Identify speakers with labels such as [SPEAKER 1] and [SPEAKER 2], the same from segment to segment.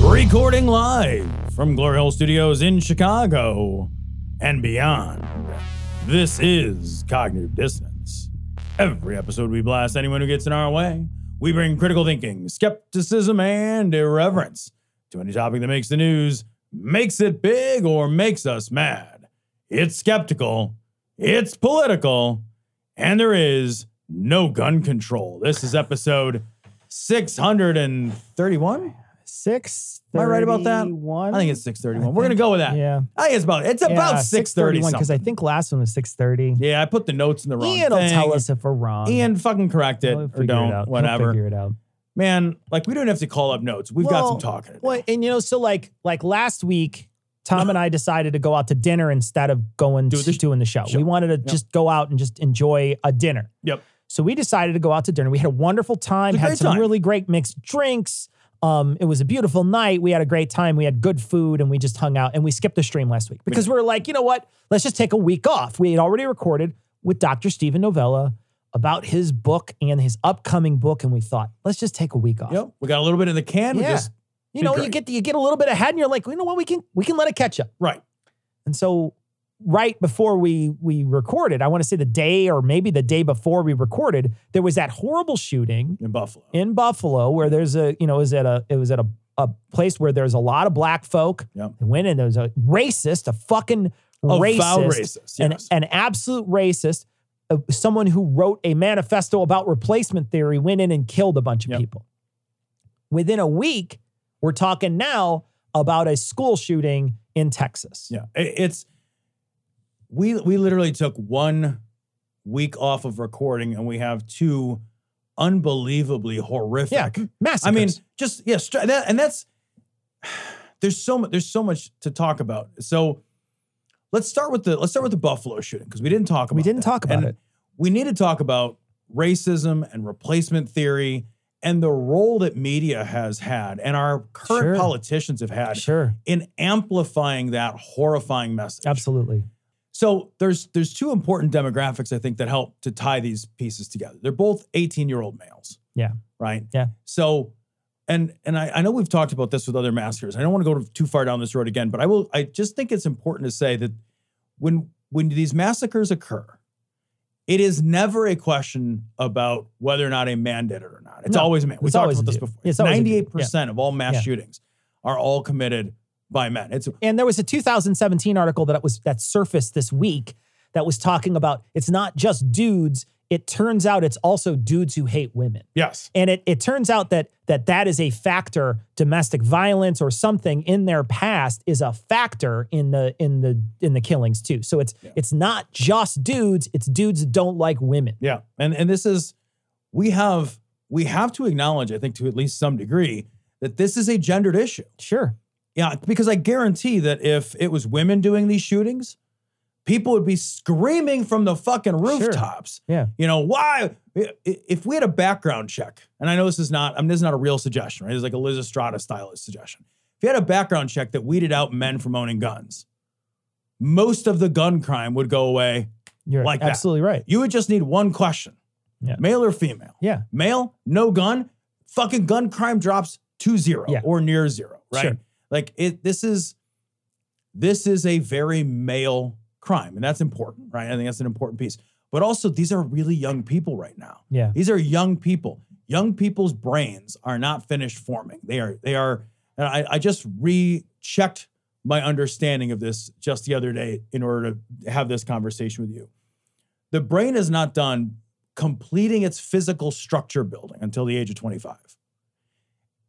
[SPEAKER 1] Recording live from Glory Hole Studios in Chicago and beyond. This is Cognitive Dissonance. Every episode, we blast anyone who gets in our way. We bring critical thinking, skepticism, and irreverence to any topic that makes the news, makes it big, or makes us mad. It's skeptical, it's political, and there is no gun control. This is episode 631.
[SPEAKER 2] six.
[SPEAKER 1] Am I right about that? I think it's 631. We're going to go with that.
[SPEAKER 2] yeah.
[SPEAKER 1] I think it's about it's about 630
[SPEAKER 2] because I think last one was six thirty.
[SPEAKER 1] yeah, I put the notes in the wrong
[SPEAKER 2] Ian will
[SPEAKER 1] thing.
[SPEAKER 2] tell us if we're wrong.
[SPEAKER 1] Ian fucking correct it
[SPEAKER 2] We'll figure
[SPEAKER 1] or
[SPEAKER 2] it
[SPEAKER 1] don't,
[SPEAKER 2] out. We'll
[SPEAKER 1] whatever.
[SPEAKER 2] figure it out.
[SPEAKER 1] Man, like we don't have to call up notes. We've got some talking. to do.
[SPEAKER 2] Well, and you know, so like like last week, Tom and I decided to go out to dinner instead of going
[SPEAKER 1] Do
[SPEAKER 2] to
[SPEAKER 1] the sh-
[SPEAKER 2] doing the show.
[SPEAKER 1] show.
[SPEAKER 2] We wanted to
[SPEAKER 1] Yep.
[SPEAKER 2] just go out and just enjoy a dinner.
[SPEAKER 1] Yep.
[SPEAKER 2] So we decided to go out to dinner. We had a wonderful time.
[SPEAKER 1] It was a
[SPEAKER 2] Had
[SPEAKER 1] great
[SPEAKER 2] some
[SPEAKER 1] time.
[SPEAKER 2] really great mixed drinks. Um, it was a beautiful night. We had a great time. We had good food, and we just hung out. And we skipped the stream last week because we were like, you know what? Let's just take a week off. We had already recorded with Dr. Stephen Novella about his book and his upcoming book, and we thought, let's just take a week off.
[SPEAKER 1] Yep. We got a little bit in the can. We
[SPEAKER 2] Ah. Yeah.
[SPEAKER 1] just
[SPEAKER 2] You
[SPEAKER 1] Be
[SPEAKER 2] know, you
[SPEAKER 1] great.
[SPEAKER 2] get you get a little bit ahead, and you're like, you know what? We can we can let it catch up.
[SPEAKER 1] right.
[SPEAKER 2] And so right before we we recorded, I want to say the day or maybe the day before we recorded, there was that horrible shooting
[SPEAKER 1] In Buffalo.
[SPEAKER 2] in Buffalo where there's a, you know, it was at a it was at a, a place where there's a lot of black folk.
[SPEAKER 1] Yep.
[SPEAKER 2] They went in, there was a racist, a fucking
[SPEAKER 1] Oh,
[SPEAKER 2] racist,
[SPEAKER 1] foul racist.
[SPEAKER 2] an,
[SPEAKER 1] Yes.
[SPEAKER 2] an absolute racist. uh, Someone who wrote a manifesto about replacement theory went in and killed a bunch of
[SPEAKER 1] Yep.
[SPEAKER 2] people. Within a week, we're talking now about a school shooting in Texas.
[SPEAKER 1] yeah. It- it's we we literally took one week off of recording and we have two unbelievably horrific
[SPEAKER 2] Yeah, massive.
[SPEAKER 1] I mean, just yeah, stra- that, and that's there's so much there's so much to talk about. So let's start with the let's start with the Buffalo shooting because we didn't talk about
[SPEAKER 2] we didn't
[SPEAKER 1] that.
[SPEAKER 2] talk about
[SPEAKER 1] uh, And
[SPEAKER 2] it.
[SPEAKER 1] We need to talk about racism and replacement theory and the role that media has had and our current
[SPEAKER 2] Sure.
[SPEAKER 1] politicians have had
[SPEAKER 2] Sure,
[SPEAKER 1] in amplifying that horrifying message.
[SPEAKER 2] absolutely.
[SPEAKER 1] So there's there's two important demographics I think that help to tie these pieces together. They're both 18 year old males.
[SPEAKER 2] Yeah.
[SPEAKER 1] Right.
[SPEAKER 2] Yeah.
[SPEAKER 1] So, and and I, I know we've talked about this with other maskers. I don't want to go too far down this road again, but I will. I just think it's important to say that when when these massacres occur, it is never a question about whether or not a man did it or not. It's
[SPEAKER 2] No,
[SPEAKER 1] always a man. We
[SPEAKER 2] it's
[SPEAKER 1] talked
[SPEAKER 2] always
[SPEAKER 1] about
[SPEAKER 2] a
[SPEAKER 1] this
[SPEAKER 2] dude.
[SPEAKER 1] before.
[SPEAKER 2] It's always a dude.
[SPEAKER 1] Ninety-eight percent of all mass
[SPEAKER 2] Yeah.
[SPEAKER 1] shootings are all committed by men. It's
[SPEAKER 2] And there was a 2017 article that was that surfaced this week that was talking about it's not just dudes. It turns out it's also dudes who hate women.
[SPEAKER 1] yes.
[SPEAKER 2] And it, it turns out that that that is a factor. Domestic violence or something in their past is a factor in the in the in the killings too. So it's
[SPEAKER 1] Yeah.
[SPEAKER 2] it's not just dudes. It's dudes that don't like women.
[SPEAKER 1] Yeah. And and this is we have we have to acknowledge, I think to at least some degree, that this is a gendered issue.
[SPEAKER 2] Sure.
[SPEAKER 1] Yeah, because I guarantee that if it was women doing these shootings, people would be screaming from the fucking rooftops.
[SPEAKER 2] Yeah.
[SPEAKER 1] You know, why i- if we had a background check, and I know this is not, I mean, this is not a real suggestion, right? It's like a Liz Estrada style suggestion. If you had a background check that weeded out men from owning guns, most of the gun crime would go away.
[SPEAKER 2] You're
[SPEAKER 1] Like that.
[SPEAKER 2] absolutely right.
[SPEAKER 1] You would just need one question.
[SPEAKER 2] Yeah.
[SPEAKER 1] Male or female?
[SPEAKER 2] Yeah.
[SPEAKER 1] male, no gun, fucking gun crime drops to zero
[SPEAKER 2] Yeah.
[SPEAKER 1] or near zero, right?
[SPEAKER 2] Sure.
[SPEAKER 1] Like it this is this is a very male crime and that's important, right? I think that's an important piece. But also these are really young people right now.
[SPEAKER 2] Yeah.
[SPEAKER 1] These are young people. Young people's brains are not finished forming. They are they are and I, I just rechecked my understanding of this just the other day in order to have this conversation with you. The brain is not done completing its physical structure building until the age of 25.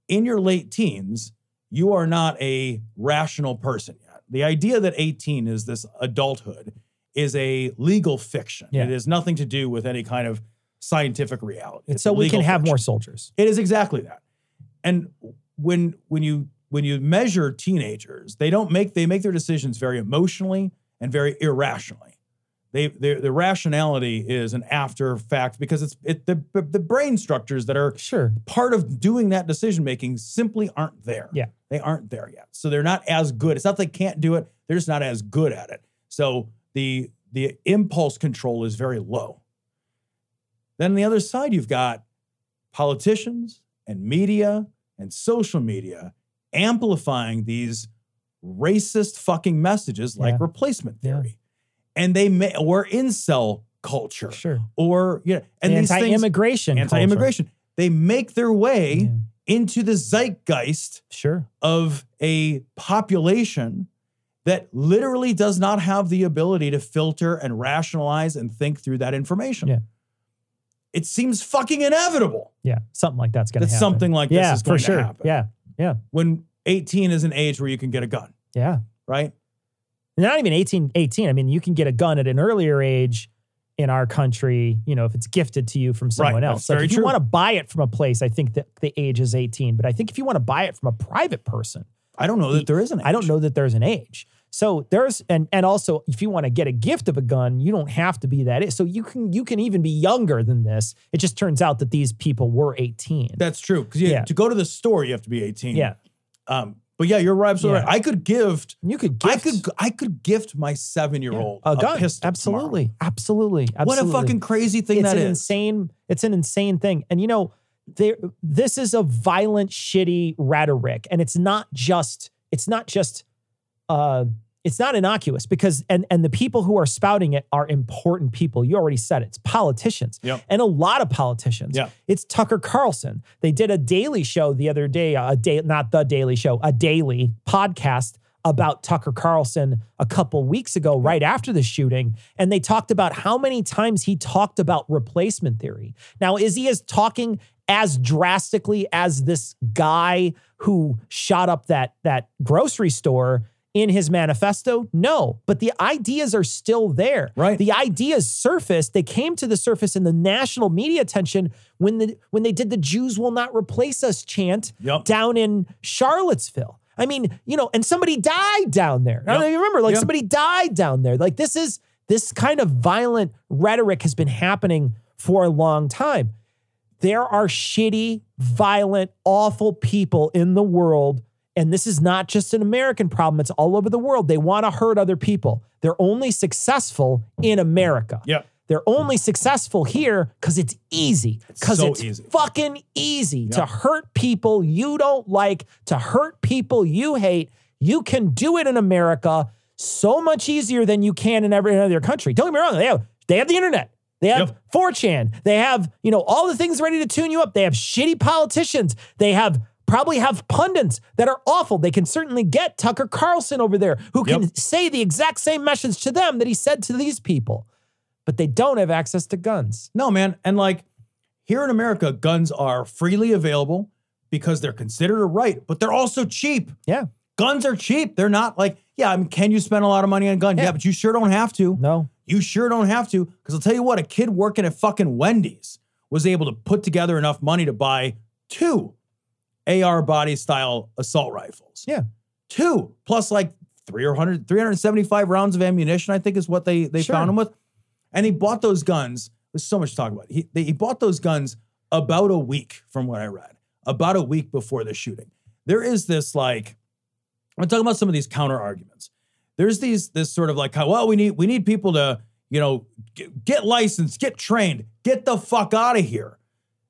[SPEAKER 1] In your late teens, you are not a rational person yet. The idea that 18 is this adulthood is a legal fiction.
[SPEAKER 2] Yeah.
[SPEAKER 1] It has nothing to do with any kind of scientific reality.
[SPEAKER 2] It's
[SPEAKER 1] a
[SPEAKER 2] so we
[SPEAKER 1] legal
[SPEAKER 2] can have
[SPEAKER 1] fiction.
[SPEAKER 2] more soldiers.
[SPEAKER 1] It is exactly that. And when when you when you measure teenagers, they don't make they make their decisions very emotionally and very irrationally. They their the rationality is an after fact because it's it the the brain structures that are
[SPEAKER 2] Sure.
[SPEAKER 1] part of doing that decision making simply aren't there.
[SPEAKER 2] Yeah.
[SPEAKER 1] They aren't there yet. So they're not as good. It's not they can't do it, they're just not as good at it. So the the impulse control is very low. Then on the other side, you've got politicians and media and social media amplifying these racist fucking messages like
[SPEAKER 2] Yeah.
[SPEAKER 1] replacement
[SPEAKER 2] Yeah.
[SPEAKER 1] theory. And they may or incel culture
[SPEAKER 2] Sure.
[SPEAKER 1] or you know, and these things
[SPEAKER 2] anti-immigration. culture.
[SPEAKER 1] anti-immigration. They make their way
[SPEAKER 2] Yeah.
[SPEAKER 1] into the zeitgeist
[SPEAKER 2] Sure.
[SPEAKER 1] of a population that literally does not have the ability to filter and rationalize and think through that information.
[SPEAKER 2] Yeah.
[SPEAKER 1] It seems fucking inevitable
[SPEAKER 2] Yeah. Something like that's going
[SPEAKER 1] that
[SPEAKER 2] to happen.
[SPEAKER 1] something like
[SPEAKER 2] yeah,
[SPEAKER 1] this is going
[SPEAKER 2] for sure.
[SPEAKER 1] to happen.
[SPEAKER 2] Yeah.
[SPEAKER 1] When 18 is an age where you can get a gun,
[SPEAKER 2] Yeah.
[SPEAKER 1] right?
[SPEAKER 2] Not even 18, 18. I mean, you can get a gun at an earlier age in our country, you know, if it's gifted to you from someone
[SPEAKER 1] Right,
[SPEAKER 2] else.
[SPEAKER 1] that's
[SPEAKER 2] Like
[SPEAKER 1] very
[SPEAKER 2] if you
[SPEAKER 1] true.
[SPEAKER 2] want to buy it from a place, I think that the age is 18. But I think if you want to buy it from a private person,
[SPEAKER 1] I don't know that there is an age.
[SPEAKER 2] I don't know that there's an age. So there's and and also if you want to get a gift of a gun, you don't have to be that. age. So you can you can even be younger than this. It just turns out that these people were 18.
[SPEAKER 1] That's true. Because yeah.
[SPEAKER 2] Yeah.
[SPEAKER 1] to go to the store, you have to be 18.
[SPEAKER 2] yeah.
[SPEAKER 1] Um, but yeah, you're right. Absolutely
[SPEAKER 2] Yeah.
[SPEAKER 1] right. I could gift
[SPEAKER 2] You could gift
[SPEAKER 1] I could I could gift my seven year old
[SPEAKER 2] a gun.
[SPEAKER 1] pistol tomorrow.
[SPEAKER 2] absolutely. absolutely. Absolutely.
[SPEAKER 1] What a fucking crazy thing
[SPEAKER 2] it's
[SPEAKER 1] that
[SPEAKER 2] an
[SPEAKER 1] is.
[SPEAKER 2] insane it's an insane thing and you know there this is a violent shitty rhetoric and it's not just it's not just uh it's not innocuous because and and the people who are spouting it are important people you already said it. it's politicians
[SPEAKER 1] Yep.
[SPEAKER 2] and a lot of politicians
[SPEAKER 1] Yeah.
[SPEAKER 2] it's tucker carlson they did a daily show the other day uh, a day not the daily show a daily podcast about Tucker Carlson a couple weeks ago, right after the shooting, and they talked about how many times he talked about replacement theory. Now, is he as talking as drastically as this guy who shot up that that grocery store in his manifesto? No, but the ideas are still there.
[SPEAKER 1] Right.
[SPEAKER 2] The ideas surfaced. They came to the surface in the national media attention when the when they did the Jews will not replace us chant
[SPEAKER 1] Yep.
[SPEAKER 2] down in Charlottesville. I mean, you know, and somebody died down there. I
[SPEAKER 1] Yep.
[SPEAKER 2] don't even remember, like
[SPEAKER 1] Yeah.
[SPEAKER 2] somebody died down there. Like this is this kind of violent rhetoric has been happening for a long time. There are shitty, violent, awful people in the world. And this is not just an American problem, it's all over the world. They want to hurt other people. They're only successful in America.
[SPEAKER 1] Yep.
[SPEAKER 2] They're only successful here because it's easy. Because
[SPEAKER 1] so
[SPEAKER 2] it's
[SPEAKER 1] easy.
[SPEAKER 2] fucking easy to
[SPEAKER 1] Yep.
[SPEAKER 2] hurt people you don't like, to hurt people you hate. You can do it in America so much easier than you can in every other country. Don't get me wrong, they have they have the internet. They have
[SPEAKER 1] Yep.
[SPEAKER 2] 4chan. They have, you know, all the things ready to tune you up. They have shitty politicians. They have probably have pundits that are awful. They can certainly get Tucker Carlson over there who can
[SPEAKER 1] Yep.
[SPEAKER 2] say the exact same message to them that he said to these people. But they don't have access to guns.
[SPEAKER 1] No, man. And like here in America, guns are freely available because they're considered a right, but they're also cheap.
[SPEAKER 2] Yeah.
[SPEAKER 1] Guns are cheap. They're not like, yeah, I mean, can you spend a lot of money on a gun? Yeah,
[SPEAKER 2] Yeah.
[SPEAKER 1] but you sure don't have to.
[SPEAKER 2] No.
[SPEAKER 1] You sure don't have to. Because I'll tell you what, a kid working at fucking Wendy's was able to put together enough money to buy two AR body style assault rifles.
[SPEAKER 2] Yeah.
[SPEAKER 1] Two plus like 300, 375 rounds of ammunition, I think is what they, they
[SPEAKER 2] Sure.
[SPEAKER 1] found him with. And he bought those guns. There's so much to talk about. He, they, he bought those guns about a week from what I read, about a week before the shooting. There is this like, I'm talking about some of these counter arguments. There's these this sort of like, well, we need we need people to you know g- get licensed, get trained, get the fuck out of here.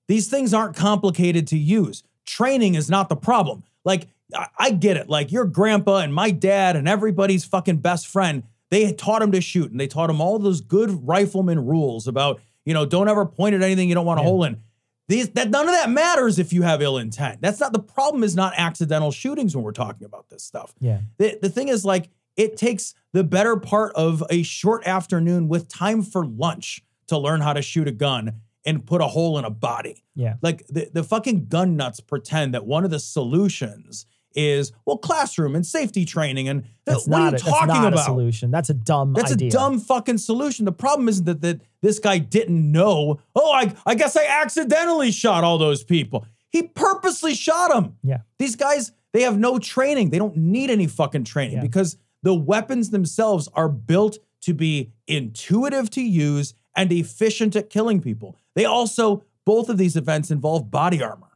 [SPEAKER 1] These things aren't complicated to use. Training is not the problem. Like, I, I get it. Like, your grandpa and my dad and everybody's fucking best friend, they had taught him to shoot and they taught him all those good rifleman rules about, you know, don't ever point at anything you don't want a
[SPEAKER 2] Yeah.
[SPEAKER 1] hole in. These, that none of that matters if you have ill intent. That's not the problem. Is not accidental shootings when we're talking about this stuff.
[SPEAKER 2] Yeah.
[SPEAKER 1] The, the thing is, like, it takes the better part of a short afternoon with time for lunch to learn how to shoot a gun and put a hole in a body.
[SPEAKER 2] Yeah.
[SPEAKER 1] Like, the, the fucking gun nuts pretend that one of the solutions is well, classroom and safety training. And
[SPEAKER 2] That's
[SPEAKER 1] what
[SPEAKER 2] not
[SPEAKER 1] are you
[SPEAKER 2] a,
[SPEAKER 1] talking
[SPEAKER 2] that's not
[SPEAKER 1] about?
[SPEAKER 2] a solution. That's a dumb
[SPEAKER 1] That's
[SPEAKER 2] idea.
[SPEAKER 1] a dumb fucking solution. The problem isn't that, that this guy didn't know. Oh, I, I guess I accidentally shot all those people. He purposely shot them.
[SPEAKER 2] Yeah.
[SPEAKER 1] These guys, they have no training. They don't need any fucking training
[SPEAKER 2] Yeah.
[SPEAKER 1] because the weapons themselves are built to be intuitive to use and efficient at killing people. They also, both of these events involve body armor.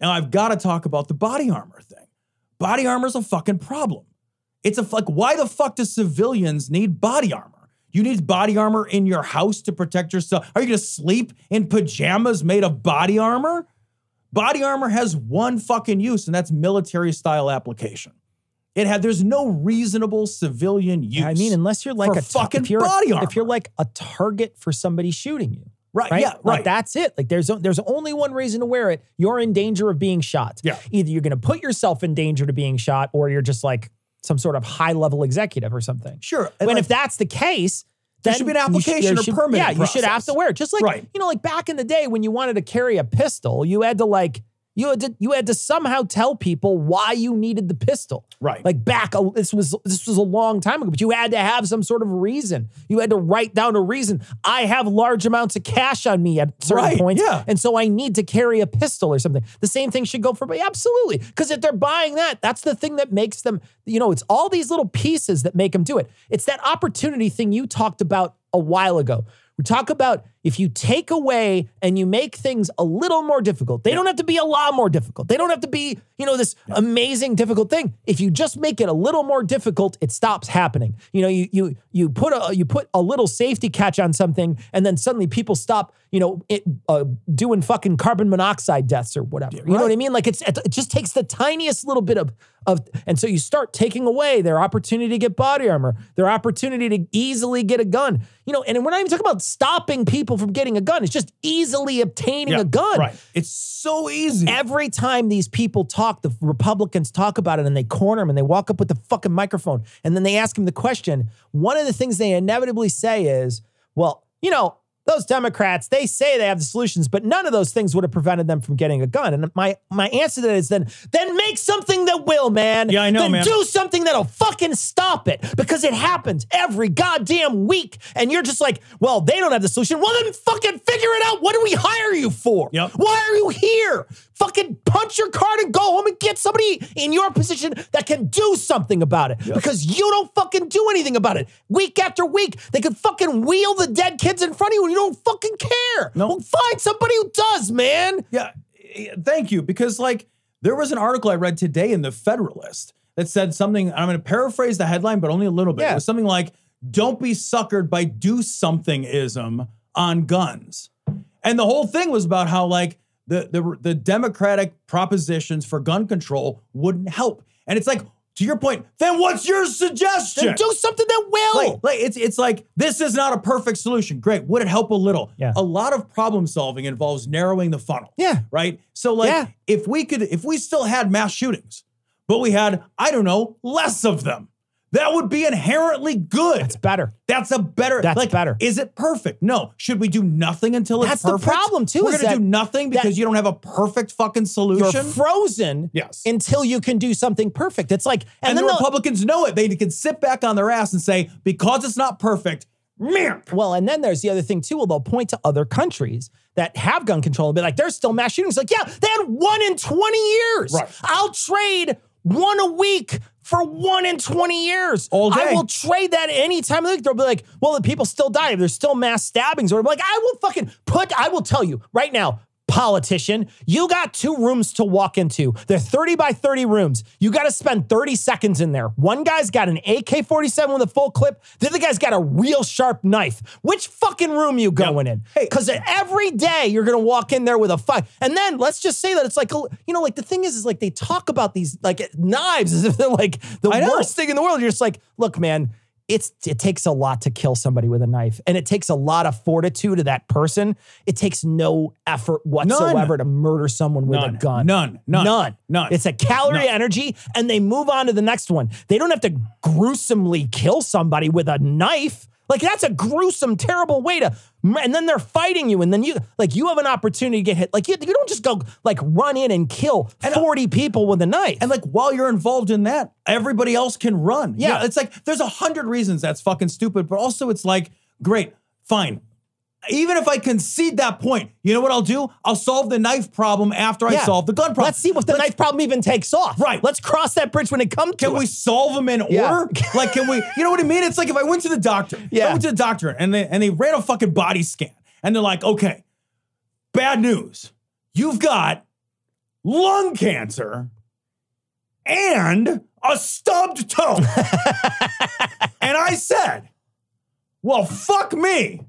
[SPEAKER 1] Now, I've got to talk about the body armor thing. Body armor is a fucking problem. It's a f- like, why the fuck do civilians need body armor? You need body armor in your house to protect yourself. Are you gonna sleep in pajamas made of body armor? Body armor has one fucking use, and that's military style application. It had there's no reasonable civilian use.
[SPEAKER 2] I mean, unless you're like
[SPEAKER 1] for
[SPEAKER 2] a ta-
[SPEAKER 1] fucking
[SPEAKER 2] if you're,
[SPEAKER 1] body armor.
[SPEAKER 2] If you're like a target for somebody shooting you,
[SPEAKER 1] right,
[SPEAKER 2] right?
[SPEAKER 1] yeah,
[SPEAKER 2] Like,
[SPEAKER 1] right.
[SPEAKER 2] that's it. Like there's o- there's only one reason to wear it. You're in danger of being shot.
[SPEAKER 1] Yeah.
[SPEAKER 2] Either you're going to put yourself in danger to being shot, or you're just like some sort of high level executive or something.
[SPEAKER 1] sure.
[SPEAKER 2] And
[SPEAKER 1] like-
[SPEAKER 2] if that's the case.
[SPEAKER 1] There
[SPEAKER 2] Then
[SPEAKER 1] should be an
[SPEAKER 2] you should-
[SPEAKER 1] application
[SPEAKER 2] there
[SPEAKER 1] or permitting
[SPEAKER 2] Yeah, you should have
[SPEAKER 1] process.
[SPEAKER 2] to wear it. Just like
[SPEAKER 1] Right.
[SPEAKER 2] you know, like back in the day when you wanted to carry a pistol, you had to like you had to you had to somehow tell people why you needed the pistol.
[SPEAKER 1] Right.
[SPEAKER 2] Like back a, this was this was a long time ago, but you had to have some sort of reason. You had to write down a reason. I have large amounts of cash on me at certain
[SPEAKER 1] Right,
[SPEAKER 2] points.
[SPEAKER 1] yeah.
[SPEAKER 2] And so I need to carry a pistol or something. The same thing should go for yeah, absolutely. Because if they're buying that, that's the thing that makes them, you know, it's all these little pieces that make them do it. It's that opportunity thing you talked about a while ago. We talk about if you take away and you make things a little more difficult, they don't have to be a lot more difficult. They don't have to be, you know, this amazing difficult thing. If you just make it a little more difficult, it stops happening. You know, you you you put a you put a little safety catch on something, and then suddenly people stop, you know, it, uh, doing fucking carbon monoxide deaths or whatever. You know what I mean? Like it's it just takes the tiniest little bit of of, and so you start taking away their opportunity to get body armor, their opportunity to easily get a gun. You know, and we're not even talking about stopping people from getting a gun. It's just easily obtaining
[SPEAKER 1] Yeah,
[SPEAKER 2] a gun
[SPEAKER 1] Right. It's so easy.
[SPEAKER 2] every time these people talk, the Republicans talk about it and they corner him and they walk up with the fucking microphone and then they ask him the question. One of the things they inevitably say is, well, you know, those Democrats, they say they have the solutions, but none of those things would have prevented them from getting a gun. And my my answer to that is then then make something that will, man.
[SPEAKER 1] Yeah, I know,
[SPEAKER 2] Then
[SPEAKER 1] man.
[SPEAKER 2] do something that'll fucking stop it because it happens every goddamn week. And you're just like, well, they don't have the solution. Well, then fucking figure it out. What do we hire you for?
[SPEAKER 1] Yep.
[SPEAKER 2] Why are you here? Fucking punch your card and go home and get somebody in your position that can do something about it because you don't fucking do anything about it. Week after week, they could fucking wheel the dead kids in front of you and you don't fucking care.
[SPEAKER 1] No.
[SPEAKER 2] Well, find somebody who does, man.
[SPEAKER 1] Yeah, eh, thank you. Because like there was an article I read today in the Federalist that said something. I'm going to paraphrase the headline, but only a little bit.
[SPEAKER 2] Yeah.
[SPEAKER 1] It was something like "Don't be suckered by do something ism on guns," and the whole thing was about how like the the the Democratic propositions for gun control wouldn't help. And it's like to your point. Then what's your suggestion?
[SPEAKER 2] Then do something that will.
[SPEAKER 1] Like, like, it's it's like this is not a perfect solution. Great, would it help a little?
[SPEAKER 2] Yeah.
[SPEAKER 1] A lot of problem solving involves narrowing the funnel.
[SPEAKER 2] Yeah.
[SPEAKER 1] Right. So like,
[SPEAKER 2] Yeah.
[SPEAKER 1] if we could, if we still had mass shootings, but we had I don't know less of them, that would be inherently good.
[SPEAKER 2] It's better.
[SPEAKER 1] That's a better.
[SPEAKER 2] That's
[SPEAKER 1] like,
[SPEAKER 2] better.
[SPEAKER 1] Is it perfect? No. Should we do nothing until it's
[SPEAKER 2] That's the
[SPEAKER 1] perfect?
[SPEAKER 2] problem, too,
[SPEAKER 1] We're
[SPEAKER 2] is
[SPEAKER 1] gonna
[SPEAKER 2] that-
[SPEAKER 1] do nothing because
[SPEAKER 2] that-
[SPEAKER 1] you don't have a perfect fucking
[SPEAKER 2] You're
[SPEAKER 1] solution.
[SPEAKER 2] frozen
[SPEAKER 1] Yes.
[SPEAKER 2] until you can do something perfect. It's like,
[SPEAKER 1] and
[SPEAKER 2] and, then
[SPEAKER 1] the
[SPEAKER 2] they'll-
[SPEAKER 1] Republicans know it. They can sit back on their ass and say, because it's not perfect, man,
[SPEAKER 2] Well, and then there's the other thing too. Well, they'll point to other countries that have gun control and be like, "There's still mass shootings." Like, yeah, they had one in 20 years.
[SPEAKER 1] Right.
[SPEAKER 2] I'll trade one a week for one in 20 years.
[SPEAKER 1] All day.
[SPEAKER 2] I will trade that any time of the week. They'll be like, "Well, the people still die. There's still mass stabbings." Or I'm like, I will fucking put. I will tell you right now. Politician, you got two rooms to walk into. They're 30 by 30 rooms. You got to spend 30 seconds in there. One guy's got an AK 47 with a full clip. The other guy's got a real sharp knife. Which fucking room you going in?
[SPEAKER 1] Hey.
[SPEAKER 2] Because every day you're gonna walk in there with a fuck. And then let's just say that it's like you know, like the thing is, is like they talk about these like knives as if they're like the
[SPEAKER 1] I know.
[SPEAKER 2] worst thing in the world. You're just like, look, man. It's, it takes a lot to kill somebody with a knife, and it takes a lot of fortitude of that person. It takes no effort whatsoever to murder someone with
[SPEAKER 1] None.
[SPEAKER 2] a gun.
[SPEAKER 1] None. None.
[SPEAKER 2] None.
[SPEAKER 1] None.
[SPEAKER 2] It's a calorie energy, and they move on to the next one. They don't have to gruesomely kill somebody with a knife. Like that's a gruesome, terrible way to and then they're fighting you, and then you like you have an opportunity to get hit. Like you, you don't just go like run in and kill forty people with a knife.
[SPEAKER 1] uh, And like while you're involved in that, everybody else can run.
[SPEAKER 2] Yeah.
[SPEAKER 1] it's like there's a hundred reasons that's fucking stupid, but also it's like, great, fine. Even if I concede that point, you know what I'll do? I'll solve the knife problem after I
[SPEAKER 2] Yeah.
[SPEAKER 1] solve the gun problem.
[SPEAKER 2] Let's see if the knife problem even takes off.
[SPEAKER 1] Right.
[SPEAKER 2] Let's cross that bridge when it comes to
[SPEAKER 1] Can
[SPEAKER 2] it.
[SPEAKER 1] we solve them in
[SPEAKER 2] Yeah.
[SPEAKER 1] order? Like, can we? You know what I mean? It's like if I went to the doctor. if I
[SPEAKER 2] Yeah.
[SPEAKER 1] went to the doctor and they and they ran a fucking body scan and they're like, okay, bad news. You've got lung cancer and a stubbed toe. and I said, well, fuck me.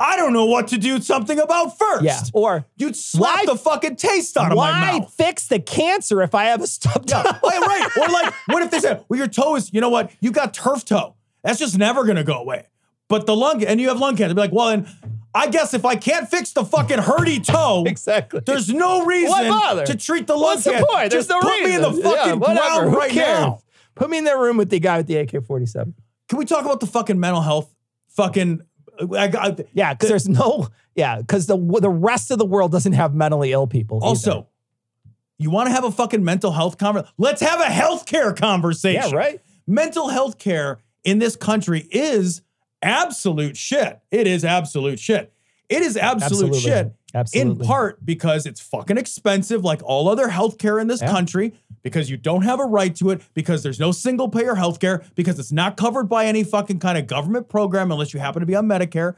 [SPEAKER 1] I don't know what to do something about first.
[SPEAKER 2] Yeah. Or
[SPEAKER 1] You'd slap
[SPEAKER 2] Why-
[SPEAKER 1] the fucking taste out of my
[SPEAKER 2] why
[SPEAKER 1] mouth.
[SPEAKER 2] fix the cancer if I have a stubbed
[SPEAKER 1] Oh, Yeah,
[SPEAKER 2] toe?
[SPEAKER 1] right, right. Or like, what if they said, well, your toe is, you know what? You got turf toe. That's just never going to go away. But the lung, and you have lung cancer. Be like, well, and I guess if I can't fix the fucking hurdy toe,
[SPEAKER 2] Exactly.
[SPEAKER 1] there's no reason
[SPEAKER 2] bother?
[SPEAKER 1] to treat the lung
[SPEAKER 2] What's the
[SPEAKER 1] cancer.
[SPEAKER 2] point? There's
[SPEAKER 1] just
[SPEAKER 2] no
[SPEAKER 1] put
[SPEAKER 2] reason.
[SPEAKER 1] me in the fucking
[SPEAKER 2] Yeah, whatever.
[SPEAKER 1] ground
[SPEAKER 2] Who
[SPEAKER 1] right
[SPEAKER 2] cares?
[SPEAKER 1] now.
[SPEAKER 2] Put me in that room with the guy with the AK-47.
[SPEAKER 1] Can we talk about the fucking mental health fucking, I got,
[SPEAKER 2] Yeah, because there's no yeah, because the the rest of the world doesn't have mentally ill people. either.
[SPEAKER 1] also, you want to have a fucking mental health conversation? Let's have a healthcare conversation.
[SPEAKER 2] yeah, right.
[SPEAKER 1] mental health care in this country is absolute shit. It is absolute shit. It is absolute
[SPEAKER 2] Absolutely.
[SPEAKER 1] shit
[SPEAKER 2] Absolutely.
[SPEAKER 1] in part because it's fucking expensive, like all other healthcare in this
[SPEAKER 2] Yeah.
[SPEAKER 1] country, because you don't have a right to it, because there's no single payer healthcare, because it's not covered by any fucking kind of government program unless you happen to be on Medicare.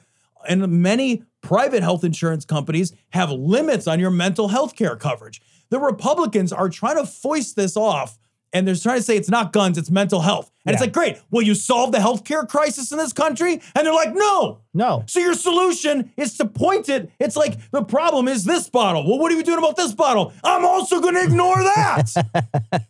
[SPEAKER 1] And many private health insurance companies have limits on your mental health care coverage. The Republicans are trying to foist this off and they're trying to say it's not guns, it's mental health. And it's
[SPEAKER 2] Yeah.
[SPEAKER 1] like, great, will you solve the healthcare crisis in this country? And they're like, no,
[SPEAKER 2] No.
[SPEAKER 1] so your solution is to point it. It's like the problem is this bottle. Well, what are you doing about this bottle? I'm also going to ignore that.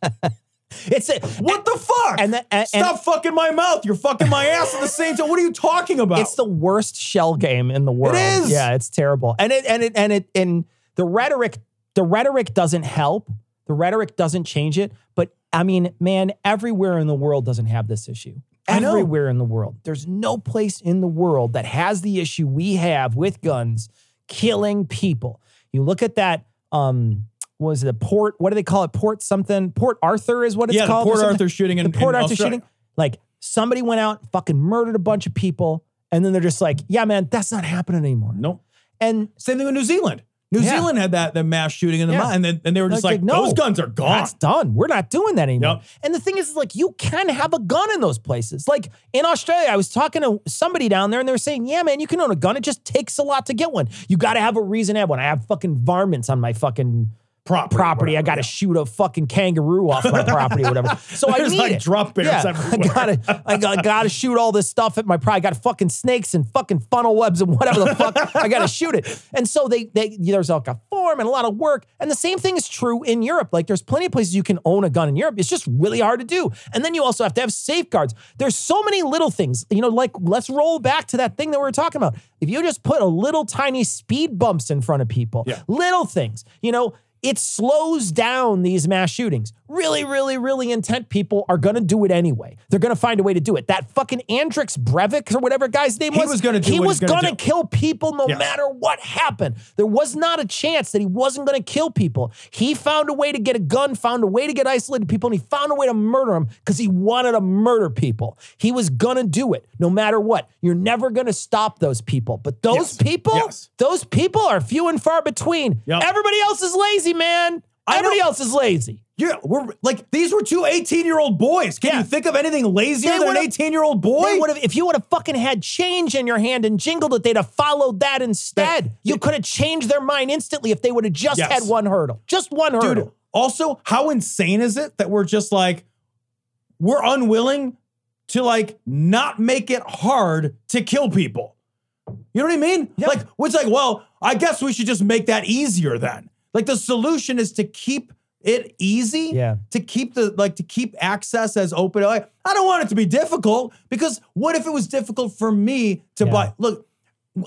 [SPEAKER 2] It's a,
[SPEAKER 1] what the fuck?
[SPEAKER 2] and the- and-
[SPEAKER 1] stop fucking my mouth. You're fucking my ass at the same time. What are you talking about?
[SPEAKER 2] it's the worst shell game in the world.
[SPEAKER 1] is.
[SPEAKER 2] Yeah, it's terrible. And it and it and it and the rhetoric the rhetoric doesn't help. The rhetoric doesn't change it. But I mean, man, everywhere in the world doesn't have this issue.
[SPEAKER 1] I know.
[SPEAKER 2] Everywhere in the world. There's no place in the world that has the issue we have with guns killing people. You look at that um what was it a port? What do they call it? Port something? Port Arthur is what it's
[SPEAKER 1] yeah, the
[SPEAKER 2] called. or
[SPEAKER 1] Port
[SPEAKER 2] something
[SPEAKER 1] Arthur shooting in
[SPEAKER 2] the Port
[SPEAKER 1] in
[SPEAKER 2] Arthur
[SPEAKER 1] Australia.
[SPEAKER 2] shooting, like somebody went out, fucking murdered a bunch of people, and then they're just like, yeah, man, that's not happening anymore.
[SPEAKER 1] Nope.
[SPEAKER 2] And
[SPEAKER 1] Same thing with New Zealand. New
[SPEAKER 2] Yeah.
[SPEAKER 1] Zealand had that the mass shooting in the
[SPEAKER 2] Yeah.
[SPEAKER 1] mine, and then and they were just
[SPEAKER 2] Like,
[SPEAKER 1] like,
[SPEAKER 2] no.
[SPEAKER 1] those guns are gone.
[SPEAKER 2] that's done. We're not doing that anymore.
[SPEAKER 1] Yep.
[SPEAKER 2] And the thing is, is like you can have a gun in those places. Like in Australia, I was talking to somebody down there, and they were saying, yeah, man, you can own a gun. It just takes a lot to get one. You got to have a reason to have one. I have fucking varmints on my fucking.
[SPEAKER 1] Property,
[SPEAKER 2] property. I
[SPEAKER 1] whatever,
[SPEAKER 2] got to
[SPEAKER 1] yeah.
[SPEAKER 2] shoot a fucking kangaroo off my property or whatever. So I
[SPEAKER 1] There's,
[SPEAKER 2] need
[SPEAKER 1] like,
[SPEAKER 2] it.
[SPEAKER 1] drop bears
[SPEAKER 2] yeah,
[SPEAKER 1] everywhere.
[SPEAKER 2] I gotta, I gotta, gotta shoot all this stuff at my property. I got fucking snakes and fucking funnel webs and whatever the fuck. I gotta shoot it. And so they, they, there's like a form and a lot of work. And the same thing is true in Europe. Like there's plenty of places you can own a gun in Europe. It's just really hard to do. And then you also have to have safeguards. There's so many little things. You know, like let's roll back to that thing that we were talking about. If you just put a little tiny speed bumps in front of people,
[SPEAKER 1] Yeah.
[SPEAKER 2] little things, you know. It slows down these mass shootings. Really, really, really intent people are going to do it anyway. They're going to find a way to do it. That fucking Andrix Brevik or whatever guy's name
[SPEAKER 1] He
[SPEAKER 2] was,
[SPEAKER 1] was gonna do
[SPEAKER 2] he
[SPEAKER 1] what
[SPEAKER 2] was
[SPEAKER 1] he's gonna
[SPEAKER 2] gonna
[SPEAKER 1] do.
[SPEAKER 2] kill people no
[SPEAKER 1] Yeah.
[SPEAKER 2] matter what happened. There was not a chance that he wasn't going to kill people. He found a way to get a gun, found a way to get isolated people, and he found a way to murder them because he wanted to murder people. He was going to do it no matter what. You're never going to stop those people. But those
[SPEAKER 1] Yes.
[SPEAKER 2] people,
[SPEAKER 1] Yes.
[SPEAKER 2] those people are few and far between.
[SPEAKER 1] Yep.
[SPEAKER 2] Everybody else is lazy, man.
[SPEAKER 1] I
[SPEAKER 2] Everybody
[SPEAKER 1] don't-
[SPEAKER 2] else is lazy.
[SPEAKER 1] Yeah, we're like these were two 18 year old boys. Can
[SPEAKER 2] Yeah.
[SPEAKER 1] you think of anything lazier
[SPEAKER 2] They
[SPEAKER 1] than an
[SPEAKER 2] would've-
[SPEAKER 1] 18 year old boy?
[SPEAKER 2] They would have, if you would have fucking had change in your hand and jingled it, they'd have followed that instead. you could have changed their mind instantly if they would have just
[SPEAKER 1] Yes.
[SPEAKER 2] had one hurdle, just one
[SPEAKER 1] Dude,
[SPEAKER 2] hurdle.
[SPEAKER 1] also, how insane is it that we're just like, we're unwilling to like not make it hard to kill people? You know what I mean? Like, it's like, well, I guess we should just make that easier then. Like, the solution is to keep it easy.
[SPEAKER 2] Yeah.
[SPEAKER 1] To keep the, like, to keep access as open. Like, I don't want it to be difficult because what if it was difficult for me to
[SPEAKER 2] Yeah.
[SPEAKER 1] buy? Look,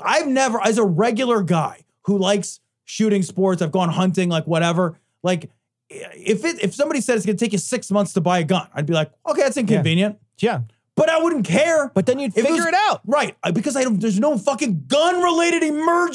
[SPEAKER 1] I've never, as a regular guy who likes shooting sports, I've gone hunting, like whatever. Like, if it if somebody said it's gonna take you six months to buy a gun, I'd be like, okay, that's inconvenient.
[SPEAKER 2] Yeah.
[SPEAKER 1] but I wouldn't care.
[SPEAKER 2] But then you'd
[SPEAKER 1] If
[SPEAKER 2] figure
[SPEAKER 1] was-
[SPEAKER 2] it out
[SPEAKER 1] Right, I- because I don't, there's no fucking gun-related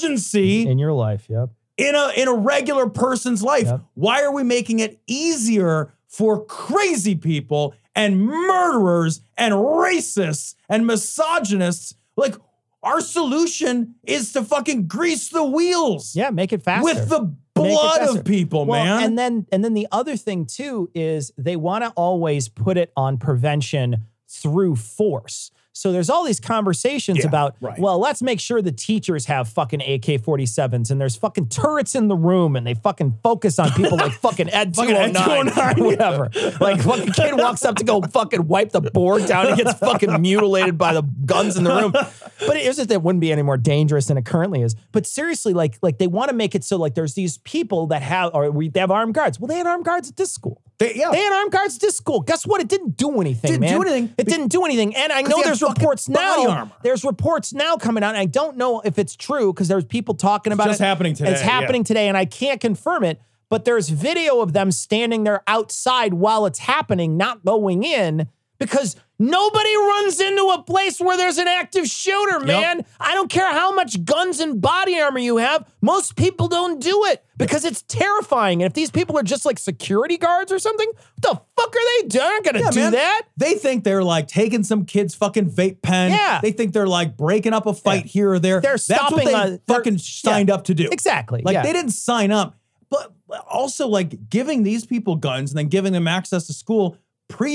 [SPEAKER 1] emergency
[SPEAKER 2] in your life. Yep.
[SPEAKER 1] in a in a regular person's life.
[SPEAKER 2] Yep.
[SPEAKER 1] Why are we making it easier for crazy people and murderers and racists and misogynists? Like our solution is to fucking grease the wheels
[SPEAKER 2] Yeah. Make it faster.
[SPEAKER 1] with the
[SPEAKER 2] Make it
[SPEAKER 1] blood
[SPEAKER 2] faster.
[SPEAKER 1] of people,
[SPEAKER 2] Well,
[SPEAKER 1] man.
[SPEAKER 2] And then and then the other thing too is they want to always put it on prevention through force. So there's all these conversations
[SPEAKER 1] Yeah,
[SPEAKER 2] about
[SPEAKER 1] right.
[SPEAKER 2] well, let's make sure the teachers have fucking AK-47s and there's fucking turrets in the room and they fucking focus on people like fucking Ed
[SPEAKER 1] Fucking Ed
[SPEAKER 2] 209,
[SPEAKER 1] 209,
[SPEAKER 2] whatever. Like fucking kid walks up to go fucking wipe the board down and gets fucking mutilated by the guns in the room. But it isn't that it wouldn't be any more dangerous than it currently is. But seriously, like like they want to make it so like there's these people that have or we they have armed guards. Well, they had armed guards at this school.
[SPEAKER 1] They- yeah.
[SPEAKER 2] They had armed guards at this school. Guess what? It didn't do anything.
[SPEAKER 1] Didn't
[SPEAKER 2] man.
[SPEAKER 1] do anything.
[SPEAKER 2] It didn't do anything. And I know
[SPEAKER 1] they had
[SPEAKER 2] there's
[SPEAKER 1] fucking
[SPEAKER 2] reports now.
[SPEAKER 1] body armor.
[SPEAKER 2] There's reports now coming out. And I don't know if it's true because there's people talking about
[SPEAKER 1] just
[SPEAKER 2] it.
[SPEAKER 1] happening today,
[SPEAKER 2] It's happening today, and I can't confirm it. But there's video of them standing there outside while it's happening, not going in. Because nobody runs into a place where there's an active shooter, man. I don't care how much guns and body armor you have. Most people don't do it because it's terrifying. And if these people are just like security guards or something, what the fuck are they doing? They're not gonna do
[SPEAKER 1] man.
[SPEAKER 2] that.
[SPEAKER 1] They think they're like taking some kid's fucking vape pen.
[SPEAKER 2] Yeah.
[SPEAKER 1] They think they're like breaking up a fight here or there.
[SPEAKER 2] They're
[SPEAKER 1] That's
[SPEAKER 2] stopping
[SPEAKER 1] what they
[SPEAKER 2] a- they're-
[SPEAKER 1] fucking signed
[SPEAKER 2] yeah.
[SPEAKER 1] up to do.
[SPEAKER 2] Exactly,
[SPEAKER 1] Like
[SPEAKER 2] yeah.
[SPEAKER 1] they didn't sign up, but but also like giving these people guns and then giving them access to school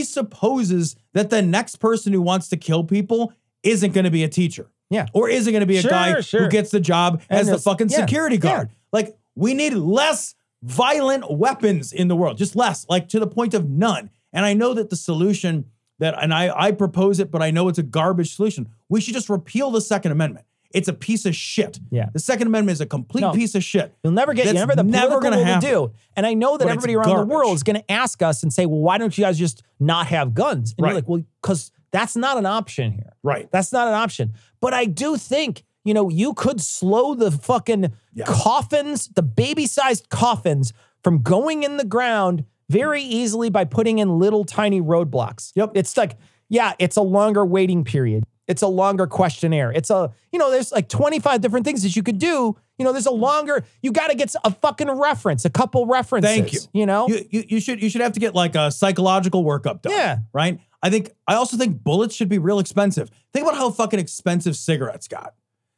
[SPEAKER 1] presupposes that the next person who wants to kill people isn't going to be a teacher.
[SPEAKER 2] Yeah.
[SPEAKER 1] Or isn't going to be a
[SPEAKER 2] Sure,
[SPEAKER 1] guy
[SPEAKER 2] sure.
[SPEAKER 1] who gets the job
[SPEAKER 2] And
[SPEAKER 1] as the
[SPEAKER 2] it's-
[SPEAKER 1] fucking
[SPEAKER 2] yeah,
[SPEAKER 1] security
[SPEAKER 2] yeah.
[SPEAKER 1] guard. Like we need less violent weapons in the world, just less, like to the point of none. And I know that the solution that, and I, I propose it, but I know it's a garbage solution. We should just repeal the Second Amendment. It's a piece of shit.
[SPEAKER 2] Yeah.
[SPEAKER 1] The Second Amendment is a complete
[SPEAKER 2] No.
[SPEAKER 1] piece of shit.
[SPEAKER 2] You'll never get
[SPEAKER 1] That's
[SPEAKER 2] you never the
[SPEAKER 1] never
[SPEAKER 2] never
[SPEAKER 1] gonna
[SPEAKER 2] gonna will
[SPEAKER 1] happen.
[SPEAKER 2] to do. And I know that
[SPEAKER 1] But it's
[SPEAKER 2] everybody around the world
[SPEAKER 1] garbage.
[SPEAKER 2] is gonna ask us and say, well, why don't you guys just not have guns? And
[SPEAKER 1] Right.
[SPEAKER 2] you're like, well, because that's not an option here.
[SPEAKER 1] Right.
[SPEAKER 2] That's not an option. But I do think, you know, you could slow the fucking
[SPEAKER 1] Yeah.
[SPEAKER 2] coffins, the baby-sized coffins from going in the ground very easily by putting in little tiny roadblocks.
[SPEAKER 1] Yep.
[SPEAKER 2] It's like, yeah, it's a longer waiting period. It's a longer questionnaire. It's a, you know, there's like 25 different things that you could do. You know, there's a longer, you got to get a fucking reference, a couple references.
[SPEAKER 1] Thank you.
[SPEAKER 2] You know?
[SPEAKER 1] You, you you should you should have to get like a psychological workup done.
[SPEAKER 2] Yeah.
[SPEAKER 1] Right. I think I also think bullets should be real expensive. Think about how fucking expensive cigarettes got.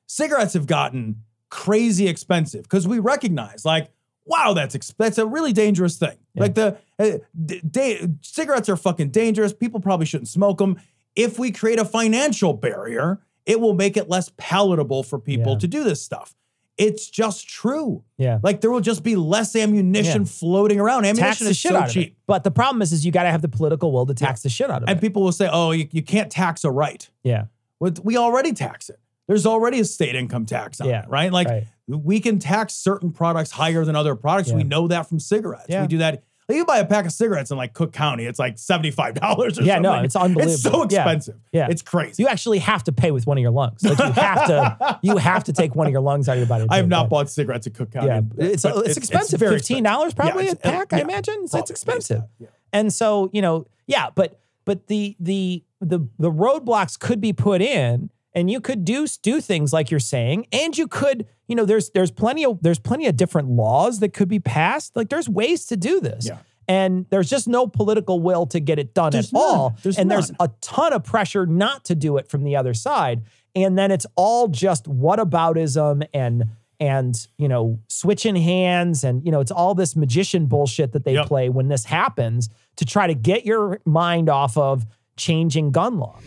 [SPEAKER 1] Cigarettes have gotten crazy expensive because we recognize like wow that's ex- that's a really dangerous thing. Like the uh, d- da- cigarettes are fucking dangerous. People probably shouldn't smoke them. If we create a financial barrier, it will make it less palatable for people
[SPEAKER 2] Yeah.
[SPEAKER 1] to do this stuff. It's just true.
[SPEAKER 2] yeah.
[SPEAKER 1] Like there will just be less ammunition floating around. Ammunition
[SPEAKER 2] Tax the
[SPEAKER 1] is
[SPEAKER 2] shit
[SPEAKER 1] so
[SPEAKER 2] out of
[SPEAKER 1] cheap.
[SPEAKER 2] it. But the problem is, is you got to have the political will to tax the shit out of
[SPEAKER 1] And
[SPEAKER 2] it.
[SPEAKER 1] people will say, "Oh, you, you can't tax a right."
[SPEAKER 2] Yeah.
[SPEAKER 1] Well, we already tax it. There's already a state income tax on
[SPEAKER 2] Yeah,
[SPEAKER 1] it, right? Like
[SPEAKER 2] right.
[SPEAKER 1] we can tax certain products higher than other products. We
[SPEAKER 2] Yeah.
[SPEAKER 1] know that from cigarettes.
[SPEAKER 2] Yeah.
[SPEAKER 1] We do that. Like, you buy a pack of cigarettes in like Cook County, it's like seventy five dollars. or
[SPEAKER 2] Yeah, no,
[SPEAKER 1] something.
[SPEAKER 2] it's unbelievable.
[SPEAKER 1] It's so
[SPEAKER 2] Yeah,
[SPEAKER 1] expensive.
[SPEAKER 2] yeah.
[SPEAKER 1] it's crazy.
[SPEAKER 2] You actually have to pay with one of your lungs. Like you have to, you have to take one of your lungs out of your body. to
[SPEAKER 1] I have
[SPEAKER 2] pay
[SPEAKER 1] not
[SPEAKER 2] that.
[SPEAKER 1] bought cigarettes in Cook County.
[SPEAKER 2] Yeah,
[SPEAKER 1] but-
[SPEAKER 2] it's,
[SPEAKER 1] but
[SPEAKER 2] it's, expensive.
[SPEAKER 1] very
[SPEAKER 2] Fifteen dollars
[SPEAKER 1] expensive. Yeah,
[SPEAKER 2] probably a
[SPEAKER 1] it's-
[SPEAKER 2] pack. I
[SPEAKER 1] yeah,
[SPEAKER 2] imagine it's, it's
[SPEAKER 1] probably.
[SPEAKER 2] expensive.
[SPEAKER 1] Yeah.
[SPEAKER 2] And so you know, yeah, but but the the the the roadblocks could be put in, and you could do do things like you're saying, and you could you know there's there's plenty of there's plenty of different laws that could be passed. Like there's ways to do this.
[SPEAKER 1] Yeah.
[SPEAKER 2] And there's just no political will to get it done
[SPEAKER 1] There's
[SPEAKER 2] at all.
[SPEAKER 1] none. There's
[SPEAKER 2] and there's
[SPEAKER 1] none.
[SPEAKER 2] a ton of pressure not to do it from the other side. And then it's all just whataboutism and and you know switching hands and you know it's all this magician bullshit that they
[SPEAKER 1] Yep.
[SPEAKER 2] play when this happens to try to get your mind off of changing gun laws.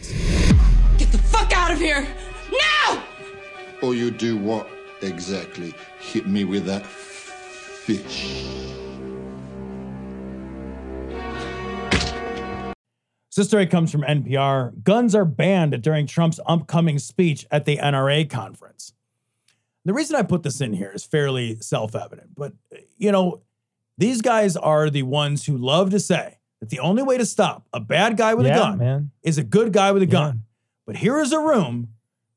[SPEAKER 3] Get the fuck out of here! Now!
[SPEAKER 4] Or you do what exactly? Hit me with that fish.
[SPEAKER 1] So This story comes from NPR. Guns are banned during Trump's upcoming speech at the NRA conference. The reason I put this in here is fairly self evident, but you know, these guys are the ones who love to say that the only way to stop a bad guy with
[SPEAKER 2] yeah,
[SPEAKER 1] a gun
[SPEAKER 2] man.
[SPEAKER 1] is a good guy with a gun. But here is a room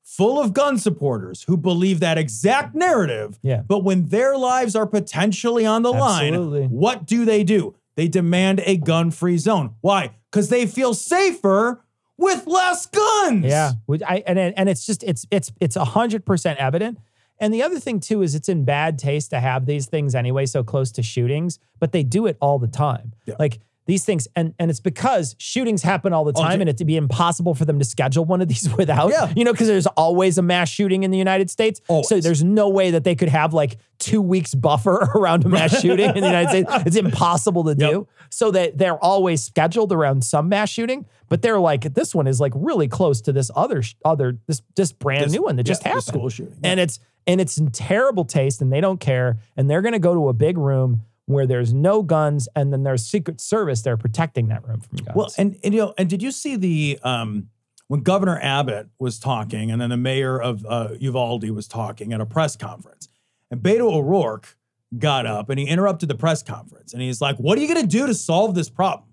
[SPEAKER 1] full of gun supporters who believe that exact narrative.
[SPEAKER 2] Yeah.
[SPEAKER 1] But when their lives are potentially on the
[SPEAKER 2] Absolutely.
[SPEAKER 1] line, what do they do? They demand a gun free zone. Why? Because they feel safer with less guns.
[SPEAKER 2] Yeah, Would- I, and it- and it's just it's it's it's hundred percent evident. And the other thing too is it's in bad taste to have these things anyway, so close to shootings, but they do it all the time. Like these things, and and it's because shootings happen all the time,
[SPEAKER 1] dude.
[SPEAKER 2] and it'd be impossible for them to schedule one of these without.
[SPEAKER 1] Yeah.
[SPEAKER 2] you know, because there's always a mass shooting in the United States. So
[SPEAKER 1] Always.
[SPEAKER 2] there's no way that they could have like two weeks buffer around a mass shooting in the United States. It's impossible to do. So that they're always scheduled around some mass shooting, but they're like this one is like really close to this other sh- other this this brand
[SPEAKER 1] This-
[SPEAKER 2] new one that
[SPEAKER 1] yeah,
[SPEAKER 2] just
[SPEAKER 1] the
[SPEAKER 2] happened.
[SPEAKER 1] school shooting,
[SPEAKER 2] And it's and it's in terrible taste, and they don't care, and they're going to go to a big room where there's no guns, and then there's Secret Service there protecting that room from guns.
[SPEAKER 1] Well, and, and you know, and did you see the um when Governor Abbott was talking, and then the mayor of uh, Uvalde was talking at a press conference, and Beto O'Rourke got up and he interrupted the press conference, and he's like, "What are you going to do to solve this problem?"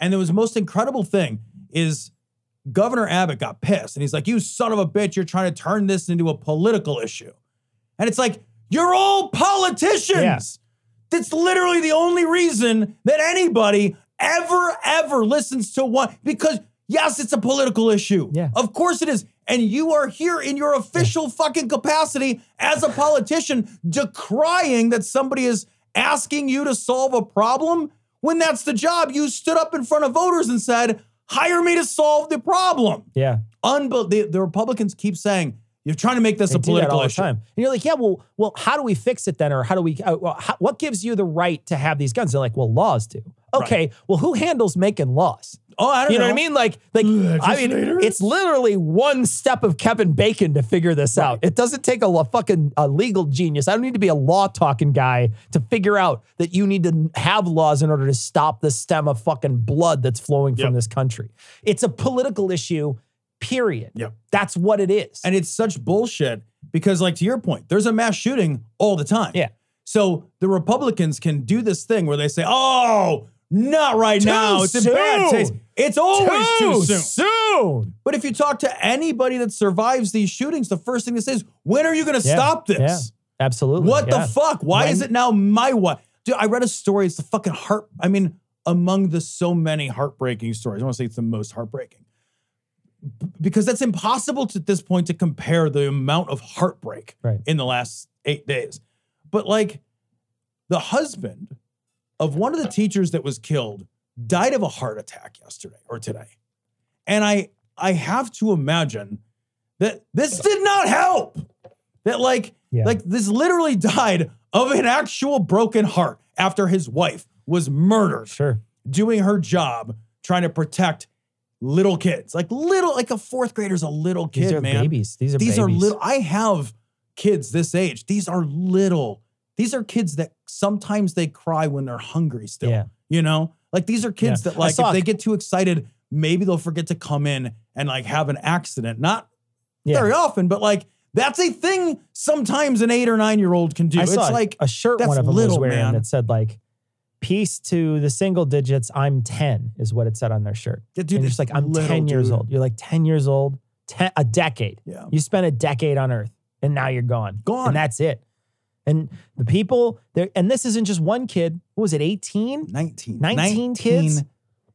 [SPEAKER 1] And there was the most incredible thing is Governor Abbott got pissed, and he's like, "You son of a bitch! You're trying to turn this into a political issue," and it's like, "You're all politicians."
[SPEAKER 2] Yeah.
[SPEAKER 1] That's literally the only reason that anybody ever, ever listens to one because yes, it's a political issue.
[SPEAKER 2] Yeah.
[SPEAKER 1] Of course it is. And you are here in your official fucking capacity as a politician decrying that somebody is asking you to solve a problem when that's the job. You stood up in front of voters and said, hire me to solve the problem.
[SPEAKER 2] yeah,
[SPEAKER 1] Unbel- the, the Republicans keep saying, you're trying to make this a
[SPEAKER 2] They do that
[SPEAKER 1] political
[SPEAKER 2] all the
[SPEAKER 1] issue.
[SPEAKER 2] time. And you're like, yeah, well, well, how do we fix it then, or how do we? Uh, well, how, what gives you the right to have these guns? They're like, well, laws do. Okay, well, who handles making laws?
[SPEAKER 1] Oh, I don't
[SPEAKER 2] You know, what I mean? Like, like I mean,
[SPEAKER 1] Legislators?
[SPEAKER 2] it's literally one step of Kevin Bacon to figure this out. It doesn't take a, lo- fucking a legal genius. I don't need to be a law talking guy to figure out that you need to have laws in order to stop the stem of fucking blood that's flowing from this country. It's a political issue. Period.
[SPEAKER 1] Yep.
[SPEAKER 2] That's what it is.
[SPEAKER 1] And it's such bullshit because, like, to your point, there's a mass shooting all the time.
[SPEAKER 2] Yeah.
[SPEAKER 1] So the Republicans can do this thing where they say, oh, not right now. It's in bad
[SPEAKER 2] soon.
[SPEAKER 1] taste. It's always too, soon.
[SPEAKER 2] soon.
[SPEAKER 1] But if you talk to anybody that survives these shootings, the first thing they say is, when are you going to
[SPEAKER 2] Yeah,
[SPEAKER 1] stop this?
[SPEAKER 2] yeah, absolutely.
[SPEAKER 1] What
[SPEAKER 2] yeah.
[SPEAKER 1] the fuck? Why is
[SPEAKER 2] When-
[SPEAKER 1] it now my what? Dude, I read a story. It's the fucking heart. I mean, among the so many heartbreaking stories, I want to say it's the most heartbreaking B- because that's impossible to, at this point to compare the amount of heartbreak
[SPEAKER 2] Right.
[SPEAKER 1] in the last eight days. But like, the husband of one of the teachers that was killed died of a heart attack yesterday or today, and I I have to imagine that this did not help. That like
[SPEAKER 2] Yeah.
[SPEAKER 1] like this literally died of an actual broken heart after his wife was murdered
[SPEAKER 2] Sure.
[SPEAKER 1] doing her job trying to protect little kids. Like little like a fourth grader's a little kid,
[SPEAKER 2] These are
[SPEAKER 1] man.
[SPEAKER 2] babies. These are
[SPEAKER 1] These are
[SPEAKER 2] babies.
[SPEAKER 1] little I have kids this age. These are little. These are kids that sometimes they cry when they're hungry still.
[SPEAKER 2] Yeah.
[SPEAKER 1] You know? Like these are kids
[SPEAKER 2] Yeah.
[SPEAKER 1] that
[SPEAKER 2] I
[SPEAKER 1] like
[SPEAKER 2] saw
[SPEAKER 1] if
[SPEAKER 2] a-
[SPEAKER 1] they get too excited, maybe they'll forget to come in and like have an accident. Not
[SPEAKER 2] Yeah.
[SPEAKER 1] very often, but like that's a thing sometimes an eight or nine year old can do.
[SPEAKER 2] I
[SPEAKER 1] it's
[SPEAKER 2] saw
[SPEAKER 1] like
[SPEAKER 2] a shirt
[SPEAKER 1] that's
[SPEAKER 2] one of them
[SPEAKER 1] little,
[SPEAKER 2] was wearing
[SPEAKER 1] man.
[SPEAKER 2] that said like peace to the single digits. I'm 10 is what it said on their shirt.
[SPEAKER 1] Yeah,
[SPEAKER 2] and
[SPEAKER 1] dude,
[SPEAKER 2] you're
[SPEAKER 1] it's
[SPEAKER 2] just like, I'm
[SPEAKER 1] little,
[SPEAKER 2] 10 years
[SPEAKER 1] dude.
[SPEAKER 2] old. You're like 10 years old, 10, a decade.
[SPEAKER 1] Yeah.
[SPEAKER 2] You spent a decade on earth and now you're gone.
[SPEAKER 1] Gone.
[SPEAKER 2] And that's it. And the people there, and this isn't just one kid. What was it, 18?
[SPEAKER 1] 19.
[SPEAKER 2] 19 kids?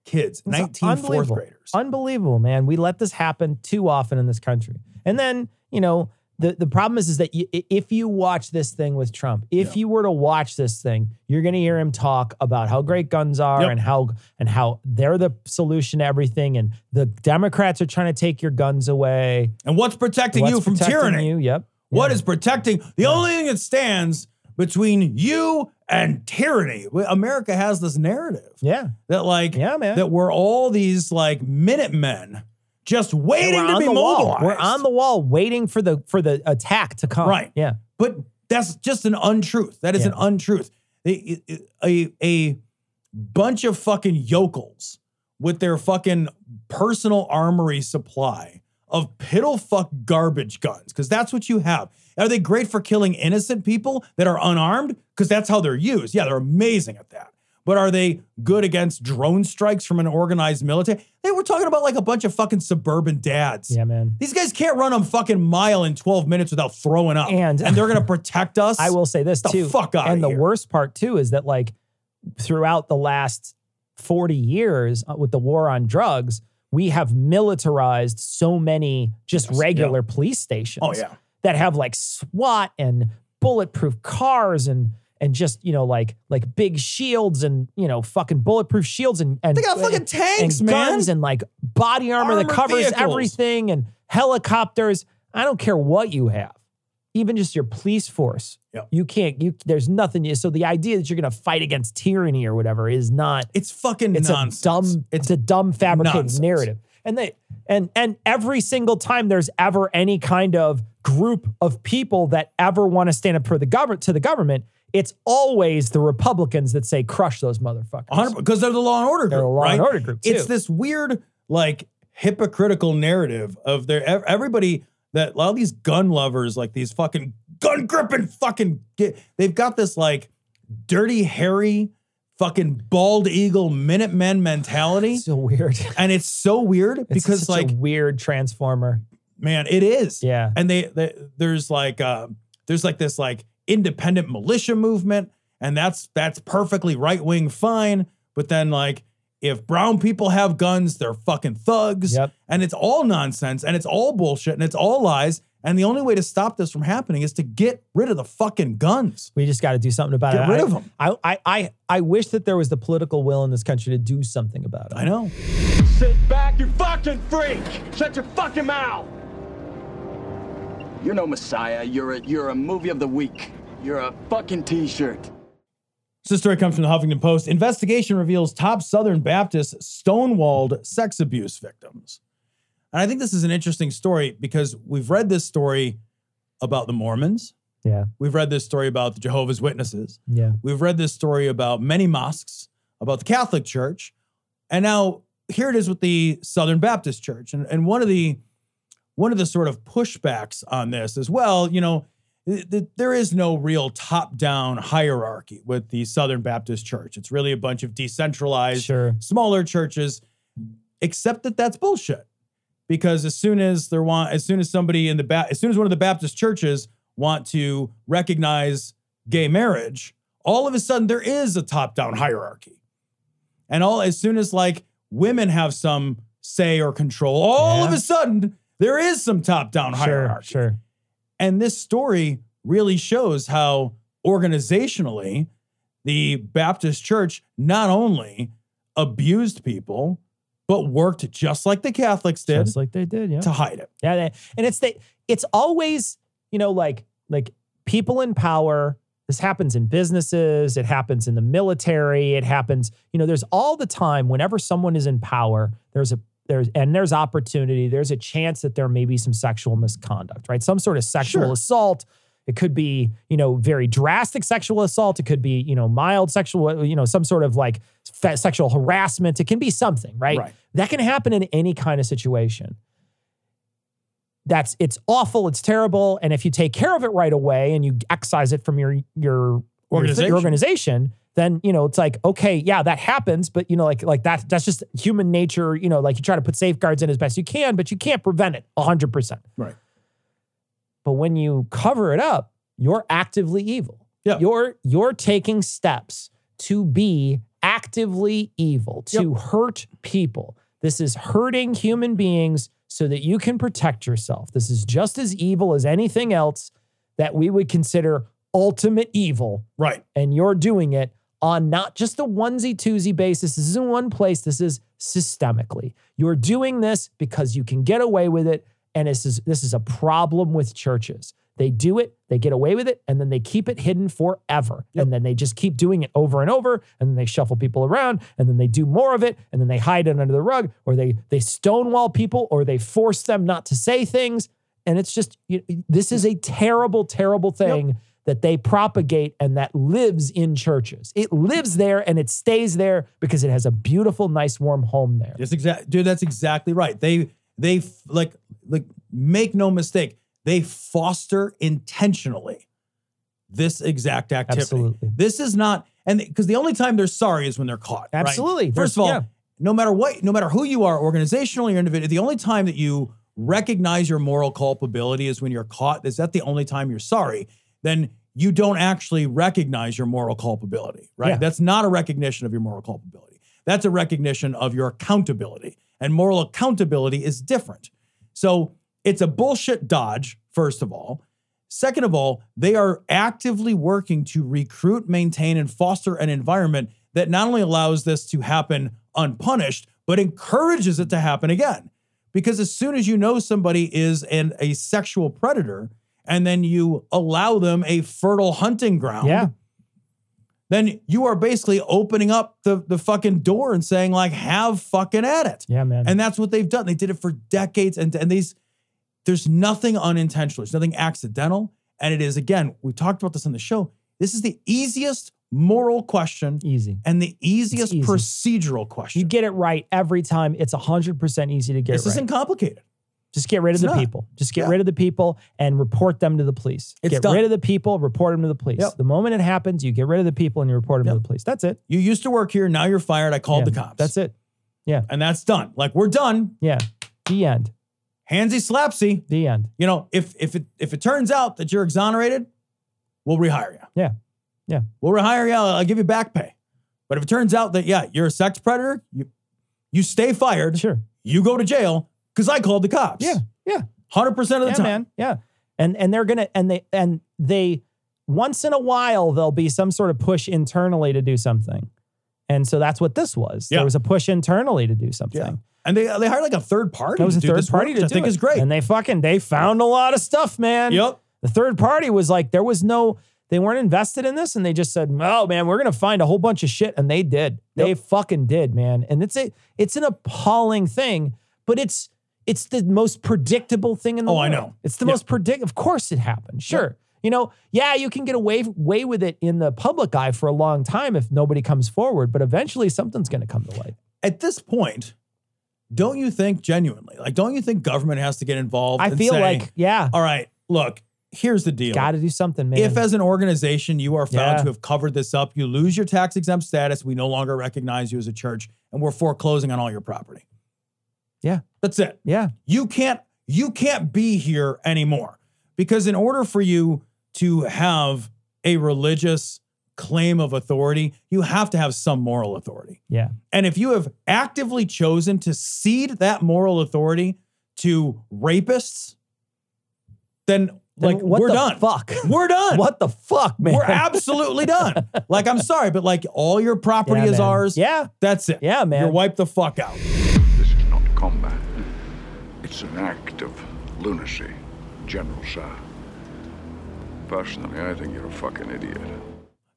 [SPEAKER 1] Kids.
[SPEAKER 2] It's
[SPEAKER 1] 19 fourth
[SPEAKER 2] unbelievable.
[SPEAKER 1] graders.
[SPEAKER 2] Unbelievable, man. We let this happen too often in this country. And then, you know, the, the problem is, is that you, i- if you watch this thing with Trump, if you were to watch this thing, you're going to hear him talk about how great guns are
[SPEAKER 1] Yep.
[SPEAKER 2] and how and how they're the solution to everything, and the Democrats are trying to take your guns away.
[SPEAKER 1] and what's protecting
[SPEAKER 2] What's
[SPEAKER 1] you from
[SPEAKER 2] protecting
[SPEAKER 1] tyranny?
[SPEAKER 2] You? Yep.
[SPEAKER 1] What is protecting? The only thing that stands between you and tyranny. Well, America has this narrative
[SPEAKER 2] Yeah.
[SPEAKER 1] that, like,
[SPEAKER 2] Yeah, man.
[SPEAKER 1] that we're all these like Minutemen just
[SPEAKER 2] And
[SPEAKER 1] waiting
[SPEAKER 2] we're
[SPEAKER 1] to
[SPEAKER 2] on
[SPEAKER 1] be
[SPEAKER 2] the wall.
[SPEAKER 1] mobilized.
[SPEAKER 2] We're on the wall waiting for the for the attack to come.
[SPEAKER 1] Right.
[SPEAKER 2] Yeah.
[SPEAKER 1] but that's just an untruth. That is
[SPEAKER 2] Yeah.
[SPEAKER 1] an untruth. A, a, a bunch of fucking yokels with their fucking personal armory supply of piddle fuck garbage guns, because that's what you have. Are they great for killing innocent people that are unarmed? Because that's how they're used. Yeah, they're amazing at that. But are they good against drone strikes from an organized military? They were talking about like a bunch of fucking suburban dads.
[SPEAKER 2] Yeah, man.
[SPEAKER 1] These guys can't run a fucking mile in 12 minutes without throwing up.
[SPEAKER 2] And-
[SPEAKER 1] they're going to protect us.
[SPEAKER 2] I will say this
[SPEAKER 1] Get the
[SPEAKER 2] too.
[SPEAKER 1] fuck outta
[SPEAKER 2] And the
[SPEAKER 1] here.
[SPEAKER 2] worst part too is that like throughout the last 40 years uh, with the war on drugs, we have militarized so many just regular police stations
[SPEAKER 1] Oh, yeah.
[SPEAKER 2] that have like SWAT and bulletproof cars and and just you know like like big shields and you know fucking bulletproof shields and and
[SPEAKER 1] They got fucking
[SPEAKER 2] and-
[SPEAKER 1] tanks,
[SPEAKER 2] and
[SPEAKER 1] man.
[SPEAKER 2] guns and like body armor
[SPEAKER 1] Armored
[SPEAKER 2] that covers
[SPEAKER 1] vehicles.
[SPEAKER 2] everything and helicopters. I don't care what you have, even just your police force.
[SPEAKER 1] Yep.
[SPEAKER 2] You can't. You there's nothing. you- So the idea that you're going to fight against tyranny or whatever is not
[SPEAKER 1] It's fucking
[SPEAKER 2] it's
[SPEAKER 1] nonsense.
[SPEAKER 2] a dumb it's a dumb fabricated
[SPEAKER 1] nonsense.
[SPEAKER 2] narrative and they and and every single time there's ever any kind of group of people that ever want to stand up for the government to the government it's always the republicans that say crush those motherfuckers
[SPEAKER 1] because they're the law and order group.
[SPEAKER 2] They're a law
[SPEAKER 1] right?
[SPEAKER 2] and order group, too.
[SPEAKER 1] It's this weird, like hypocritical narrative of their ev- everybody that a lot of these gun lovers, like these fucking gun gripping fucking, get, they've got this like dirty, hairy, fucking bald eagle Minutemen mentality,
[SPEAKER 2] it's so weird It's
[SPEAKER 1] and it's so weird because
[SPEAKER 2] such
[SPEAKER 1] like
[SPEAKER 2] a weird transformer
[SPEAKER 1] man, it is.
[SPEAKER 2] yeah
[SPEAKER 1] and they, they there's like uh, there's like this like independent militia movement and that's that's perfectly right wing fine but then like if brown people have guns they're fucking thugs
[SPEAKER 2] Yep.
[SPEAKER 1] and it's all nonsense and it's all bullshit and it's all lies and the only way to stop this from happening is to get rid of the fucking guns
[SPEAKER 2] we just got to do something about
[SPEAKER 1] Get
[SPEAKER 2] it
[SPEAKER 1] rid
[SPEAKER 2] I,
[SPEAKER 1] of 'em.
[SPEAKER 2] I, I i i wish that there was the political will in this country to do something about it
[SPEAKER 1] i know
[SPEAKER 5] Sit back, you fucking freak! Shut your fucking mouth! You're no messiah. You're a you're a movie of the week. You're a fucking t-shirt.
[SPEAKER 1] So This story comes from the Huffington Post. Investigation reveals top Southern Baptist stonewalled sex abuse victims. And I think this is an interesting story because we've read this story about the Mormons.
[SPEAKER 2] yeah
[SPEAKER 1] We've read this story about the Jehovah's Witnesses.
[SPEAKER 2] yeah
[SPEAKER 1] We've read this story about many mosques, about the Catholic Church. And now here it is with the Southern Baptist Church. And, and one of the one of the sort of pushbacks on this as well, you know, th- th- there is no real top-down hierarchy with the Southern Baptist Church. It's really a bunch of decentralized
[SPEAKER 2] sure
[SPEAKER 1] smaller churches except that that's bullshit because as soon as there want as soon as somebody in the ba- as soon as one of the baptist churches want to recognize gay marriage all of a sudden there is a top down hierarchy and all as soon as like women have some say or control all of
[SPEAKER 2] Yeah.
[SPEAKER 1] a sudden there is some top down
[SPEAKER 2] sure
[SPEAKER 1] hierarchy
[SPEAKER 2] sure
[SPEAKER 1] and this story really shows how organizationally the Baptist church not only abused people, but worked just like the Catholics did
[SPEAKER 2] just like they did yeah
[SPEAKER 1] to hide it.
[SPEAKER 2] Yeah, they- and it's the it's always you know like like people in power. This happens in businesses. It happens in the military. It happens you know. There's all the time whenever someone is in power. There's a there's and there's opportunity. There's a chance that there may be some sexual misconduct, right? Some sort of sexual
[SPEAKER 1] Sure.
[SPEAKER 2] assault. It could be, you know, very drastic sexual assault. It could be, you know, mild sexual, you know, some sort of like fe- sexual harassment. It can be something, right?
[SPEAKER 1] Right.
[SPEAKER 2] That can happen in any kind of situation that's it's awful, it's terrible, and if you take care of it right away and you excise it from your your
[SPEAKER 1] Organization.
[SPEAKER 2] your organization, then you know it's like okay, yeah, that happens, but you know like like that that's just human nature. You know, like you try to put safeguards in as best you can, but you can't prevent it hundred percent.
[SPEAKER 1] Right.
[SPEAKER 2] But when you cover it up, you're actively evil.
[SPEAKER 1] Yeah.
[SPEAKER 2] You're you're taking steps to be actively evil, to hurt people. This is hurting human beings so that you can protect yourself. This is just as evil as anything else that we would consider ultimate evil.
[SPEAKER 1] Right.
[SPEAKER 2] And you're doing it on not just a onesie twosie basis. This isn't one place, this is systemically. You're doing this because you can get away with it. And this is this is a problem with churches. They do it, they get away with it, and then they keep it hidden forever. And then they just keep doing it over and over, and then they shuffle people around, and then they do more of it, and then they hide it under the rug, or they they stonewall people, or they force them not to say things. And it's just you, this is a terrible, terrible thing that they propagate and that lives in churches. It lives there and it stays there because it has a beautiful, nice, warm home there.
[SPEAKER 1] That's exact dude, that's exactly right. They they f- like like make no mistake, they foster intentionally this exact activity.
[SPEAKER 2] Absolutely.
[SPEAKER 1] This is not and because the only time they're sorry is when they're caught. right?
[SPEAKER 2] Absolutely.
[SPEAKER 1] First of all,
[SPEAKER 2] Yeah.
[SPEAKER 1] no matter what, no matter who you are, organizationally or individually, the only time that you recognize your moral culpability is when you're caught. Is that the only time you're sorry? Then you don't actually recognize your moral culpability, right?
[SPEAKER 2] Yeah.
[SPEAKER 1] That's not a recognition of your moral culpability. That's a recognition of your accountability. and moral accountability is different. So it's a bullshit dodge, first of all. Second of all, they are actively working to recruit, maintain, and foster an environment that not only allows this to happen unpunished, but encourages it to happen again. Because as soon as you know somebody is an, a sexual predator and then you allow them a fertile hunting ground,
[SPEAKER 2] Yeah.
[SPEAKER 1] then you are basically opening up the, the fucking door and saying, like, have fucking at it.
[SPEAKER 2] Yeah, man.
[SPEAKER 1] And that's what they've done. They did it for decades. And, and these, there's nothing unintentional, there's nothing accidental. And it is, again, we talked about this on the show. This is the easiest moral question
[SPEAKER 2] Easy.
[SPEAKER 1] and the easiest
[SPEAKER 2] easy.
[SPEAKER 1] procedural question.
[SPEAKER 2] You get it right every time. It's 100% easy to get
[SPEAKER 1] this
[SPEAKER 2] right.
[SPEAKER 1] isn't complicated.
[SPEAKER 2] Just get rid
[SPEAKER 1] It's
[SPEAKER 2] of the
[SPEAKER 1] not.
[SPEAKER 2] people. Just get
[SPEAKER 1] Yeah.
[SPEAKER 2] rid of the people and report them to the police.
[SPEAKER 1] It's
[SPEAKER 2] get
[SPEAKER 1] done.
[SPEAKER 2] rid of the people, report them to the police.
[SPEAKER 1] Yep.
[SPEAKER 2] The moment it happens, you get rid of the people and you report them
[SPEAKER 1] Yep.
[SPEAKER 2] to the police. That's it.
[SPEAKER 1] You used to work here, now you're fired. I called
[SPEAKER 2] Yeah.
[SPEAKER 1] the cops.
[SPEAKER 2] That's it.
[SPEAKER 1] And that's done. Like we're done.
[SPEAKER 2] Yeah. The end.
[SPEAKER 1] Handsy slapsy.
[SPEAKER 2] The end.
[SPEAKER 1] You know, if if it if it turns out that you're exonerated, we'll rehire you.
[SPEAKER 2] Yeah. Yeah.
[SPEAKER 1] We'll rehire you. I'll, I'll give you back pay. But if it turns out that yeah, you're a sex predator, you you stay fired,
[SPEAKER 2] Sure.
[SPEAKER 1] you go to jail because I called the cops.
[SPEAKER 2] Yeah. Yeah.
[SPEAKER 1] 100% of the
[SPEAKER 2] yeah,
[SPEAKER 1] time.
[SPEAKER 2] man. Yeah. And and they're gonna and they and they once in a while there'll be some sort of push internally to do something. And so that's what this was.
[SPEAKER 1] Yeah.
[SPEAKER 2] There was a push internally to do something.
[SPEAKER 1] Yeah. And they they hired like a third party.
[SPEAKER 2] That was a
[SPEAKER 1] to do
[SPEAKER 2] third
[SPEAKER 1] this
[SPEAKER 2] party
[SPEAKER 1] work,
[SPEAKER 2] to
[SPEAKER 1] which I
[SPEAKER 2] do
[SPEAKER 1] think
[SPEAKER 2] it.
[SPEAKER 1] is great.
[SPEAKER 2] And they fucking they found a lot of stuff, man.
[SPEAKER 1] yep.
[SPEAKER 2] The third party was like, there was no, they weren't invested in this, and they just said, "Oh man, we're gonna find a whole bunch of shit," and they did. They fucking did, man. And it's a, it's an appalling thing, but it's, it's the most predictable thing in the
[SPEAKER 1] Oh,
[SPEAKER 2] world.
[SPEAKER 1] I know.
[SPEAKER 2] It's the
[SPEAKER 1] Yeah.
[SPEAKER 2] most predict. Of course, it happened. Sure. You know, yeah, you can get away way with it in the public eye for a long time if nobody comes forward, but eventually something's going to come to light.
[SPEAKER 1] at this point, don't you think genuinely, like, don't you think government has to get involved?
[SPEAKER 2] I
[SPEAKER 1] and
[SPEAKER 2] feel
[SPEAKER 1] say,
[SPEAKER 2] like, yeah,
[SPEAKER 1] all right, look, here's the deal.
[SPEAKER 2] got to do something, man.
[SPEAKER 1] If, as an organization, you are found
[SPEAKER 2] Yeah.
[SPEAKER 1] to have covered this up, you lose your tax exempt status. We no longer recognize you as a church, and we're foreclosing on all your property.
[SPEAKER 2] Yeah.
[SPEAKER 1] that's it.
[SPEAKER 2] yeah,
[SPEAKER 1] You can't you can't be here anymore because in order for you to have a religious claim of authority, you have to have some moral authority.
[SPEAKER 2] yeah,
[SPEAKER 1] And if you have actively chosen to cede that moral authority to rapists, then,
[SPEAKER 2] Then
[SPEAKER 1] like
[SPEAKER 2] what
[SPEAKER 1] we're
[SPEAKER 2] the
[SPEAKER 1] done.
[SPEAKER 2] Fuck.
[SPEAKER 1] We're done.
[SPEAKER 2] What the fuck, man?
[SPEAKER 1] We're absolutely done. like I'm sorry, but like all your property
[SPEAKER 2] Yeah,
[SPEAKER 1] is
[SPEAKER 2] man.
[SPEAKER 1] ours.
[SPEAKER 2] Yeah.
[SPEAKER 1] That's it.
[SPEAKER 2] Yeah, man.
[SPEAKER 1] You're wiped the fuck out.
[SPEAKER 6] This is not combat. It's an act of lunacy, General Shah. Personally, I think you're a fucking idiot.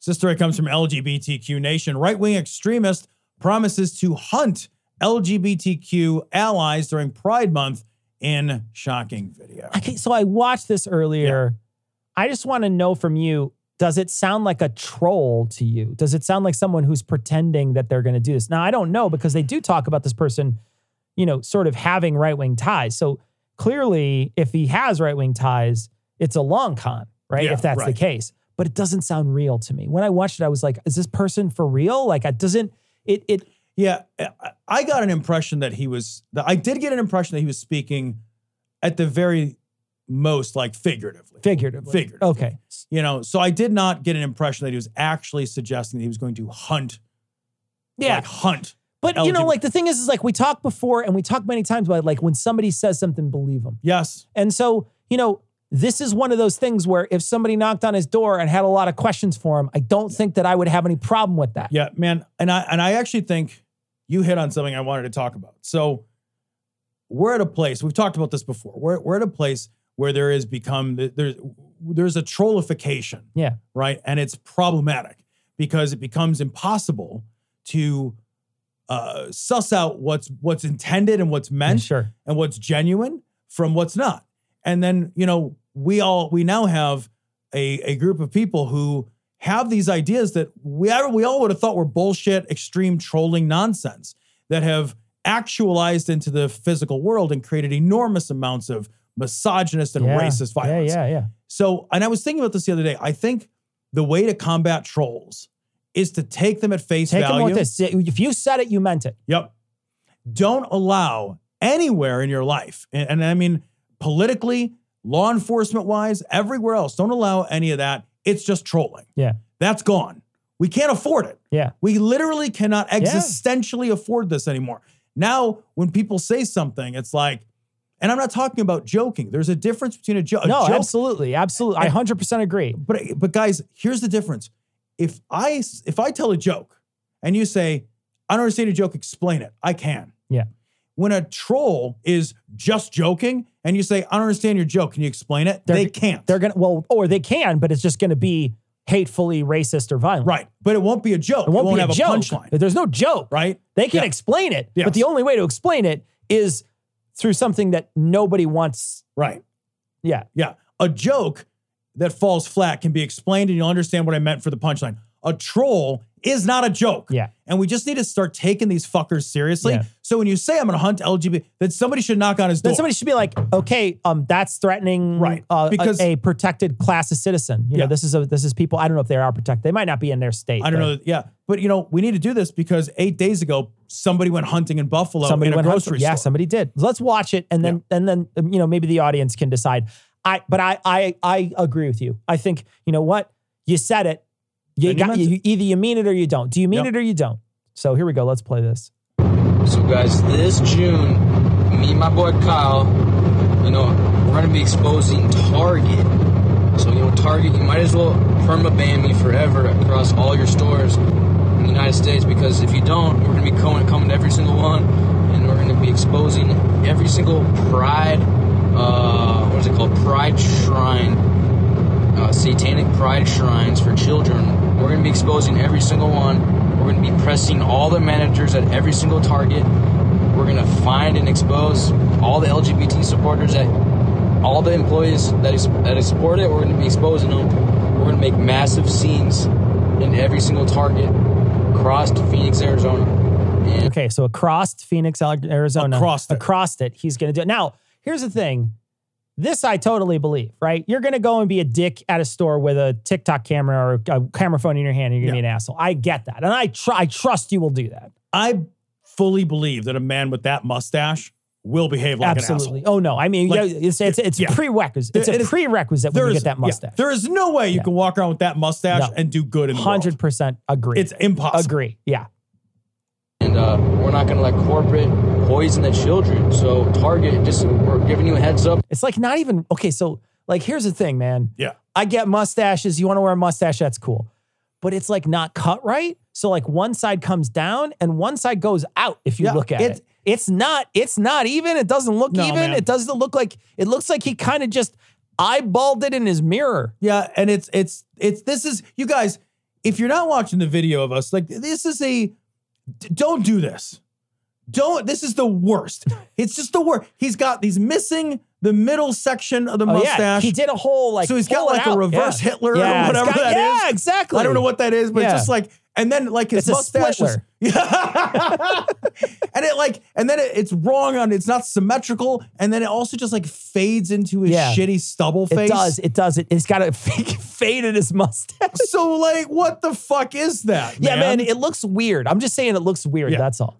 [SPEAKER 1] This story comes from LGBTQ Nation. Right wing extremist promises to hunt LGBTQ allies during Pride Month in shocking video.
[SPEAKER 2] Okay, so I watched this earlier. I just want to know from you does it sound like a troll to you? Does it sound like someone who's pretending that they're going to do this? Now, I don't know because they do talk about this person, you know, sort of having right wing ties. So clearly, if he has right wing ties, it's a long con, right?
[SPEAKER 1] Yeah,
[SPEAKER 2] if that's the
[SPEAKER 1] right.
[SPEAKER 2] case. But it doesn't sound real to me. When I watched it, I was like, is this person for real? Like, it doesn't, it, it,
[SPEAKER 1] Yeah, I- I got an impression that he was. that I did get an impression that he was speaking, at the very most, like figuratively.
[SPEAKER 2] figuratively.
[SPEAKER 1] Figuratively.
[SPEAKER 2] Okay.
[SPEAKER 1] You know, so I did not get an impression that he was actually suggesting that he was going to hunt.
[SPEAKER 2] Yeah.
[SPEAKER 1] like, hunt.
[SPEAKER 2] But you know,
[SPEAKER 1] LGBT.
[SPEAKER 2] like the thing is, is like we talked before, and we talked many times about like when somebody says something, believe them.
[SPEAKER 1] Yes.
[SPEAKER 2] And so you know, this is one of those things where if somebody knocked on his door and had a lot of questions for him, I don't think that I would have any problem with that.
[SPEAKER 1] Yeah, man. And I and I actually think you hit on something I wanted to talk about. So we're at a place. We've talked about this before. We're we're at a place where there has become there's there's a trollification
[SPEAKER 2] Yeah.
[SPEAKER 1] right? And it's problematic because it becomes impossible to uh, suss out what's what's intended and what's meant
[SPEAKER 2] sure.
[SPEAKER 1] and what's genuine from what's not. And then you know we all we now have a a group of people who have these ideas that we ever we all would have thought were bullshit, extreme trolling nonsense that have actualized into the physical world and created enormous amounts of misogynist and
[SPEAKER 2] Yeah.
[SPEAKER 1] racist violence.
[SPEAKER 2] Yeah, yeah, yeah.
[SPEAKER 1] So, and I was thinking about this the other day. I think the way to combat trolls is to take them at face
[SPEAKER 2] Take him
[SPEAKER 1] value.
[SPEAKER 2] with this. If you said it, you meant it.
[SPEAKER 1] Yep. Don't allow anywhere in your life, and, and I mean politically, law enforcement wise, everywhere else, don't allow any of that. It's just trolling.
[SPEAKER 2] Yeah.
[SPEAKER 1] That's gone. We can't afford it.
[SPEAKER 2] Yeah.
[SPEAKER 1] We literally cannot existentially afford this anymore. Now, when people say something, it's like, and I'm not talking about joking. There's a difference between a, jo- a
[SPEAKER 2] No,
[SPEAKER 1] joke.
[SPEAKER 2] absolutely, absolutely. I hundred percent agree.
[SPEAKER 1] But but guys, here's the difference. If I s- if I tell a joke and you say, I don't understand your joke, explain it. I can.
[SPEAKER 2] Yeah.
[SPEAKER 1] When a troll is just joking and you say, I don't understand your joke, can you explain it?
[SPEAKER 2] They're-
[SPEAKER 1] They're, they can not
[SPEAKER 2] They're gonna well, or they can, but it's just gonna be hatefully racist or violent.
[SPEAKER 1] right. But it won't be a joke.
[SPEAKER 2] It won't,
[SPEAKER 1] won't
[SPEAKER 2] be
[SPEAKER 1] have
[SPEAKER 2] a joke.
[SPEAKER 1] punchline.
[SPEAKER 2] There's no joke.
[SPEAKER 1] Right?
[SPEAKER 2] They can
[SPEAKER 1] Yeah.
[SPEAKER 2] explain it,
[SPEAKER 1] Yes.
[SPEAKER 2] but the only way to explain it is through something that nobody wants.
[SPEAKER 1] Right.
[SPEAKER 2] Yeah.
[SPEAKER 1] Yeah. A joke that falls flat can be explained and you'll understand what I meant for the punchline. A troll is not a joke.
[SPEAKER 2] Yeah.
[SPEAKER 1] And we just need to start taking these fuckers seriously.
[SPEAKER 2] Yeah.
[SPEAKER 1] So when you say I'm gonna hunt LGBT, then somebody should knock on his door.
[SPEAKER 2] Then somebody should be like, okay, um, that's threatening
[SPEAKER 1] Right,
[SPEAKER 2] uh, a-
[SPEAKER 1] because-
[SPEAKER 2] a, protected class of citizen. You know,
[SPEAKER 1] Yeah.
[SPEAKER 2] this is a this is people I don't know if they are protected. They might not be in their state.
[SPEAKER 1] I don't
[SPEAKER 2] but
[SPEAKER 1] know. Yeah. But you know, we need to do this because eight days ago, somebody went hunting in Buffalo
[SPEAKER 2] Somebody
[SPEAKER 1] in a
[SPEAKER 2] went
[SPEAKER 1] grocery
[SPEAKER 2] hunting. Yeah,
[SPEAKER 1] store.
[SPEAKER 2] somebody did. Let's watch it and then and then um, you know, maybe the audience can decide. I but I I I agree with you. I think, you know what? You said it. You
[SPEAKER 1] And you
[SPEAKER 2] got
[SPEAKER 1] meant
[SPEAKER 2] you, either you mean it or you don't. Do you mean
[SPEAKER 1] Yep.
[SPEAKER 2] it or you don't? So here we go. Let's play this.
[SPEAKER 7] So, guys, this June, me and my boy Kyle, you know, we're going to be exposing Target. So, you know, Target, you might as well permaban me forever across all your stores in the United States because if you don't, we're going to be coming, coming to every single one and we're going to be exposing every single pride, uh, what is it called? Pride Shrine uh, satanic pride shrines for children. We're going to be exposing every single one. We're going to be pressing all the managers at every single target. We're going to find and expose all the LGBT supporters at all the employees that, is, that support it. We're going to be exposing them. We're going to make massive scenes in every single target across Phoenix, Arizona. And
[SPEAKER 2] Okay, so across Phoenix, Al- Arizona,
[SPEAKER 1] Across it.
[SPEAKER 2] across it, he's going to do it. Now, here's the thing. This I totally believe, right? You're going to go and be a dick at a store with a TikTok camera or a camera phone in your hand. And you're going to be an asshole. I get that, and I tr- I trust you will do that.
[SPEAKER 1] I fully believe that a man with that mustache will behave like an
[SPEAKER 2] Absolutely.
[SPEAKER 1] asshole.
[SPEAKER 2] Oh no, I mean,
[SPEAKER 1] Like,
[SPEAKER 2] yeah, it's it's, it's
[SPEAKER 1] yeah.
[SPEAKER 2] prerequisite. It's
[SPEAKER 1] It
[SPEAKER 2] a
[SPEAKER 1] is-
[SPEAKER 2] prerequisite when you get that
[SPEAKER 1] yeah,
[SPEAKER 2] mustache.
[SPEAKER 1] there is no way you
[SPEAKER 2] Yeah.
[SPEAKER 1] can walk around with that mustache
[SPEAKER 2] No.
[SPEAKER 1] and do good in the
[SPEAKER 2] Hundred
[SPEAKER 1] world.
[SPEAKER 2] percent agree.
[SPEAKER 1] It's impossible.
[SPEAKER 2] agree. Yeah.
[SPEAKER 7] and uh, we're not going to let corporate poison the children. So Target, just we're giving you a heads up.
[SPEAKER 2] It's like not even okay. So like, here's the thing, man.
[SPEAKER 1] Yeah.
[SPEAKER 2] I get mustaches. You want to wear a mustache? That's cool. But it's like not cut right. So like one side comes down and one side goes out. If you
[SPEAKER 1] Yeah,
[SPEAKER 2] look at it,
[SPEAKER 1] it's-
[SPEAKER 2] it's not. It's not even. It doesn't look
[SPEAKER 1] No,
[SPEAKER 2] even.
[SPEAKER 1] man.
[SPEAKER 2] It doesn't look like. It looks like he kind of just eyeballed it in his mirror.
[SPEAKER 1] Yeah, and it's it's it's this is you guys. If you're not watching the video of us, like this is a d- don't do this. Don't. This is the worst. It's just the worst. He's got. He's missing the middle section of the
[SPEAKER 2] Oh,
[SPEAKER 1] mustache.
[SPEAKER 2] yeah, he did a whole like.
[SPEAKER 1] so he's got
[SPEAKER 2] pull it
[SPEAKER 1] like a
[SPEAKER 2] out.
[SPEAKER 1] reverse
[SPEAKER 2] Yeah.
[SPEAKER 1] Hitler
[SPEAKER 2] Yeah,
[SPEAKER 1] or
[SPEAKER 2] it's
[SPEAKER 1] whatever
[SPEAKER 2] got-
[SPEAKER 1] that is.
[SPEAKER 2] yeah, exactly.
[SPEAKER 1] I don't know what that is, but
[SPEAKER 2] Yeah.
[SPEAKER 1] it's just like, and then like his
[SPEAKER 2] It's a
[SPEAKER 1] mustache is,
[SPEAKER 2] splitter.
[SPEAKER 1] yeah, and it like, and then it, it's wrong on, it's not symmetrical, and then it also just like fades into his
[SPEAKER 2] Yeah.
[SPEAKER 1] shitty stubble
[SPEAKER 2] It
[SPEAKER 1] face.
[SPEAKER 2] does. It does. It, it's got a faded his mustache.
[SPEAKER 1] So like, what the fuck is that?
[SPEAKER 2] Yeah, man. It looks weird. I'm just saying it looks weird.
[SPEAKER 1] Yeah.
[SPEAKER 2] That's all.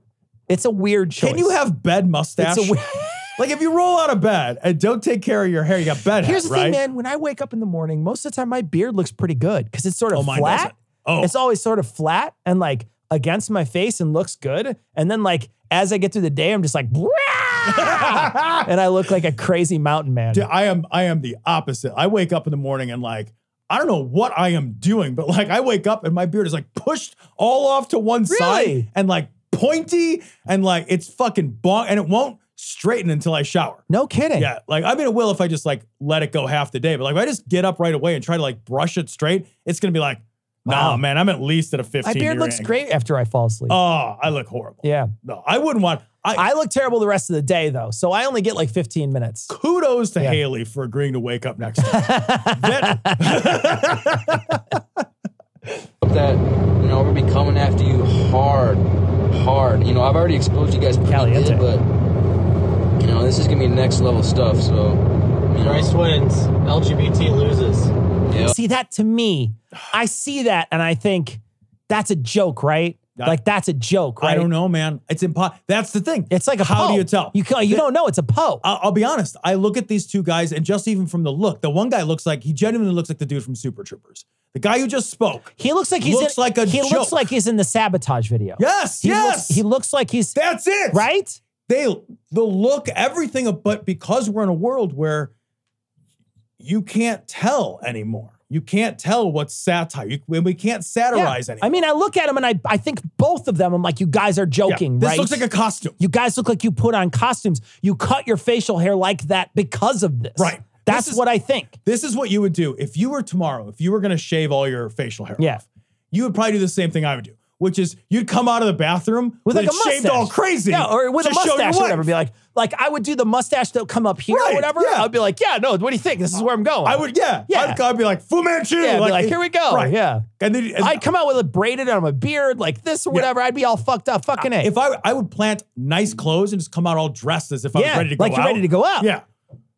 [SPEAKER 2] It's a weird choice.
[SPEAKER 1] Can you have bed mustache?
[SPEAKER 2] It's a weird.
[SPEAKER 1] like if you roll out of bed and don't take care of your hair, you got bed.
[SPEAKER 2] Here's the
[SPEAKER 1] hat, right?
[SPEAKER 2] thing, man. When I wake up in the morning, most of the time my beard looks pretty good because it's sort of
[SPEAKER 1] Oh, mine
[SPEAKER 2] flat.
[SPEAKER 1] doesn't. Oh.
[SPEAKER 2] It's always sort of flat and like against my face and looks good. And then like as I get through the day, I'm just like, "Brah!" and I look like a crazy mountain man.
[SPEAKER 1] Dude, I am I am the opposite. I wake up in the morning and like I don't know what I am doing, but like I wake up and my beard is like pushed all off to one
[SPEAKER 2] Really?
[SPEAKER 1] side and like pointy and like it's fucking bonk and it won't straighten until I shower.
[SPEAKER 2] no kidding.
[SPEAKER 1] Yeah, like I mean it will if I just like let it go half the day, but like if I just get up right away and try to like brush it straight, it's gonna be like,
[SPEAKER 2] Wow.
[SPEAKER 1] nah, man, I'm at least at a 15.
[SPEAKER 2] my beard
[SPEAKER 1] year
[SPEAKER 2] looks
[SPEAKER 1] angle.
[SPEAKER 2] great after I fall asleep.
[SPEAKER 1] Oh, I look horrible.
[SPEAKER 2] yeah.
[SPEAKER 1] No, I wouldn't want I,
[SPEAKER 2] I look terrible the rest of the day though. So I only get like 15 minutes.
[SPEAKER 1] kudos to
[SPEAKER 2] Yeah.
[SPEAKER 1] Haley for agreeing to wake up next time.
[SPEAKER 7] that you know we're gonna be coming after you hard, hard. You know I've already exposed you guys pretty
[SPEAKER 2] Caliente.
[SPEAKER 7] good, but you know this is gonna be next level stuff. So you know,
[SPEAKER 8] wins, LGBT loses.
[SPEAKER 2] See that to me, I see that and I think that's a joke, right?
[SPEAKER 1] I-
[SPEAKER 2] like that's a joke, right?
[SPEAKER 1] I don't know, man. It's impossible. That's the thing.
[SPEAKER 2] It's like a
[SPEAKER 1] how
[SPEAKER 2] Poe.
[SPEAKER 1] do you tell?
[SPEAKER 2] You can't, you don't know it's a Poe.
[SPEAKER 1] I- I'll be honest. I look at these two guys, and just even from the look, the one guy looks like he genuinely looks like the dude from Super Troopers. The guy who just spoke.
[SPEAKER 2] He looks like he's
[SPEAKER 1] Looks
[SPEAKER 2] in,
[SPEAKER 1] like a
[SPEAKER 2] he
[SPEAKER 1] joke.
[SPEAKER 2] looks like he's in the sabotage video.
[SPEAKER 1] Yes,
[SPEAKER 2] He
[SPEAKER 1] yes.
[SPEAKER 2] Looks, he looks like he's
[SPEAKER 1] That's it.
[SPEAKER 2] right.
[SPEAKER 1] They the look, everything, uh, but because we're in a world where you can't tell anymore. You can't tell what's satire. You, we can't
[SPEAKER 2] Yeah.
[SPEAKER 1] satirize anymore.
[SPEAKER 2] I mean, I look at him and I I think both of them. I'm like, you guys
[SPEAKER 1] Yeah.
[SPEAKER 2] are joking,
[SPEAKER 1] this
[SPEAKER 2] right?
[SPEAKER 1] looks like a costume.
[SPEAKER 2] you guys look like you put on costumes. You cut your facial hair like that because of this.
[SPEAKER 1] Right.
[SPEAKER 2] That's
[SPEAKER 1] This is-
[SPEAKER 2] what I think.
[SPEAKER 1] This is what you would do if you were tomorrow, if you were going to shave all your facial hair
[SPEAKER 2] Yeah.
[SPEAKER 1] off. You would probably do the same thing I would do, which is you'd come out of the bathroom
[SPEAKER 2] With like
[SPEAKER 1] it
[SPEAKER 2] a mustache.
[SPEAKER 1] shaved all crazy.
[SPEAKER 2] Yeah, or with
[SPEAKER 1] to
[SPEAKER 2] a
[SPEAKER 1] show your
[SPEAKER 2] mustache or
[SPEAKER 1] wife.
[SPEAKER 2] whatever. Be like, like I would do the mustache that'll come up here
[SPEAKER 1] Right,
[SPEAKER 2] or whatever.
[SPEAKER 1] yeah.
[SPEAKER 2] I'd be like, yeah, no, what do you think? This is where I'm going.
[SPEAKER 1] I would, yeah.
[SPEAKER 2] Yeah.
[SPEAKER 1] I'd, I'd be like, Fu Manchu.
[SPEAKER 2] Yeah, I'd be like, here we go.
[SPEAKER 1] Right.
[SPEAKER 2] Yeah.
[SPEAKER 1] And then and
[SPEAKER 2] I'd come out with it braided on my beard like this or whatever. I'd be all fucked up. Fucking A.
[SPEAKER 1] Uh, if I, I would plant nice clothes and just come out all dressed as if I
[SPEAKER 2] Yeah,
[SPEAKER 1] was ready to go
[SPEAKER 2] like you're
[SPEAKER 1] out.
[SPEAKER 2] ready to go out.
[SPEAKER 1] Yeah.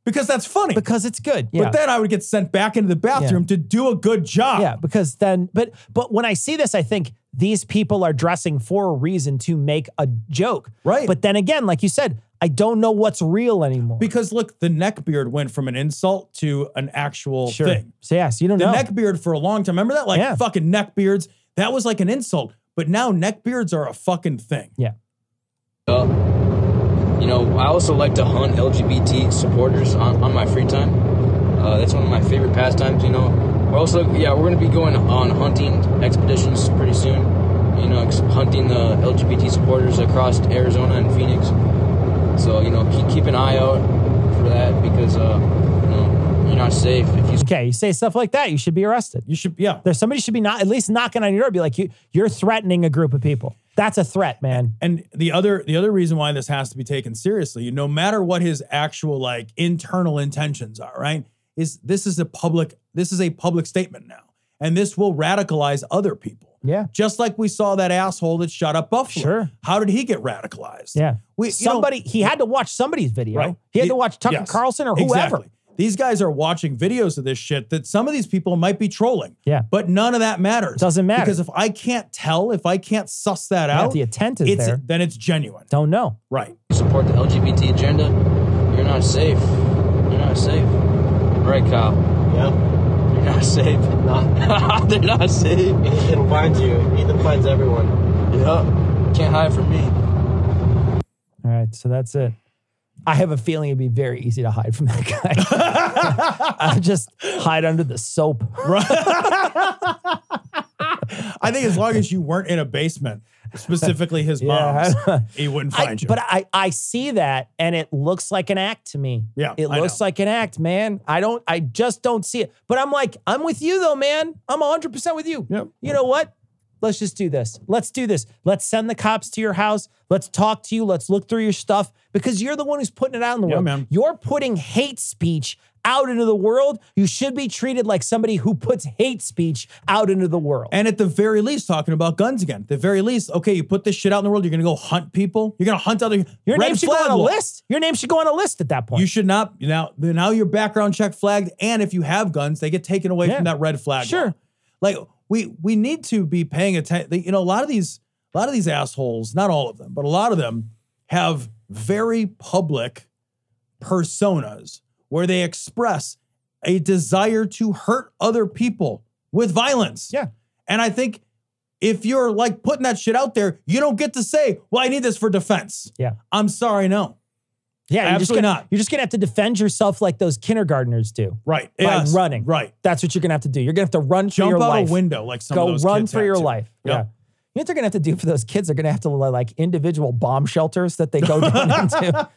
[SPEAKER 1] Because that's funny.
[SPEAKER 2] because it's good. Yeah.
[SPEAKER 1] But then I would get sent back into the bathroom to do a good job.
[SPEAKER 2] Yeah, because then, but but when I see this, I think these people are dressing for a reason to make a joke,
[SPEAKER 1] Right.
[SPEAKER 2] But then again, like you said, I don't know what's real anymore.
[SPEAKER 1] Because look, the neck beard went from an insult to an actual
[SPEAKER 2] sure.
[SPEAKER 1] thing.
[SPEAKER 2] So yeah, so you don't
[SPEAKER 1] The
[SPEAKER 2] know.
[SPEAKER 1] neck beard for a long time. Remember that? Like
[SPEAKER 2] Yeah.
[SPEAKER 1] fucking neck beards. That was like an insult. But now neck beards are a fucking thing.
[SPEAKER 2] yeah,
[SPEAKER 7] up. You know, I also like to hunt LGBT supporters on, on my free time. Uh, that's one of my favorite pastimes. You know, we're also yeah we're gonna be going on hunting expeditions pretty soon. You know, ex- hunting the LGBT supporters across Arizona and Phoenix. So you know, keep, keep an eye out for that because uh, you know you're not safe if you
[SPEAKER 2] okay. You say stuff like that, you should be arrested.
[SPEAKER 1] You should, yeah.
[SPEAKER 2] There's somebody should be not at least knocking on your door, be like, you you're threatening a group of people. That's a threat, man.
[SPEAKER 1] And the other the other reason why this has to be taken seriously, no matter what his actual like internal intentions are, right? Is this is a public this is a public statement now. And this will radicalize other people.
[SPEAKER 2] Yeah.
[SPEAKER 1] Just like we saw that asshole that shot up Buffalo.
[SPEAKER 2] Sure.
[SPEAKER 1] How did he get radicalized?
[SPEAKER 2] Yeah,
[SPEAKER 1] We, you know-
[SPEAKER 2] somebody he had to watch somebody's video.
[SPEAKER 1] Right.
[SPEAKER 2] He had
[SPEAKER 1] It-
[SPEAKER 2] to watch Tucker
[SPEAKER 1] yes.
[SPEAKER 2] Carlson or whoever.
[SPEAKER 1] Exactly. These guys are watching videos of this shit that some of these people might be trolling.
[SPEAKER 2] Yeah.
[SPEAKER 1] But none of that matters.
[SPEAKER 2] Doesn't matter.
[SPEAKER 1] Because if I can't tell, if I can't suss that
[SPEAKER 2] Yeah,
[SPEAKER 1] out,
[SPEAKER 2] the intent is
[SPEAKER 1] it's,
[SPEAKER 2] there.
[SPEAKER 1] then it's genuine.
[SPEAKER 2] Don't know.
[SPEAKER 1] Right.
[SPEAKER 7] support the LGBT agenda, you're not safe. You're not safe. Right, Kyle?
[SPEAKER 8] Yeah.
[SPEAKER 7] You're not safe.
[SPEAKER 8] Not.
[SPEAKER 7] They're not safe.
[SPEAKER 8] It'll find you. Ethan finds everyone.
[SPEAKER 7] Yeah. Can't hide from me.
[SPEAKER 2] All right, so that's it. I have a feeling it'd be very easy to hide from that guy. I just hide under the soap.
[SPEAKER 1] I think as long as you weren't in a basement, specifically his
[SPEAKER 2] Yeah.
[SPEAKER 1] mom's, he wouldn't
[SPEAKER 2] I-
[SPEAKER 1] find you.
[SPEAKER 2] but I, I see that and it looks like an act to me.
[SPEAKER 1] Yeah,
[SPEAKER 2] It
[SPEAKER 1] I
[SPEAKER 2] looks
[SPEAKER 1] know.
[SPEAKER 2] like an act, man. I don't, I just don't see it. But I'm like, I'm with you though, man. I'm 100% with you.
[SPEAKER 1] Yep.
[SPEAKER 2] You know what? Let's just do this. Let's do this. Let's send the cops to your house. Let's talk to you. Let's look through your stuff because you're the one who's putting it out in the
[SPEAKER 1] Yeah,
[SPEAKER 2] world.
[SPEAKER 1] man.
[SPEAKER 2] You're putting hate speech out into the world. You should be treated like somebody who puts hate speech out into the world.
[SPEAKER 1] and at the very least, talking about guns again. At the very least, okay, you put this shit out in the world, you're gonna go hunt people. You're gonna hunt other
[SPEAKER 2] your name
[SPEAKER 1] red
[SPEAKER 2] should go
[SPEAKER 1] flag
[SPEAKER 2] on a
[SPEAKER 1] law.
[SPEAKER 2] list. Your name should go on a list at that point.
[SPEAKER 1] You should not now. Now your background check flagged, and if you have guns, they get taken away
[SPEAKER 2] Yeah.
[SPEAKER 1] from that red flag. law.
[SPEAKER 2] Sure.
[SPEAKER 1] like we we need to be paying attention. You know, a lot of these a lot of these assholes, not all of them, but a lot of them have very public personas where they express a desire to hurt other people with violence.
[SPEAKER 2] Yeah.
[SPEAKER 1] and I think if you're like putting that shit out there, you don't get to say, "Well, I need this for defense."
[SPEAKER 2] Yeah.
[SPEAKER 1] I'm sorry, no.
[SPEAKER 2] Yeah, you're just
[SPEAKER 1] Absolutely
[SPEAKER 2] gonna-
[SPEAKER 1] not.
[SPEAKER 2] You're just gonna have to defend yourself like those kindergartners do
[SPEAKER 1] Right.
[SPEAKER 2] by
[SPEAKER 1] Yes.
[SPEAKER 2] running.
[SPEAKER 1] Right.
[SPEAKER 2] That's what you're gonna have to do. You're gonna have to run for
[SPEAKER 1] Jump
[SPEAKER 2] your
[SPEAKER 1] out
[SPEAKER 2] life.
[SPEAKER 1] a window like some of
[SPEAKER 2] Go
[SPEAKER 1] those
[SPEAKER 2] run
[SPEAKER 1] kids
[SPEAKER 2] for
[SPEAKER 1] had
[SPEAKER 2] your
[SPEAKER 1] to.
[SPEAKER 2] life.
[SPEAKER 1] Yep.
[SPEAKER 2] Yeah. You know what they're gonna have to do for those kids? They're gonna have to like individual bomb shelters that they go down into.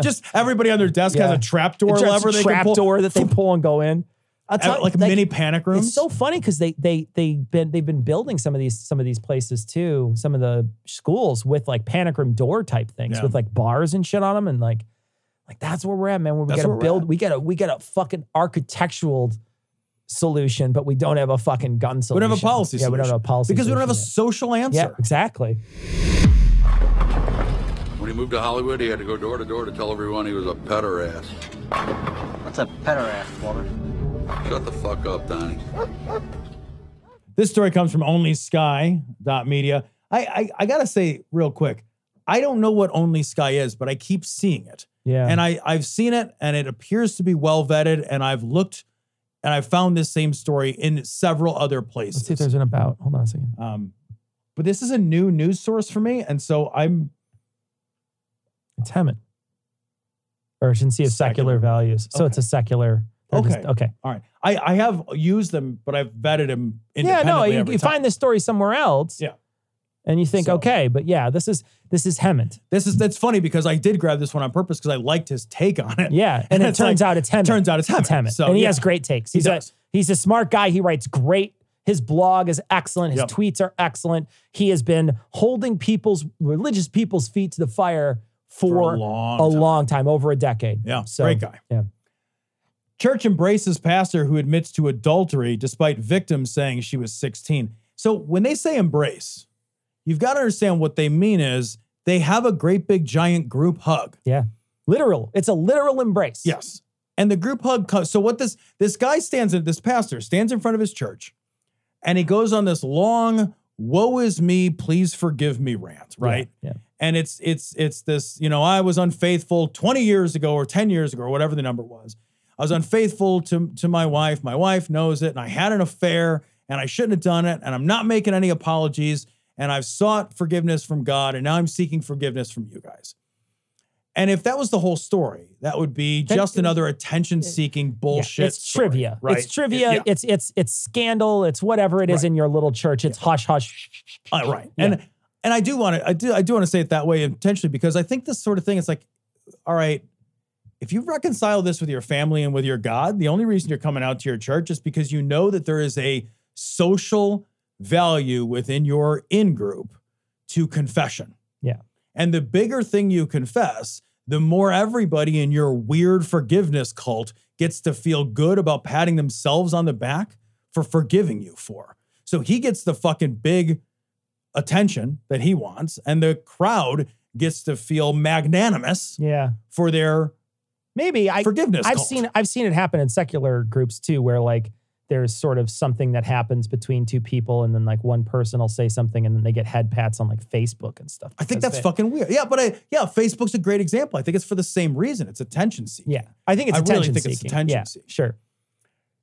[SPEAKER 1] Just everybody on their desk
[SPEAKER 2] Yeah.
[SPEAKER 1] has a trap door
[SPEAKER 2] Just
[SPEAKER 1] lever they
[SPEAKER 2] trap
[SPEAKER 1] can pull.
[SPEAKER 2] door that they pull and go in. I'll
[SPEAKER 1] Ev-
[SPEAKER 2] tell you,
[SPEAKER 1] like, mini panic rooms.
[SPEAKER 2] It's so funny because they they they've been they've been building some of these some of these places too, some of the schools with like panic room door type things
[SPEAKER 1] Yeah.
[SPEAKER 2] with like bars and shit on them and like like that's where we're at, man. Where we
[SPEAKER 1] That's
[SPEAKER 2] gotta
[SPEAKER 1] where we're
[SPEAKER 2] build,
[SPEAKER 1] at.
[SPEAKER 2] we gotta we gotta fucking architectural solution, but we don't have a fucking gun
[SPEAKER 1] we
[SPEAKER 2] solution.
[SPEAKER 1] don't have a policy.
[SPEAKER 2] Yeah, we don't
[SPEAKER 1] solution.
[SPEAKER 2] have a policy
[SPEAKER 1] because we don't have a
[SPEAKER 2] solution
[SPEAKER 1] social answer.
[SPEAKER 2] yet. Yeah, exactly.
[SPEAKER 6] When he moved to Hollywood, he had to go door to door to tell everyone he was a petter ass.
[SPEAKER 5] What's a pederast, Walter?
[SPEAKER 6] Shut the fuck up, Donnie.
[SPEAKER 1] This story comes from onlysky.media. I, I I gotta say real quick, I don't know what Only Sky is, but I keep seeing it.
[SPEAKER 2] Yeah.
[SPEAKER 1] And I I've seen it and it appears to be well vetted and I've looked And I found this same story in several other
[SPEAKER 2] Let's see if
[SPEAKER 1] places.
[SPEAKER 2] there's an about. Hold on a second.
[SPEAKER 1] Um, but this is a new news source for me. And so I'm
[SPEAKER 2] It's Hemet. Urgency of secular,
[SPEAKER 1] Secular.
[SPEAKER 2] values. So
[SPEAKER 1] Okay.
[SPEAKER 2] it's a secular. they're just-
[SPEAKER 1] Okay.
[SPEAKER 2] okay.
[SPEAKER 1] all right. I, I have used them, but I've vetted them
[SPEAKER 2] Yeah, no,
[SPEAKER 1] independently.
[SPEAKER 2] you,
[SPEAKER 1] every
[SPEAKER 2] you
[SPEAKER 1] time.
[SPEAKER 2] find this story somewhere else.
[SPEAKER 1] Yeah.
[SPEAKER 2] And you think,
[SPEAKER 1] So-
[SPEAKER 2] okay, but yeah, this is this is Hemant.
[SPEAKER 1] this is that's funny because I did grab this one on purpose because I liked his take on it.
[SPEAKER 2] Yeah. And it
[SPEAKER 1] It's like-
[SPEAKER 2] turns out it's Hemant.
[SPEAKER 1] turns out it's Hemet. So,
[SPEAKER 2] and he
[SPEAKER 1] yeah.
[SPEAKER 2] has great takes.
[SPEAKER 1] He
[SPEAKER 2] He's a,
[SPEAKER 1] does.
[SPEAKER 2] he's a smart guy. He writes great. His blog is excellent. His
[SPEAKER 1] Yep.
[SPEAKER 2] tweets are excellent. He has been holding people's religious people's feet to the fire for,
[SPEAKER 1] For a long
[SPEAKER 2] a
[SPEAKER 1] time.
[SPEAKER 2] long time, over a decade.
[SPEAKER 1] Yeah,
[SPEAKER 2] So
[SPEAKER 1] great guy.
[SPEAKER 2] Yeah.
[SPEAKER 1] Church embraces pastor who admits to adultery despite victim saying she was 16. So when they say embrace, you've got to understand what they mean is they have a great big giant group hug.
[SPEAKER 2] Yeah. Literal. It's a literal embrace.
[SPEAKER 1] Yes. And the group hug co- so what this this guy stands in this pastor stands in front of his church and he goes on this long woe is me please forgive me rant, right?
[SPEAKER 2] Yeah.
[SPEAKER 1] and it's it's it's this you know i was unfaithful 20 years ago or 10 years ago or whatever the number was i was unfaithful to to my wife my wife knows it and i had an affair and i shouldn't have done it and i'm not making any apologies and i've sought forgiveness from god and now i'm seeking forgiveness from you guys and if that was the whole story that would be
[SPEAKER 2] That-
[SPEAKER 1] just another attention seeking
[SPEAKER 2] Yeah,
[SPEAKER 1] bullshit
[SPEAKER 2] It's
[SPEAKER 1] story,
[SPEAKER 2] trivia.
[SPEAKER 1] right?
[SPEAKER 2] It's trivia.
[SPEAKER 1] Yeah.
[SPEAKER 2] It's it's it's scandal. It's whatever it is
[SPEAKER 1] Right.
[SPEAKER 2] in your little church. It's hush hush.
[SPEAKER 1] Uh, right.
[SPEAKER 2] Yeah.
[SPEAKER 1] And and I do want to I do I do want to say it that way intentionally because I think this sort of thing is like, all right, if you reconcile this with your family and with your God, the only reason you're coming out to your church is because you know that there is a social value within your in group to confession.
[SPEAKER 2] Yeah.
[SPEAKER 1] And the bigger thing you confess, the more everybody in your weird forgiveness cult gets to feel good about patting themselves on the back for forgiving you for. So he gets the fucking big attention that he wants, and the crowd gets to feel magnanimous
[SPEAKER 2] Yeah.
[SPEAKER 1] for their
[SPEAKER 2] Maybe I
[SPEAKER 1] forgiveness.
[SPEAKER 2] I've
[SPEAKER 1] cult.
[SPEAKER 2] seen I've seen it happen in secular groups too, where like there's sort of something that happens between two people, and then like one person will say something, and then they get head pats on like Facebook and stuff.
[SPEAKER 1] I think
[SPEAKER 2] because
[SPEAKER 1] that's
[SPEAKER 2] they-
[SPEAKER 1] fucking weird. Yeah, but I, yeah, Facebook's a great example. I think it's for the same reason. It's attention seeking.
[SPEAKER 2] Yeah, I think it's
[SPEAKER 1] I really
[SPEAKER 2] attention
[SPEAKER 1] think it's
[SPEAKER 2] seeking.
[SPEAKER 1] attention
[SPEAKER 2] yeah,
[SPEAKER 1] seeking.
[SPEAKER 2] sure.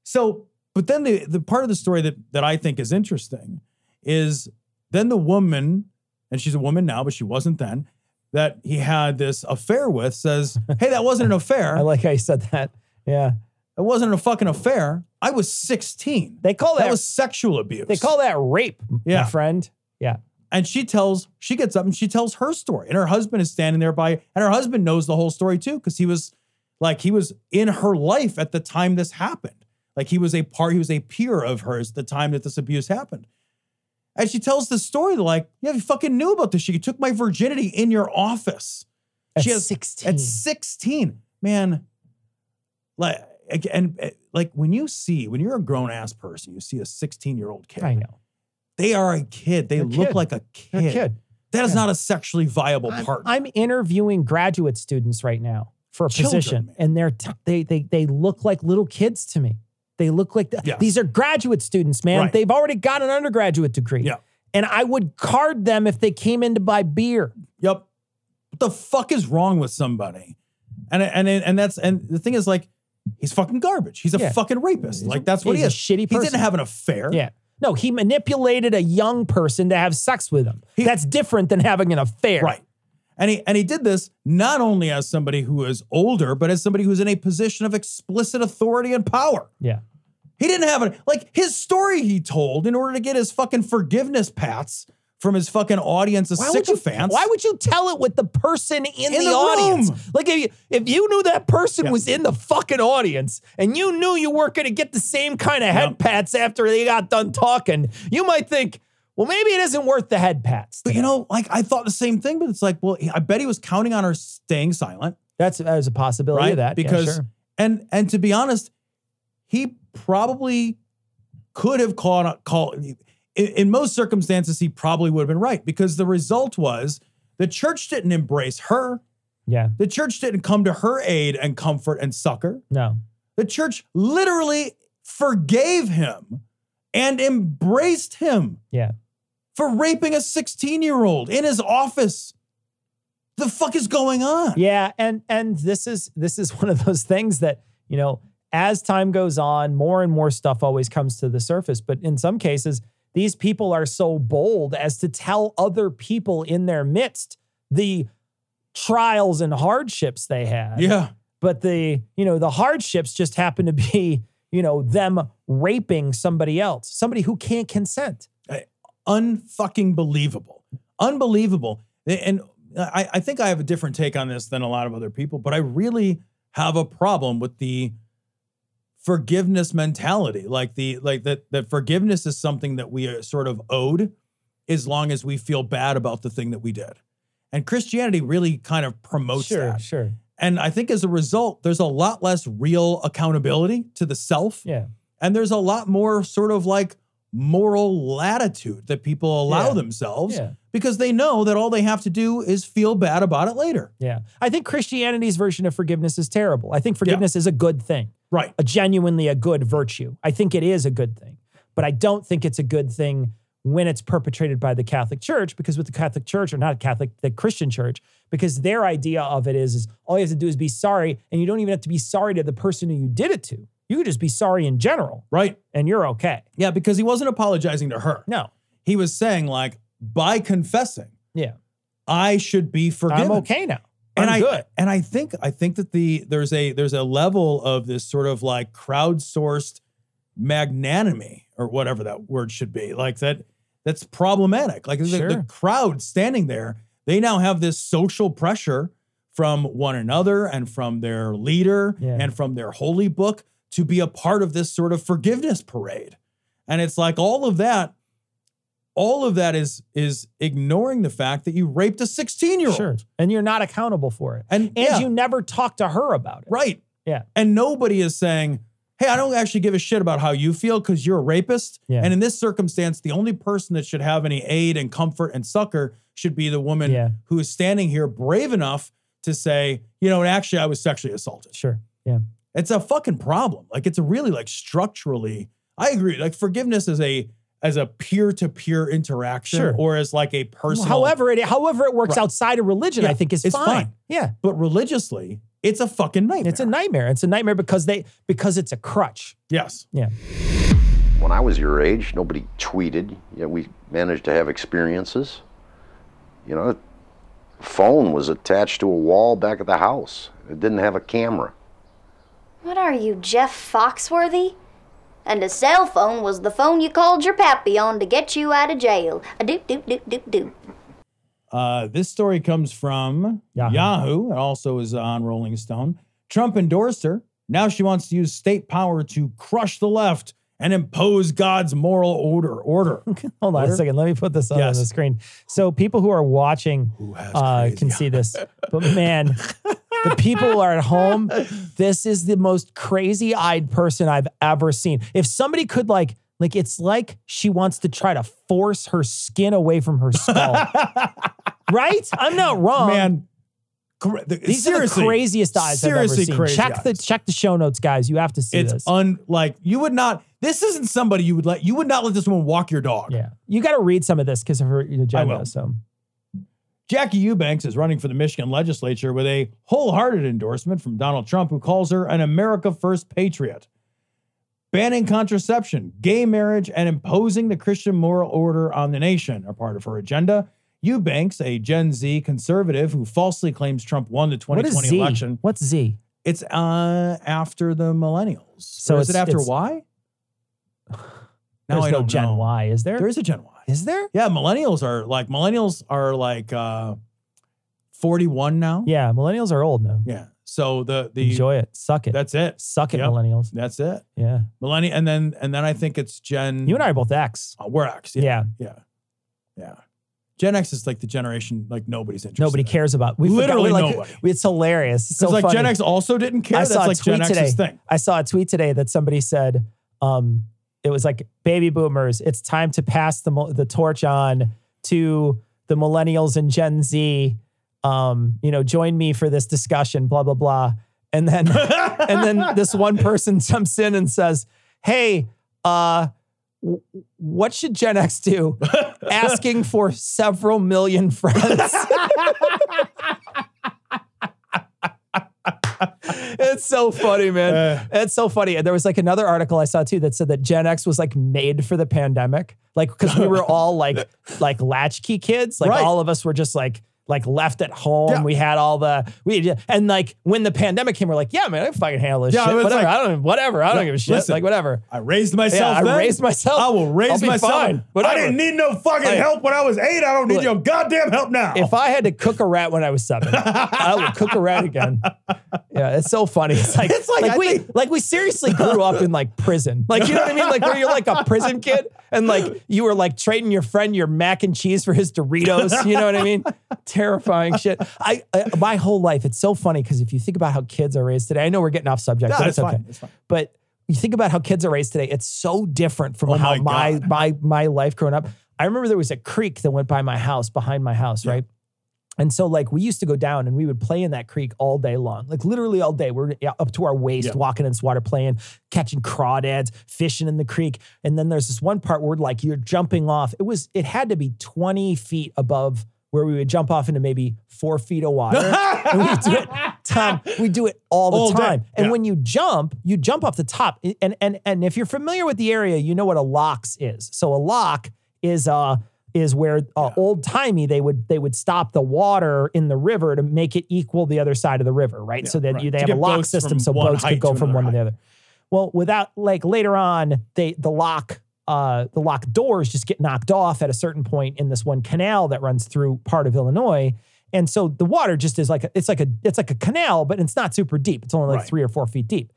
[SPEAKER 1] So, but then the the part of the story that that I think is interesting is then the woman, and she's a woman now, but she wasn't then, that he had this affair with says, "Hey, that wasn't an affair.
[SPEAKER 2] I
[SPEAKER 1] it
[SPEAKER 2] like how you said that. Yeah,
[SPEAKER 1] wasn't a fucking affair. I was 16.
[SPEAKER 2] they call that,
[SPEAKER 1] that was sexual abuse."
[SPEAKER 2] they call that rape,
[SPEAKER 1] Yeah.
[SPEAKER 2] my friend. Yeah,
[SPEAKER 1] and she tells she gets up and she tells her story and her husband is standing there by and her husband knows the whole story too because he was like he was in her life at the time this happened like he was a part he was a peer of hers at the time that this abuse happened and she tells the story like yeah you fucking knew about this shit you took my virginity in your office
[SPEAKER 2] at
[SPEAKER 1] She has-
[SPEAKER 2] sixteen.
[SPEAKER 1] at 16 man like and and, like when you see when you're a grown ass person you see a 16 year old kid
[SPEAKER 2] I know.
[SPEAKER 1] they are a kid they
[SPEAKER 2] They're a
[SPEAKER 1] look
[SPEAKER 2] kid.
[SPEAKER 1] like a
[SPEAKER 2] You're a kid.
[SPEAKER 1] that is
[SPEAKER 2] Yeah.
[SPEAKER 1] not a sexually viable
[SPEAKER 2] I'm-
[SPEAKER 1] part.
[SPEAKER 2] I'm, interviewing graduate students right now for a
[SPEAKER 1] Children,
[SPEAKER 2] position,
[SPEAKER 1] man.
[SPEAKER 2] and they're t- they they they look like little kids to me. They look like the,
[SPEAKER 1] Yeah.
[SPEAKER 2] these are graduate students, man.
[SPEAKER 1] Right.
[SPEAKER 2] They've already got an undergraduate degree.
[SPEAKER 1] Yeah.
[SPEAKER 2] And I would card them if they came in to buy beer.
[SPEAKER 1] yep. What the fuck is wrong with somebody? And and and that's and the thing is like he's fucking garbage. He's a
[SPEAKER 2] Yeah.
[SPEAKER 1] fucking rapist. Like that's what
[SPEAKER 2] he's
[SPEAKER 1] he
[SPEAKER 2] a
[SPEAKER 1] is.
[SPEAKER 2] shitty
[SPEAKER 1] He
[SPEAKER 2] person.
[SPEAKER 1] didn't have an affair.
[SPEAKER 2] Yeah. No, he manipulated a young person to have sex with him.
[SPEAKER 1] He-
[SPEAKER 2] That's different than having an affair.
[SPEAKER 1] Right. And he and he did this not only as somebody who is older, but as somebody who's in a position of explicit authority and power.
[SPEAKER 2] Yeah.
[SPEAKER 1] He didn't have it. Like his story he told in order to get his fucking forgiveness pats from his fucking audience of
[SPEAKER 2] Why would, you,
[SPEAKER 1] sycophants.
[SPEAKER 2] why would you tell it with the person in,
[SPEAKER 1] In
[SPEAKER 2] the,
[SPEAKER 1] the
[SPEAKER 2] audience?
[SPEAKER 1] room.
[SPEAKER 2] Like if you, if you knew that person
[SPEAKER 1] Yeah.
[SPEAKER 2] was in the fucking audience and you knew you weren't going to get the same kind of head
[SPEAKER 1] Yep.
[SPEAKER 2] pats after they got done talking, you might think, well, maybe it isn't worth the head pats.
[SPEAKER 1] But you
[SPEAKER 2] today.
[SPEAKER 1] know, like I thought the same thing, but it's like, well, I bet he was counting on her staying silent,
[SPEAKER 2] that's that was a possibility
[SPEAKER 1] right?
[SPEAKER 2] of that Oh, yeah,
[SPEAKER 1] because
[SPEAKER 2] sure.
[SPEAKER 1] and and to be honest, he probably could have called call in, in most circumstances he probably would have been right because the result was the church didn't embrace her.
[SPEAKER 2] yeah,
[SPEAKER 1] The church didn't come to her aid and comfort and succor.
[SPEAKER 2] no,
[SPEAKER 1] The church literally forgave him and embraced him
[SPEAKER 2] yeah,
[SPEAKER 1] for raping a 16 year old in his office. The fuck is going on?
[SPEAKER 2] yeah, and and this is this is one of those things that you know as time goes on, more and more stuff always comes to the surface. But in some cases, these people are so bold as to tell other people in their midst the trials and hardships they had.
[SPEAKER 1] Yeah.
[SPEAKER 2] But the, you know, the hardships just happen to be, you know, them raping somebody else, somebody who can't consent.
[SPEAKER 1] Unfucking believable. Unbelievable. And I, I think I have a different take on this than a lot of other people, but I really have a problem with the forgiveness mentality like the like that that forgiveness is something that we are sort of owed as long as we feel bad about the thing that we did and christianity really kind of promotes
[SPEAKER 2] Sure,
[SPEAKER 1] that
[SPEAKER 2] sure.
[SPEAKER 1] and i think as a result there's a lot less real accountability to the self
[SPEAKER 2] Yeah.
[SPEAKER 1] and there's a lot more sort of like moral latitude that people allow
[SPEAKER 2] Yeah.
[SPEAKER 1] themselves
[SPEAKER 2] Yeah.
[SPEAKER 1] because they know that all they have to do is feel bad about it later
[SPEAKER 2] Yeah. I think Christianity's version of forgiveness is terrible. I think forgiveness is a good thing,
[SPEAKER 1] right
[SPEAKER 2] a genuinely a good virtue. I think it is a good thing, but I don't think it's a good thing when it's perpetrated by the Catholic Church because with the Catholic Church or not Catholic, the Christian Church, because their idea of it is, is all you have to do is be sorry and you don't even have to be sorry to the person who you did it to. You could just be sorry in general
[SPEAKER 1] right
[SPEAKER 2] and you're okay.
[SPEAKER 1] yeah because he wasn't apologizing to her
[SPEAKER 2] No.
[SPEAKER 1] he was saying like by confessing
[SPEAKER 2] Yeah.
[SPEAKER 1] i should be forgiven
[SPEAKER 2] I'm okay now.
[SPEAKER 1] and
[SPEAKER 2] I'm
[SPEAKER 1] i
[SPEAKER 2] good.
[SPEAKER 1] and i think i think that the there's a there's a level of this sort of like crowdsourced magnanimity or whatever that word should be like that that's problematic like the, the
[SPEAKER 2] Sure.
[SPEAKER 1] crowd standing there they now have this social pressure from one another and from their leader
[SPEAKER 2] Yeah.
[SPEAKER 1] and from their holy book to be a part of this sort of forgiveness parade and it's like all of that all of that is is ignoring the fact that you raped a 16 year old
[SPEAKER 2] Sure. And you're not accountable for it.
[SPEAKER 1] And-
[SPEAKER 2] and
[SPEAKER 1] yeah.
[SPEAKER 2] you never talk to her about it.
[SPEAKER 1] Right.
[SPEAKER 2] Yeah.
[SPEAKER 1] And nobody is saying, hey, I don't actually give a shit about how you feel because you're a rapist.
[SPEAKER 2] Yeah.
[SPEAKER 1] And in this circumstance, the only person that should have any aid and comfort and succor should be the woman
[SPEAKER 2] Yeah.
[SPEAKER 1] who is standing here brave enough to say, you know, and actually I was sexually assaulted.
[SPEAKER 2] Sure. Yeah.
[SPEAKER 1] It's a fucking problem. Like it's a really like structurally, I agree. Like forgiveness is a as a peer-to-peer interaction
[SPEAKER 2] Sure.
[SPEAKER 1] or as like a personal
[SPEAKER 2] However it however it works
[SPEAKER 1] Right.
[SPEAKER 2] outside of religion,
[SPEAKER 1] Yeah,
[SPEAKER 2] I think is
[SPEAKER 1] it's
[SPEAKER 2] fine.
[SPEAKER 1] fine.
[SPEAKER 2] Yeah.
[SPEAKER 1] but religiously, it's a fucking nightmare.
[SPEAKER 2] It's a nightmare. It's a nightmare because they because it's a crutch.
[SPEAKER 1] yes.
[SPEAKER 2] Yeah.
[SPEAKER 9] When I was your age, nobody tweeted. You know, we managed to have experiences. You know, phone was attached to a wall back at the house. It didn't have a camera.
[SPEAKER 10] What are you, Jeff Foxworthy? And a cell phone was the phone you called your pappy on to get you out of jail. A doop doop doop doop doop.
[SPEAKER 1] Uh, this story comes from Yahoo.
[SPEAKER 2] Yahoo.
[SPEAKER 1] It also is on Rolling Stone. Trump endorsed her. Now she wants to use state power to crush the left and impose God's moral order. Order.
[SPEAKER 2] Hold on
[SPEAKER 1] Order?
[SPEAKER 2] a second. Let me put this up
[SPEAKER 1] Yes.
[SPEAKER 2] on the screen. So people who are watching
[SPEAKER 1] has
[SPEAKER 2] uh,
[SPEAKER 1] crazy
[SPEAKER 2] can see this. But man, the people are at home. This is the most crazy-eyed person I've ever seen. If somebody could like like it's like she wants to try to force her skin away from her skull. right? I'm not wrong.
[SPEAKER 1] Man, cra- the-
[SPEAKER 2] These
[SPEAKER 1] seriously,
[SPEAKER 2] are the craziest eyes I've ever
[SPEAKER 1] seriously
[SPEAKER 2] seen.
[SPEAKER 1] crazy
[SPEAKER 2] check the
[SPEAKER 1] eyes.
[SPEAKER 2] check the show notes, guys. You have to see
[SPEAKER 1] It's
[SPEAKER 2] this.
[SPEAKER 1] un like you would not. This isn't somebody you would let. You would not let this woman walk your dog.
[SPEAKER 2] yeah, you got to read some of this because of her agenda.
[SPEAKER 1] will.
[SPEAKER 2] So
[SPEAKER 1] Jackie Eubanks is running for the Michigan legislature with a wholehearted endorsement from Donald Trump, who calls her an America First patriot. Banning contraception, gay marriage, and imposing the Christian moral order on the nation are part of her agenda. Eubanks, a Gen Z conservative who falsely claims Trump won the
[SPEAKER 2] what is
[SPEAKER 1] 2020
[SPEAKER 2] Z?
[SPEAKER 1] election,
[SPEAKER 2] What's Z?
[SPEAKER 1] it's uh, after the millennials.
[SPEAKER 2] So
[SPEAKER 1] So is it
[SPEAKER 2] it's-
[SPEAKER 1] after
[SPEAKER 2] it's-
[SPEAKER 1] Y? Now
[SPEAKER 2] There's
[SPEAKER 1] I
[SPEAKER 2] no
[SPEAKER 1] don't
[SPEAKER 2] Gen
[SPEAKER 1] know.
[SPEAKER 2] Y, is there?
[SPEAKER 1] There is a Gen Y.
[SPEAKER 2] Is there?
[SPEAKER 1] Yeah, millennials are like millennials are like uh 41 now.
[SPEAKER 2] Yeah, millennials are old now.
[SPEAKER 1] Yeah. So the the
[SPEAKER 2] Enjoy it, suck it,
[SPEAKER 1] that's it.
[SPEAKER 2] suck it,
[SPEAKER 1] Yep.
[SPEAKER 2] millennials.
[SPEAKER 1] That's it.
[SPEAKER 2] Yeah,
[SPEAKER 1] Millennial and then and then I think it's Gen
[SPEAKER 2] you and I are both X.
[SPEAKER 1] Oh, we're X. Yeah,
[SPEAKER 2] Yeah,
[SPEAKER 1] yeah. Yeah. Gen X is like the generation like nobody's interested.
[SPEAKER 2] nobody
[SPEAKER 1] in.
[SPEAKER 2] cares about. We
[SPEAKER 1] Literally
[SPEAKER 2] forgot, we, like,
[SPEAKER 1] nobody.
[SPEAKER 2] we- It's hilarious. It's
[SPEAKER 1] It's
[SPEAKER 2] so
[SPEAKER 1] like
[SPEAKER 2] funny.
[SPEAKER 1] Gen X also didn't care.
[SPEAKER 2] I
[SPEAKER 1] That's
[SPEAKER 2] saw a
[SPEAKER 1] like Gen
[SPEAKER 2] tweet
[SPEAKER 1] X's
[SPEAKER 2] today.
[SPEAKER 1] thing.
[SPEAKER 2] I saw a tweet today that somebody said, um, it was like baby boomers. It's time to pass the mo- the torch on to the millennials and Gen Z. Um, you know, join me for this discussion. Blah blah blah. And then and then this one person jumps in and says, "Hey, uh, w- what should Gen X do?" Asking for several million friends. it's so funny, man.
[SPEAKER 1] Uh.
[SPEAKER 2] it's so funny. And there was like another article I saw too that said that Gen X was like made for the pandemic, like because we were all like like latchkey kids, like
[SPEAKER 1] Right.
[SPEAKER 2] all of us were just like like left at home. We had all the we and like when the pandemic came, we're like, yeah, man, I can fucking handle this
[SPEAKER 1] Yeah,
[SPEAKER 2] shit.
[SPEAKER 1] it's
[SPEAKER 2] Whatever,
[SPEAKER 1] like-
[SPEAKER 2] I don't whatever, I don't give a shit.
[SPEAKER 1] Listen,
[SPEAKER 2] like whatever.
[SPEAKER 1] I raised myself.
[SPEAKER 2] Yeah, I
[SPEAKER 1] then.
[SPEAKER 2] raised myself.
[SPEAKER 1] I will
[SPEAKER 2] I'll
[SPEAKER 1] raise
[SPEAKER 2] be
[SPEAKER 1] myself.
[SPEAKER 2] fine.
[SPEAKER 1] I
[SPEAKER 2] Whatever.
[SPEAKER 1] didn't need no fucking
[SPEAKER 2] Like-
[SPEAKER 1] help when I was eight. I don't need
[SPEAKER 2] Look.
[SPEAKER 1] your goddamn help now.
[SPEAKER 2] If I had to cook a rat when I was seven, I would cook a rat again. Yeah, it's so funny. It's like,
[SPEAKER 1] It's like, I
[SPEAKER 2] we
[SPEAKER 1] think-
[SPEAKER 2] like we seriously grew up in like prison. Like you know what I mean? Like where you're like a prison kid and like you were like trading your friend your mac and cheese for his Doritos. You know what I mean? Terrifying shit. I, I my whole life. It's so funny because if you think about how kids are raised today, I know we're getting off subject,
[SPEAKER 1] No,
[SPEAKER 2] but
[SPEAKER 1] it's
[SPEAKER 2] it's, okay.
[SPEAKER 1] fine. It's fine.
[SPEAKER 2] But you think about how kids are raised today. It's so different from
[SPEAKER 1] Oh
[SPEAKER 2] how
[SPEAKER 1] my
[SPEAKER 2] my my my life growing up. I remember there was a creek that went by my house, behind my house, right? And so, like, we used to go down and we would play in that creek all day long, like literally all day. We're yeah, up to our waist,
[SPEAKER 1] Yeah.
[SPEAKER 2] walking in this water, playing, catching crawdads, fishing in the creek. And then there's this one part where, like, you're jumping off. It was, it had to be 20 feet above where we would jump off into maybe four feet of water. and we do it, Tom, we do it all the
[SPEAKER 1] All day.
[SPEAKER 2] time. And
[SPEAKER 1] Yeah.
[SPEAKER 2] when you jump, you jump off the top. And, and, and if you're familiar with the area, you know what a locks is. So a lock is, uh, is where uh, old timey they would they would stop the water in the river to make it equal the other side of the river, right? so that
[SPEAKER 1] right.
[SPEAKER 2] you, they
[SPEAKER 1] To
[SPEAKER 2] have a
[SPEAKER 1] get
[SPEAKER 2] lock
[SPEAKER 1] boats
[SPEAKER 2] system,
[SPEAKER 1] from
[SPEAKER 2] so
[SPEAKER 1] one
[SPEAKER 2] boats
[SPEAKER 1] height
[SPEAKER 2] could go
[SPEAKER 1] to
[SPEAKER 2] from
[SPEAKER 1] another
[SPEAKER 2] one to the other. Well, without like later on, they the lock uh, the lock doors just get knocked off at a certain point in this one canal that runs through part of Illinois. And so the water just is like a, it's like a it's like a canal, but it's not super deep. It's only like
[SPEAKER 1] Right.
[SPEAKER 2] three or four feet deep.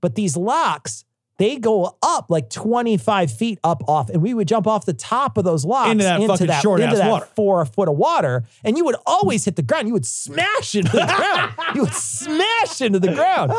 [SPEAKER 2] But these locks, they go up like 25 feet up off, and we would jump off the top of those locks
[SPEAKER 1] Into that fucking short-ass
[SPEAKER 2] into that
[SPEAKER 1] water.
[SPEAKER 2] four foot of water, and you would always hit the ground. You would smash into the ground. You would smash into the ground.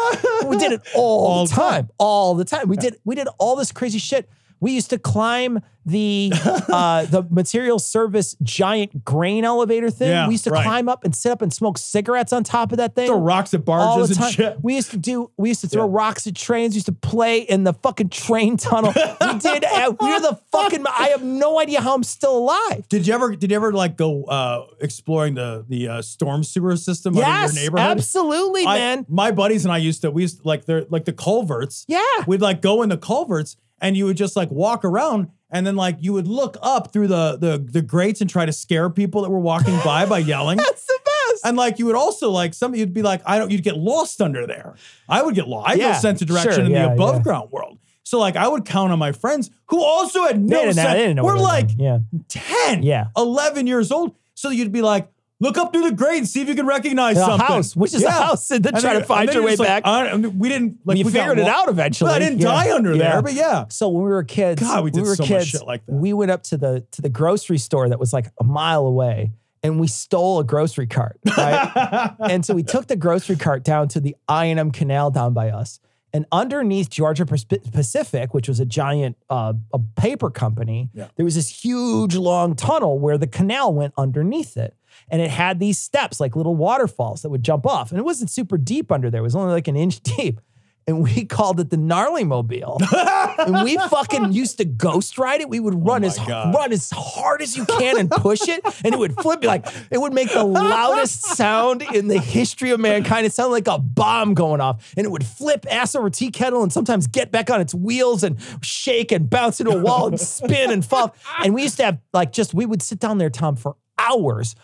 [SPEAKER 2] We did it all,
[SPEAKER 1] All
[SPEAKER 2] the
[SPEAKER 1] the
[SPEAKER 2] time, all the time. We did we did all this crazy shit. We used to climb the uh, the material service giant grain elevator thing.
[SPEAKER 1] Yeah,
[SPEAKER 2] we used to
[SPEAKER 1] right.
[SPEAKER 2] climb up and sit up and smoke cigarettes on top of that thing.
[SPEAKER 1] the rocks at
[SPEAKER 2] all
[SPEAKER 1] barges
[SPEAKER 2] the time.
[SPEAKER 1] and shit.
[SPEAKER 2] We used to do. We used to throw rocks at trains. We used to play in the fucking train tunnel. we did. uh, We were the fucking. I have no idea how I'm still alive.
[SPEAKER 1] Did you ever? Did you ever like go uh, exploring the the uh, storm sewer system
[SPEAKER 2] Yes,
[SPEAKER 1] under your neighborhood?
[SPEAKER 2] absolutely,
[SPEAKER 1] I-
[SPEAKER 2] man.
[SPEAKER 1] My buddies and I used to we used to, like the like the culverts.
[SPEAKER 2] Yeah.
[SPEAKER 1] We'd like go in the culverts and you would just like walk around and then like you would look up through the the the grates and try to scare people that were walking by by yelling.
[SPEAKER 2] That's the best.
[SPEAKER 1] And like you would also like some you'd be like I don't you'd get lost under there. I would get lost. I
[SPEAKER 2] Yeah,
[SPEAKER 1] no sense of direction
[SPEAKER 2] sure,
[SPEAKER 1] in
[SPEAKER 2] yeah,
[SPEAKER 1] the above
[SPEAKER 2] yeah.
[SPEAKER 1] ground world. So like I would count on my friends who also had no
[SPEAKER 2] They didn't know-
[SPEAKER 1] sense.
[SPEAKER 2] they didn't know what
[SPEAKER 1] we're
[SPEAKER 2] they were
[SPEAKER 1] like
[SPEAKER 2] doing. Yeah.
[SPEAKER 1] 10,
[SPEAKER 2] Yeah.
[SPEAKER 1] 11 years old. So you'd be like, look up through the grate and see if you can recognize
[SPEAKER 2] The
[SPEAKER 1] something.
[SPEAKER 2] house, which is a house, and then try to find your
[SPEAKER 1] you're
[SPEAKER 2] way
[SPEAKER 1] just like,
[SPEAKER 2] back.
[SPEAKER 1] I- I mean, we didn't, like,
[SPEAKER 2] we,
[SPEAKER 1] got
[SPEAKER 2] figured it
[SPEAKER 1] wa-
[SPEAKER 2] out eventually.
[SPEAKER 1] Well, I didn't
[SPEAKER 2] Yeah.
[SPEAKER 1] die under
[SPEAKER 2] Yeah.
[SPEAKER 1] there, but yeah.
[SPEAKER 2] So when we were kids,
[SPEAKER 1] God, we did
[SPEAKER 2] were
[SPEAKER 1] so much
[SPEAKER 2] kids,
[SPEAKER 1] shit like that.
[SPEAKER 2] We went up to the to the grocery store that was like a mile away, and we stole a grocery cart. Right? and so we took the grocery cart down to the I and M Canal down by us, and underneath Georgia Pers- Pacific, which was a giant uh, a paper company,
[SPEAKER 1] Yeah.
[SPEAKER 2] there was this huge long tunnel where the canal went underneath it. And it had these steps, like little waterfalls that would jump off. And it wasn't super deep under there, it was only like an inch deep. And we called it the gnarly mobile. and we fucking used to ghost ride it. We would run as
[SPEAKER 1] God.
[SPEAKER 2] run as hard as you can and push it, and it would flip. Like it would make the loudest sound in the history of mankind. It sounded like a bomb going off, and it would flip ass over tea kettle, and sometimes get back on its wheels and shake and bounce into a wall and spin and fall. And we used to have like just we would sit down there, Tom, for hours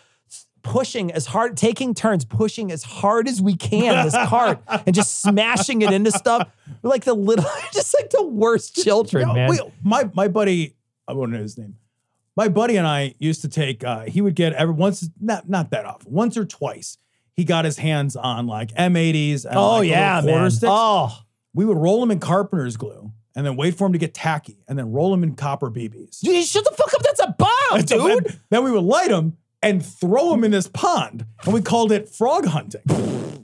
[SPEAKER 2] pushing as hard, taking turns, pushing as hard as we can this cart and just smashing it into stuff. We're like the little, just like the worst children,
[SPEAKER 1] No,
[SPEAKER 2] man.
[SPEAKER 1] we- my, my buddy, I won't know his name. My buddy and I used to take, uh, he would get every once, not, not that often, once or twice, he got his hands on like M80s and
[SPEAKER 2] oh
[SPEAKER 1] like,
[SPEAKER 2] yeah,
[SPEAKER 1] little quarter
[SPEAKER 2] man.
[SPEAKER 1] sticks.
[SPEAKER 2] Oh,
[SPEAKER 1] We would roll them in carpenter's glue and then wait for them to get tacky and then roll them in copper BBs.
[SPEAKER 2] dude, shut the fuck up. That's a bomb,
[SPEAKER 1] And so
[SPEAKER 2] dude.
[SPEAKER 1] Then, then we would light them and throw them in this pond, and we called it frog hunting.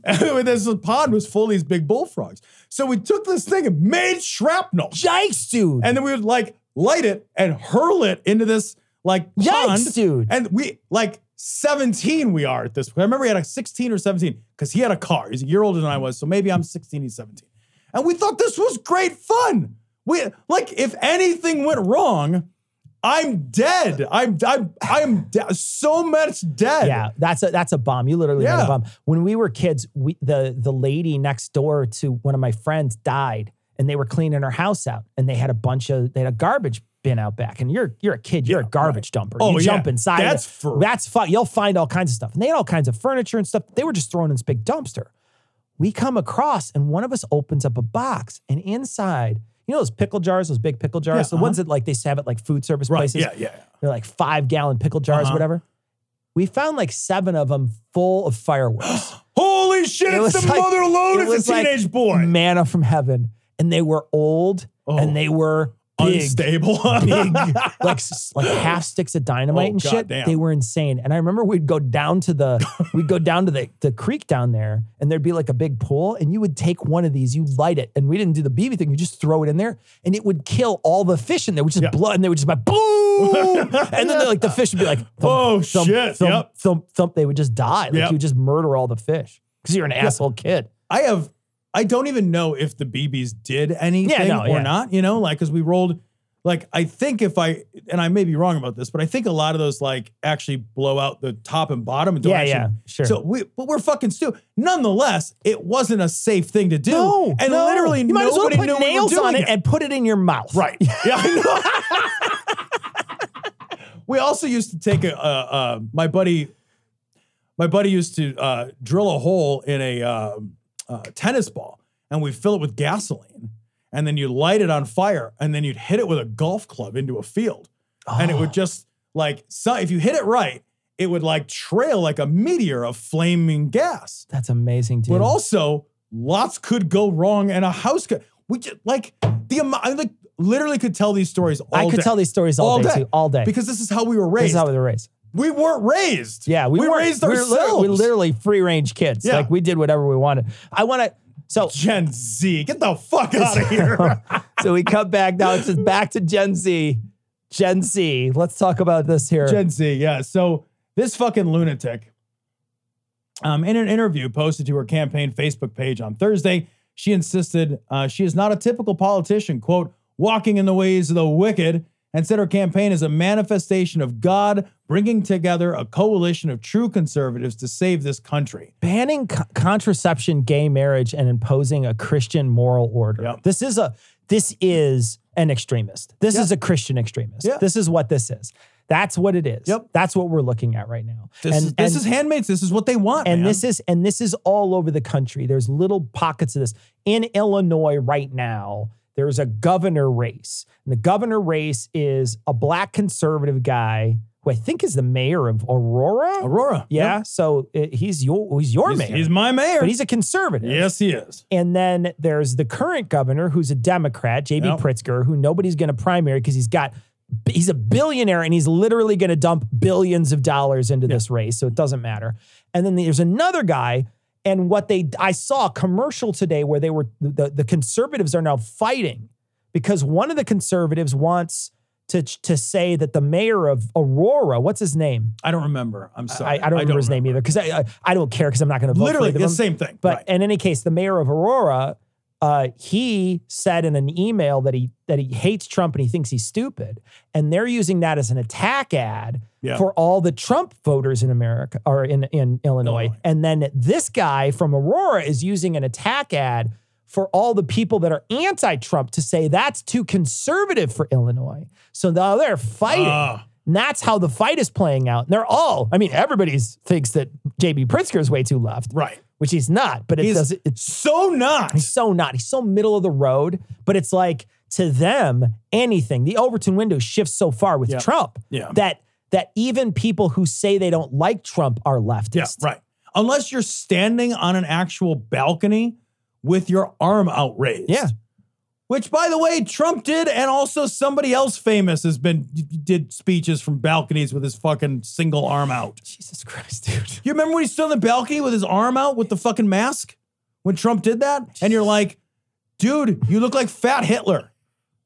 [SPEAKER 1] And this pond was full of these big bullfrogs. So we took this thing and made shrapnel,
[SPEAKER 2] Yikes, dude.
[SPEAKER 1] and then we would like light it and hurl it into this like
[SPEAKER 2] Yikes,
[SPEAKER 1] pond,
[SPEAKER 2] dude.
[SPEAKER 1] And we like. 17 we are at this point. I remember he had a 16 or 17 because he had a car. He's a year older than I was, so maybe I'm 16, he's 17. And we thought this was great fun. We like if anything went wrong, I'm dead. I'm I'm I'm de- so much dead.
[SPEAKER 2] Yeah, that's a that's a bomb. You literally yeah. made a bomb. When we were kids, we the the lady next door to one of my friends died, and they were cleaning her house out, and they had a bunch of they had a garbage bin out back. And you're you're a kid, you're yeah, a garbage right. dumper. Oh, you jump yeah. inside.
[SPEAKER 1] That's
[SPEAKER 2] it.
[SPEAKER 1] for
[SPEAKER 2] that's fun. You'll find all kinds of stuff. And they had all kinds of furniture and stuff. They were just throwing in this big dumpster. We come across, and one of us opens up a box, and inside you know those pickle jars, those big pickle jars, yeah, the uh-huh. ones that like they have at like food service
[SPEAKER 1] right,
[SPEAKER 2] places.
[SPEAKER 1] Yeah, yeah, yeah,
[SPEAKER 2] They're like five gallon pickle jars, uh-huh. whatever. We found like seven of them full of fireworks.
[SPEAKER 1] Holy shit! It it's the like, mother load of a teenage
[SPEAKER 2] like
[SPEAKER 1] boy.
[SPEAKER 2] Manna from heaven, and they were old, oh, and they were big,
[SPEAKER 1] unstable,
[SPEAKER 2] big, like like half sticks of dynamite oh, and God shit. Damn. They were insane. And I remember we'd go down to the we'd go down to the the creek down there, and there'd be like a big pool, and you would take one of these, you light it, and we didn't do the BB thing. You just throw it in there, and it would kill all the fish in there, which is yeah. blood, and they would just like boom, and then like the fish would be like, thump,
[SPEAKER 1] oh
[SPEAKER 2] thump,
[SPEAKER 1] shit,
[SPEAKER 2] thump,
[SPEAKER 1] yep.
[SPEAKER 2] thump, thump, They would just die. Like yep. you just murder all the fish because you're an yep. asshole kid.
[SPEAKER 1] I have I don't even know if the BBs did anything yeah, no, or yeah. not, you know, like because we rolled like I think if I and I may be wrong about this, but I think a lot of those like actually blow out the top and bottom and
[SPEAKER 2] yeah,
[SPEAKER 1] actually,
[SPEAKER 2] yeah, sure.
[SPEAKER 1] So we but we're fucking stupid. Nonetheless, it wasn't a safe thing to do.
[SPEAKER 2] No,
[SPEAKER 1] and
[SPEAKER 2] no.
[SPEAKER 1] literally
[SPEAKER 2] you might as well put nails on it, it and put it in your mouth.
[SPEAKER 1] Right. Yeah, I know. we also used to take a uh, uh, my buddy my buddy used to uh, drill a hole in a um, uh, tennis ball and we fill it with gasoline and then you light it on fire and then you'd hit it with a golf club into a field oh. and it would just like so if you hit it right it would like trail like a meteor of flaming gas
[SPEAKER 2] that's amazing dude
[SPEAKER 1] but also lots could go wrong and a house could we just like the amount I like literally could tell these stories all
[SPEAKER 2] I could
[SPEAKER 1] day.
[SPEAKER 2] tell these stories all, all day, day, too all day
[SPEAKER 1] because this is how we were raised this
[SPEAKER 2] is how we were raised
[SPEAKER 1] we weren't raised.
[SPEAKER 2] Yeah,
[SPEAKER 1] we, we raised ourselves.
[SPEAKER 2] We literally, we literally free range kids. Yeah. Like we did whatever we wanted. I want to. So
[SPEAKER 1] Gen Z, get the fuck out of here.
[SPEAKER 2] so we come back now. It's just back to Gen Z. Gen Z. Let's talk about this here.
[SPEAKER 1] Gen Z. Yeah. So this fucking lunatic. Um, in an interview posted to her campaign Facebook page on Thursday, she insisted uh, she is not a typical politician. "Quote: Walking in the ways of the wicked." and said her campaign is a manifestation of God bringing together a coalition of true conservatives to save this country.
[SPEAKER 2] Banning co- contraception, gay marriage, and imposing a Christian moral order.
[SPEAKER 1] Yep.
[SPEAKER 2] This is a this is an extremist. This yep. is a Christian extremist.
[SPEAKER 1] Yep.
[SPEAKER 2] This is what this is. That's what it is.
[SPEAKER 1] Yep.
[SPEAKER 2] That's what we're looking at right now.
[SPEAKER 1] This, and, is, this and, is handmaids. This is what they want.
[SPEAKER 2] And
[SPEAKER 1] man.
[SPEAKER 2] this is and this is all over the country. There's little pockets of this in Illinois right now there's a governor race. And the governor race is a black conservative guy who I think is the mayor of Aurora.
[SPEAKER 1] Aurora.
[SPEAKER 2] Yeah. Yep. So eh, he's your he's your
[SPEAKER 1] he's,
[SPEAKER 2] mayor.
[SPEAKER 1] He's my mayor.
[SPEAKER 2] But he's a conservative.
[SPEAKER 1] Yes, he is.
[SPEAKER 2] And then there's the current governor who's a Democrat, JB yep. Pritzker, who nobody's going to primary because he's got he's a billionaire and he's literally going to dump billions of dollars into yep. this race, so it doesn't matter. And then there's another guy and what they I saw a commercial today where they were the, the conservatives are now fighting because one of the conservatives wants to to say that the mayor of Aurora, what's his name?
[SPEAKER 1] I don't remember. I'm sorry.
[SPEAKER 2] I, I, don't, I remember don't remember his name either because I, I, I don't care because I'm not going to vote.
[SPEAKER 1] Literally
[SPEAKER 2] for
[SPEAKER 1] the same thing.
[SPEAKER 2] But
[SPEAKER 1] right.
[SPEAKER 2] in any case, the mayor of Aurora, uh, he said in an email that he that he hates Trump and he thinks he's stupid, and they're using that as an attack ad
[SPEAKER 1] yeah.
[SPEAKER 2] for all the Trump voters in America or in in Illinois. Illinois. And then this guy from Aurora is using an attack ad for all the people that are anti-Trump to say that's too conservative for Illinois. So now they're fighting. Uh.
[SPEAKER 1] Ah.
[SPEAKER 2] And that's how the fight is playing out. And they're all, I mean, everybody thinks that JB Pritzker is way too left.
[SPEAKER 1] Right
[SPEAKER 2] which he's not, but it
[SPEAKER 1] he's
[SPEAKER 2] does it's
[SPEAKER 1] so not.
[SPEAKER 2] He's so not. He's so middle of the road, but it's like to them, anything. The Overton window shifts so far with
[SPEAKER 1] yeah.
[SPEAKER 2] Trump
[SPEAKER 1] yeah.
[SPEAKER 2] that that even people who say they don't like Trump are leftist.
[SPEAKER 1] Yeah, right. Unless you're standing on an actual balcony with your arm out raised.
[SPEAKER 2] Yeah.
[SPEAKER 1] Which, by the way, Trump did, and also somebody else famous has been did speeches from balconies with his fucking single arm out.
[SPEAKER 2] Jesus Christ, dude!
[SPEAKER 1] You remember when he stood on the balcony with his arm out with the fucking mask when Trump did that? And you're like, dude, you look like Fat Hitler.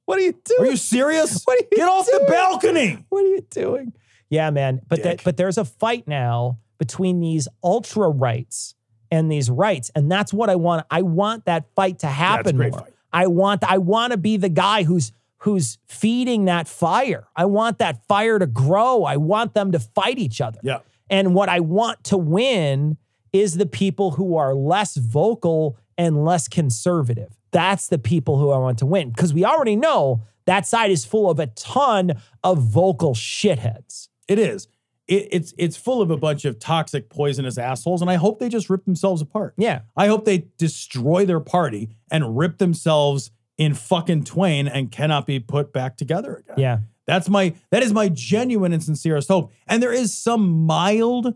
[SPEAKER 2] What are you doing?
[SPEAKER 1] Are you serious?
[SPEAKER 2] What are you
[SPEAKER 1] Get
[SPEAKER 2] doing?
[SPEAKER 1] off the balcony!
[SPEAKER 2] What are you doing? Yeah, man. But that, but there's a fight now between these ultra rights and these rights, and that's what I want. I want that fight to happen
[SPEAKER 1] yeah,
[SPEAKER 2] I want I want to be the guy who's who's feeding that fire. I want that fire to grow. I want them to fight each other.
[SPEAKER 1] Yeah.
[SPEAKER 2] And what I want to win is the people who are less vocal and less conservative. That's the people who I want to win because we already know that side is full of a ton of vocal shitheads.
[SPEAKER 1] It is. It, it's it's full of a bunch of toxic, poisonous assholes, and I hope they just rip themselves apart.
[SPEAKER 2] Yeah.
[SPEAKER 1] I hope they destroy their party and rip themselves in fucking twain and cannot be put back together again.
[SPEAKER 2] Yeah.
[SPEAKER 1] That's my that is my genuine and sincerest hope. And there is some mild,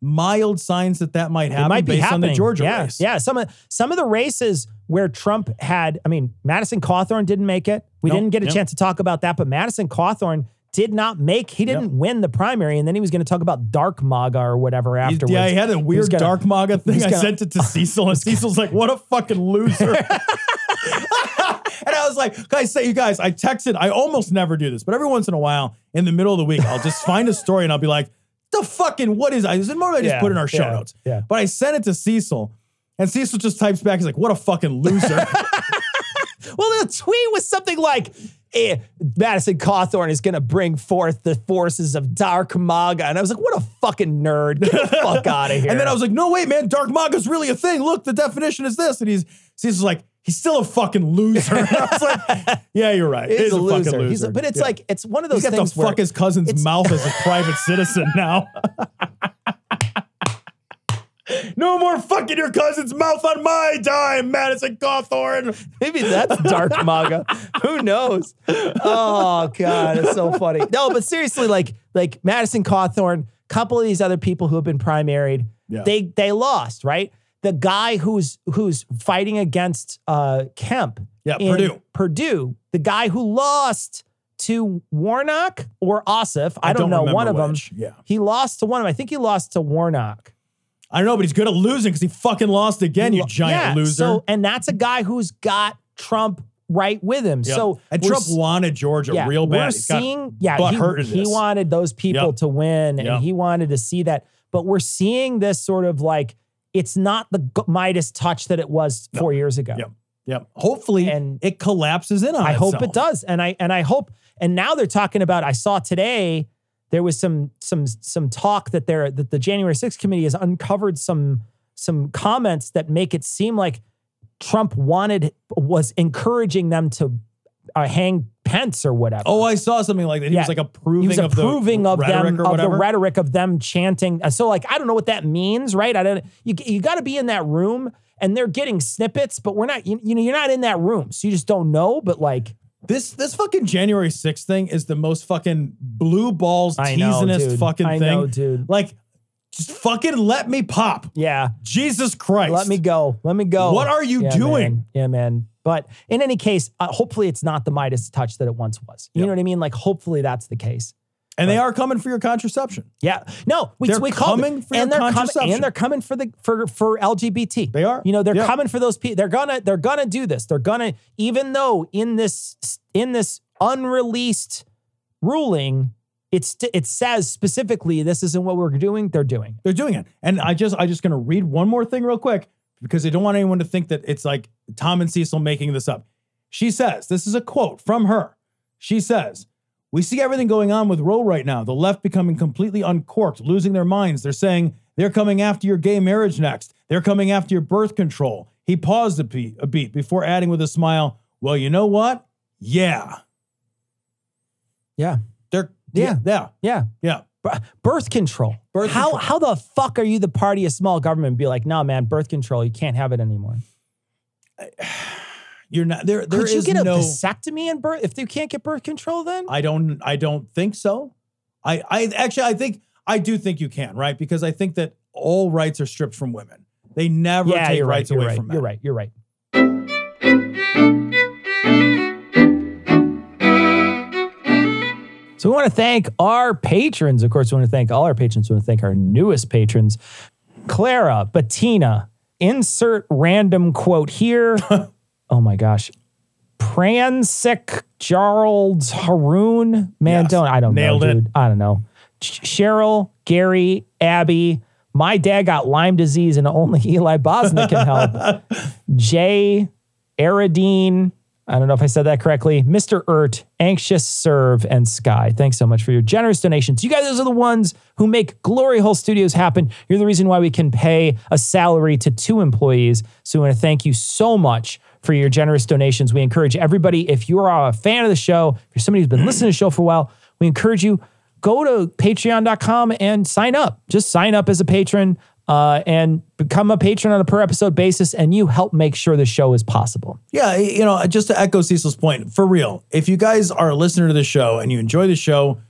[SPEAKER 1] mild signs that that might happen
[SPEAKER 2] it might be
[SPEAKER 1] based
[SPEAKER 2] happening.
[SPEAKER 1] on the Georgia
[SPEAKER 2] yeah.
[SPEAKER 1] race.
[SPEAKER 2] Yeah, some of some of the races where Trump had, I mean, Madison Cawthorn didn't make it. We
[SPEAKER 1] Nope,
[SPEAKER 2] didn't get a
[SPEAKER 1] yep.
[SPEAKER 2] chance to talk about that, but Madison Cawthorn did not make. He didn't win the primary, and then he was going to talk about dark MAGA or whatever
[SPEAKER 1] He-
[SPEAKER 2] afterwards.
[SPEAKER 1] Yeah, I had a
[SPEAKER 2] He was
[SPEAKER 1] weird
[SPEAKER 2] gonna-
[SPEAKER 1] dark MAGA thing.
[SPEAKER 2] he's
[SPEAKER 1] I
[SPEAKER 2] gonna-
[SPEAKER 1] sent it to Cecil, and Cecil's like, "What a fucking loser." and I was like, guys, say you guys, I texted, I almost never do this, but every once in a while, in the middle of the week, I'll just find a story and I'll be like, the fucking what is I is it more I just
[SPEAKER 2] Yeah,
[SPEAKER 1] put in our show
[SPEAKER 2] yeah,
[SPEAKER 1] notes.
[SPEAKER 2] yeah.
[SPEAKER 1] But I sent it to Cecil, and Cecil just types back, he's like, what a fucking loser.
[SPEAKER 2] Well, the tweet was something like, eh, Madison Cawthorn is going to bring forth the forces of dark MAGA. And I was like, what a fucking nerd. Get the fuck out of here.
[SPEAKER 1] and then I was like, no, wait, man, dark MAGA's really a thing. Look, the definition is this. And he's Cecil's like, he's still a fucking loser. And I was like, yeah, you're right. It
[SPEAKER 2] He's
[SPEAKER 1] is
[SPEAKER 2] a loser.
[SPEAKER 1] fucking
[SPEAKER 2] He's
[SPEAKER 1] loser.
[SPEAKER 2] a- but it's
[SPEAKER 1] Yeah.
[SPEAKER 2] like, it's one of those
[SPEAKER 1] He's got to
[SPEAKER 2] things where
[SPEAKER 1] fuck his cousin's mouth as a private citizen now. no more fucking your cousin's mouth on my dime, Madison Cawthorn.
[SPEAKER 2] Maybe that's dark manga. Who knows? Oh god, it's so funny. No, but seriously, like like Madison Cawthorn, couple of these other people who have been primaried,
[SPEAKER 1] Yeah.
[SPEAKER 2] they they lost, right? The guy who's who's fighting against uh Kemp,
[SPEAKER 1] Yeah,
[SPEAKER 2] in
[SPEAKER 1] Purdue.
[SPEAKER 2] Purdue, the guy who lost to Warnock or Ossoff, I, don't, know,
[SPEAKER 1] remember
[SPEAKER 2] one of them.
[SPEAKER 1] which. Yeah.
[SPEAKER 2] He lost to one of them. I think he lost to Warnock.
[SPEAKER 1] I don't know, but he's good at losing because he fucking lost again, you
[SPEAKER 2] Lo-
[SPEAKER 1] giant
[SPEAKER 2] yeah,
[SPEAKER 1] loser.
[SPEAKER 2] So, and that's a guy who's got Trump right with him.
[SPEAKER 1] Yep.
[SPEAKER 2] So
[SPEAKER 1] and
[SPEAKER 2] we're
[SPEAKER 1] Trump
[SPEAKER 2] s-
[SPEAKER 1] wanted Georgia
[SPEAKER 2] yeah,
[SPEAKER 1] real bad.
[SPEAKER 2] We're
[SPEAKER 1] He's got
[SPEAKER 2] seeing, yeah,
[SPEAKER 1] butt
[SPEAKER 2] he,
[SPEAKER 1] hurt in
[SPEAKER 2] he
[SPEAKER 1] this.
[SPEAKER 2] wanted those people
[SPEAKER 1] Yep.
[SPEAKER 2] to win, and
[SPEAKER 1] Yep.
[SPEAKER 2] he wanted to see that. But we're seeing this sort of like it's not the G- Midas touch that it was four years ago.
[SPEAKER 1] Yep. Yep. Hopefully,
[SPEAKER 2] And-
[SPEAKER 1] it collapses in on.
[SPEAKER 2] I hope
[SPEAKER 1] itself.
[SPEAKER 2] it does, and I and I hope. And now they're talking about. I saw today there was some some some talk that there that the January 6th committee has uncovered some some comments that make it seem like Trump wanted was encouraging them to uh, hang Pence or whatever.
[SPEAKER 1] Oh, I saw something like that. He
[SPEAKER 2] Yeah.
[SPEAKER 1] was like approving,
[SPEAKER 2] he was approving
[SPEAKER 1] of
[SPEAKER 2] of,
[SPEAKER 1] the rhetoric
[SPEAKER 2] them
[SPEAKER 1] or
[SPEAKER 2] of the
[SPEAKER 1] whatever.
[SPEAKER 2] rhetoric of them chanting. Uh, So like I don't know what that means, right? I don't. You you got to be in that room, and they're getting snippets, but we're not. You, you know, you're not in that room, so you just don't know. But like,
[SPEAKER 1] This this fucking January 6th thing is the most fucking blue balls
[SPEAKER 2] I know,
[SPEAKER 1] teasinest
[SPEAKER 2] dude.
[SPEAKER 1] fucking
[SPEAKER 2] I
[SPEAKER 1] thing.
[SPEAKER 2] know, dude.
[SPEAKER 1] Like, just fucking let me pop.
[SPEAKER 2] yeah,
[SPEAKER 1] Jesus Christ.
[SPEAKER 2] let me go, let me go.
[SPEAKER 1] What are you
[SPEAKER 2] Yeah,
[SPEAKER 1] doing?
[SPEAKER 2] man. Yeah, man. But in any case, uh, hopefully it's not the Midas touch that it once was. You
[SPEAKER 1] Yep.
[SPEAKER 2] know what I mean? Like, hopefully that's the case.
[SPEAKER 1] And they are coming for your contraception.
[SPEAKER 2] Yeah. No, we,
[SPEAKER 1] They're
[SPEAKER 2] we called
[SPEAKER 1] coming
[SPEAKER 2] it.
[SPEAKER 1] for
[SPEAKER 2] and
[SPEAKER 1] your
[SPEAKER 2] they're
[SPEAKER 1] contraception.
[SPEAKER 2] coming and they're coming for the for for LGBT.
[SPEAKER 1] They are.
[SPEAKER 2] You know, they're
[SPEAKER 1] Yeah.
[SPEAKER 2] coming for those people. They're gonna they're gonna do this. They're gonna even though in this in this unreleased ruling, it's it says specifically this isn't what we're doing. They're doing.
[SPEAKER 1] They're doing it. And I just I just gonna read one more thing real quick because they don't want anyone to think that it's like Tom and Cecil making this up. She says, this is a quote from her. She says, We see everything going on with Roe right now. The left becoming completely uncorked, losing their minds. They're saying they're coming after your gay marriage next. They're coming after your birth control. He paused a, pe- a beat before adding with a smile, Well, you know what? Yeah.
[SPEAKER 2] Yeah.
[SPEAKER 1] They're,
[SPEAKER 2] Yeah.
[SPEAKER 1] Yeah.
[SPEAKER 2] Yeah.
[SPEAKER 1] Yeah.
[SPEAKER 2] B- Birth control.
[SPEAKER 1] Birth
[SPEAKER 2] how how the fuck are you the party of small government? And be like, no, man, birth control. You can't have it anymore.
[SPEAKER 1] You're not there. There
[SPEAKER 2] Could you
[SPEAKER 1] is
[SPEAKER 2] get a
[SPEAKER 1] no.
[SPEAKER 2] vasectomy and birth if you can't get birth control? Then
[SPEAKER 1] I don't I don't think so. I I actually I think I do think you can, right? Because I think that all rights are stripped from women. They never
[SPEAKER 2] yeah,
[SPEAKER 1] take
[SPEAKER 2] you're
[SPEAKER 1] rights
[SPEAKER 2] right,
[SPEAKER 1] away
[SPEAKER 2] you're right,
[SPEAKER 1] from men.
[SPEAKER 2] You're right. You're right. So we want to thank our patrons. Of course, we want to thank all our patrons. We want to thank our newest patrons, Clara, Bettina. Insert random quote here. oh my gosh. Pransic Charles Haroon Mandone. I don't
[SPEAKER 1] Nailed
[SPEAKER 2] know,
[SPEAKER 1] it.
[SPEAKER 2] dude. I don't know. Ch- Cheryl, Gary, Abby. My dad got Lyme disease and only Eli Bosnick can help. Jay, Aradine. I don't know if I said that correctly. Mr. Ert, Anxious Serve, and Sky. Thanks so much for your generous donations. You guys, those are the ones who make Glory Hole Studios happen. You're the reason why we can pay a salary to two employees. So we want to thank you so much for your generous donations. We encourage everybody, if you are a fan of the show, if you're somebody who's been listening to the show for a while, we encourage you go to patreon.com and sign up. Just sign up as a patron uh, and become a patron on a per episode basis, and you help make sure the show is possible.
[SPEAKER 1] Yeah, you know, just to echo Cecil's point, for real, if you guys are a listener to the show and you enjoy the show,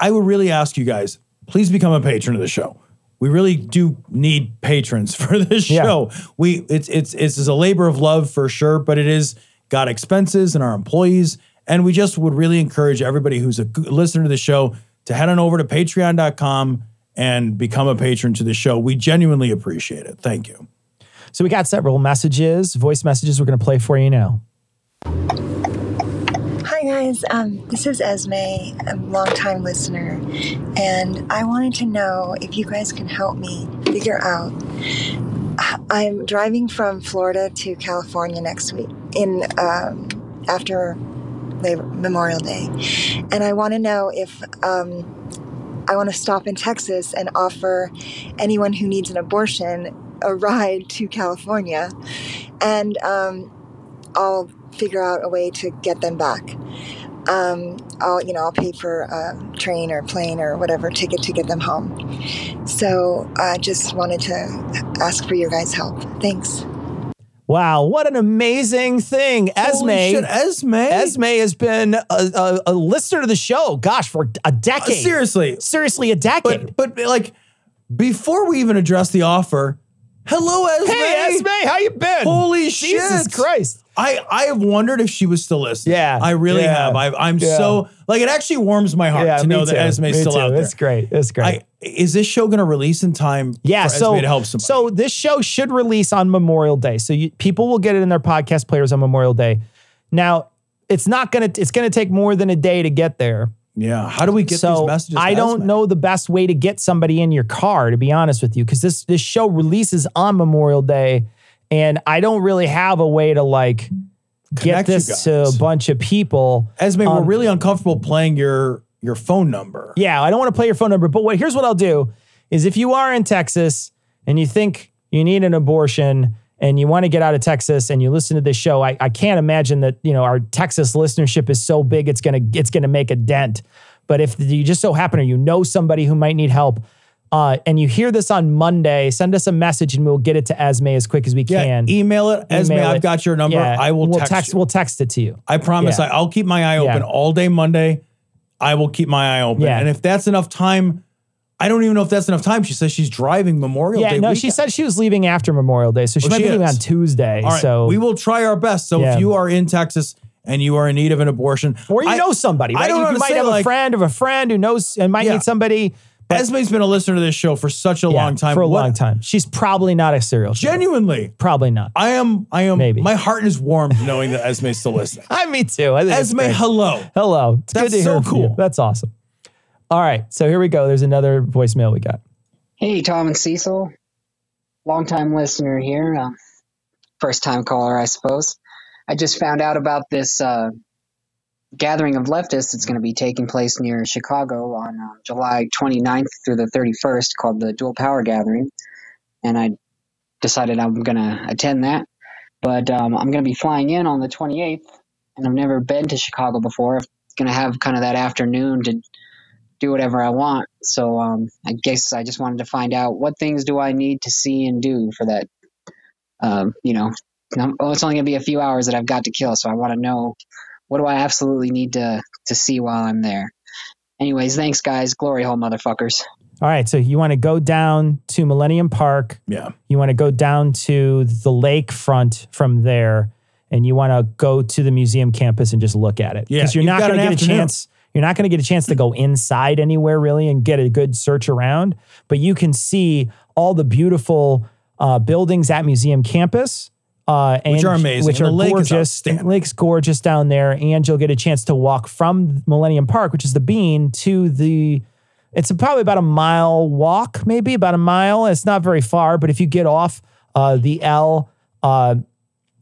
[SPEAKER 1] I would really ask you guys, please become a patron of the show. We really do need patrons for this
[SPEAKER 2] Yeah.
[SPEAKER 1] show. We it's it's it's is a labor of love for sure, but it is got expenses and our employees, and we just would really encourage everybody who's a good listener to the show to head on over to patreon.com and become a patron to the show. We genuinely appreciate it. Thank you.
[SPEAKER 2] So we got several messages, voice messages we're going to play for you now.
[SPEAKER 11] Hi guys, um, this is Esme, a longtime listener, and I wanted to know if you guys can help me figure out. uh, I'm driving from Florida to California next week in um, after Labor, Memorial Day, and I want to know if um, I want to stop in Texas and offer anyone who needs an abortion a ride to California, and um, I'll figure out a way to get them back. Um, I'll, you know, I'll pay for a train or plane or whatever ticket to get them home. So I just wanted to ask for your guys' help. Thanks.
[SPEAKER 2] Wow, what an amazing thing. Esme.
[SPEAKER 1] shit, Esme.
[SPEAKER 2] Esme has been a, a, a listener to the show, gosh, for a decade.
[SPEAKER 1] seriously.
[SPEAKER 2] Seriously, a decade.
[SPEAKER 1] But like before we even address the offer, hello Esme.
[SPEAKER 2] hey, Esme, how you been?
[SPEAKER 1] Holy
[SPEAKER 2] Jesus
[SPEAKER 1] shit.
[SPEAKER 2] Christ.
[SPEAKER 1] I I have wondered if she was still listening.
[SPEAKER 2] Yeah.
[SPEAKER 1] I really
[SPEAKER 2] Yeah.
[SPEAKER 1] have. I, I'm
[SPEAKER 2] Yeah.
[SPEAKER 1] so like it actually warms my heart
[SPEAKER 2] Yeah,
[SPEAKER 1] to
[SPEAKER 2] me
[SPEAKER 1] know
[SPEAKER 2] too.
[SPEAKER 1] that Esme's
[SPEAKER 2] Me
[SPEAKER 1] still
[SPEAKER 2] too.
[SPEAKER 1] out there.
[SPEAKER 2] It's great. It's great.
[SPEAKER 1] I, is this show going to release in time?
[SPEAKER 2] Yeah,
[SPEAKER 1] for
[SPEAKER 2] so
[SPEAKER 1] Esme to help somebody.
[SPEAKER 2] so this show should release on Memorial Day, so you, people will get it in their podcast players on Memorial Day. Now, it's not gonna it's gonna take more than a day to get there.
[SPEAKER 1] yeah. How do we get
[SPEAKER 2] so
[SPEAKER 1] these messages? to
[SPEAKER 2] I don't
[SPEAKER 1] Esme?
[SPEAKER 2] know the best way to get somebody in your car, to be honest with you, because this this show releases on Memorial Day, and I don't really have a way to like
[SPEAKER 1] Connect you
[SPEAKER 2] get this to a
[SPEAKER 1] guys.
[SPEAKER 2] bunch of people.
[SPEAKER 1] Esme, we're
[SPEAKER 2] Um,
[SPEAKER 1] really uncomfortable playing your your phone number.
[SPEAKER 2] Yeah, I don't want to play your phone number, but what here's what I'll do is if you are in Texas and you think you need an abortion and you want to get out of Texas and you listen to this show, I, I can't imagine that, you know, our Texas listenership is so big it's gonna it's gonna make a dent. But if you just so happen or you know somebody who might need help, uh, and you hear this on Monday, send us a message and we'll get it to Esme as quick as we
[SPEAKER 1] Yeah,
[SPEAKER 2] can.
[SPEAKER 1] email it. Esme,
[SPEAKER 2] Email
[SPEAKER 1] I've
[SPEAKER 2] it.
[SPEAKER 1] got your number.
[SPEAKER 2] Yeah,
[SPEAKER 1] I will
[SPEAKER 2] we'll
[SPEAKER 1] text, you.
[SPEAKER 2] we'll text it to you.
[SPEAKER 1] I promise.
[SPEAKER 2] Yeah.
[SPEAKER 1] I, I'll keep my eye
[SPEAKER 2] Yeah.
[SPEAKER 1] open all day Monday. I will keep my eye open.
[SPEAKER 2] Yeah.
[SPEAKER 1] And if that's enough time, I don't even know if that's enough time. She says she's driving Memorial
[SPEAKER 2] Yeah,
[SPEAKER 1] Day.
[SPEAKER 2] no,
[SPEAKER 1] weekend.
[SPEAKER 2] she said she was leaving after Memorial Day, so she
[SPEAKER 1] Oh,
[SPEAKER 2] might
[SPEAKER 1] she
[SPEAKER 2] be leaving
[SPEAKER 1] is.
[SPEAKER 2] on Tuesday.
[SPEAKER 1] All right,
[SPEAKER 2] so
[SPEAKER 1] we will try our best. So
[SPEAKER 2] Yeah.
[SPEAKER 1] if you are in Texas and you are in need of an abortion,
[SPEAKER 2] or you
[SPEAKER 1] I-
[SPEAKER 2] know somebody. Right?
[SPEAKER 1] I don't
[SPEAKER 2] you,
[SPEAKER 1] know.
[SPEAKER 2] you
[SPEAKER 1] to
[SPEAKER 2] might
[SPEAKER 1] say,
[SPEAKER 2] have
[SPEAKER 1] like,
[SPEAKER 2] a friend of a friend who knows and might
[SPEAKER 1] Yeah.
[SPEAKER 2] need somebody. But
[SPEAKER 1] Esme's been a listener to this show for such a
[SPEAKER 2] yeah,
[SPEAKER 1] long time.
[SPEAKER 2] for a
[SPEAKER 1] What-
[SPEAKER 2] long time. She's probably not a serial. killer.
[SPEAKER 1] Genuinely,
[SPEAKER 2] probably not.
[SPEAKER 1] I am. I am.
[SPEAKER 2] Maybe.
[SPEAKER 1] My heart is warmed knowing that Esme's still listening.
[SPEAKER 2] I me too. I think it's
[SPEAKER 1] Esme,
[SPEAKER 2] great.
[SPEAKER 1] hello.
[SPEAKER 2] hello. It's
[SPEAKER 1] That's
[SPEAKER 2] good to hear
[SPEAKER 1] so
[SPEAKER 2] from you.
[SPEAKER 1] cool.
[SPEAKER 2] That's awesome. All right, so here we go. There's another voicemail we got.
[SPEAKER 12] Hey, Tom and Cecil. Longtime listener here. Uh, first time caller, I suppose. I just found out about this uh, gathering of leftists that's going to be taking place near Chicago on uh, July 29th through the 31st called the Dual Power Gathering. And I decided I'm going to attend that. But um, I'm going to be flying in on the 28th, and I've never been to Chicago before. I'm going to have kind of that afternoon to do whatever I want. So um, I guess I just wanted to find out what things do I need to see and do for that. Um, you know, no- oh, it's only gonna be a few hours that I've got to kill, so I want to know what do I absolutely need to to see while I'm there. Anyways, thanks guys. Glory hole, motherfuckers.
[SPEAKER 2] All right, so you want to go down to Millennium Park.
[SPEAKER 1] Yeah.
[SPEAKER 2] You want to go down to the lakefront from there, and you want to go to the museum campus and just look at it.
[SPEAKER 1] Yeah,
[SPEAKER 2] you're
[SPEAKER 1] you've
[SPEAKER 2] not
[SPEAKER 1] got
[SPEAKER 2] going to
[SPEAKER 1] an
[SPEAKER 2] get
[SPEAKER 1] afternoon.
[SPEAKER 2] a chance. You're not going to get a chance to go inside anywhere really and get a good search around, but you can see all the beautiful uh, buildings at museum campus. Uh, and,
[SPEAKER 1] Which are amazing.
[SPEAKER 2] Which
[SPEAKER 1] And
[SPEAKER 2] are
[SPEAKER 1] the lake is
[SPEAKER 2] gorgeous. The
[SPEAKER 1] outstanding.
[SPEAKER 2] lake's gorgeous down there, and you'll get a chance to walk from Millennium Park, which is the Bean, to the it's probably about a mile walk, maybe about a mile. It's not very far, but if you get off uh, the L uh,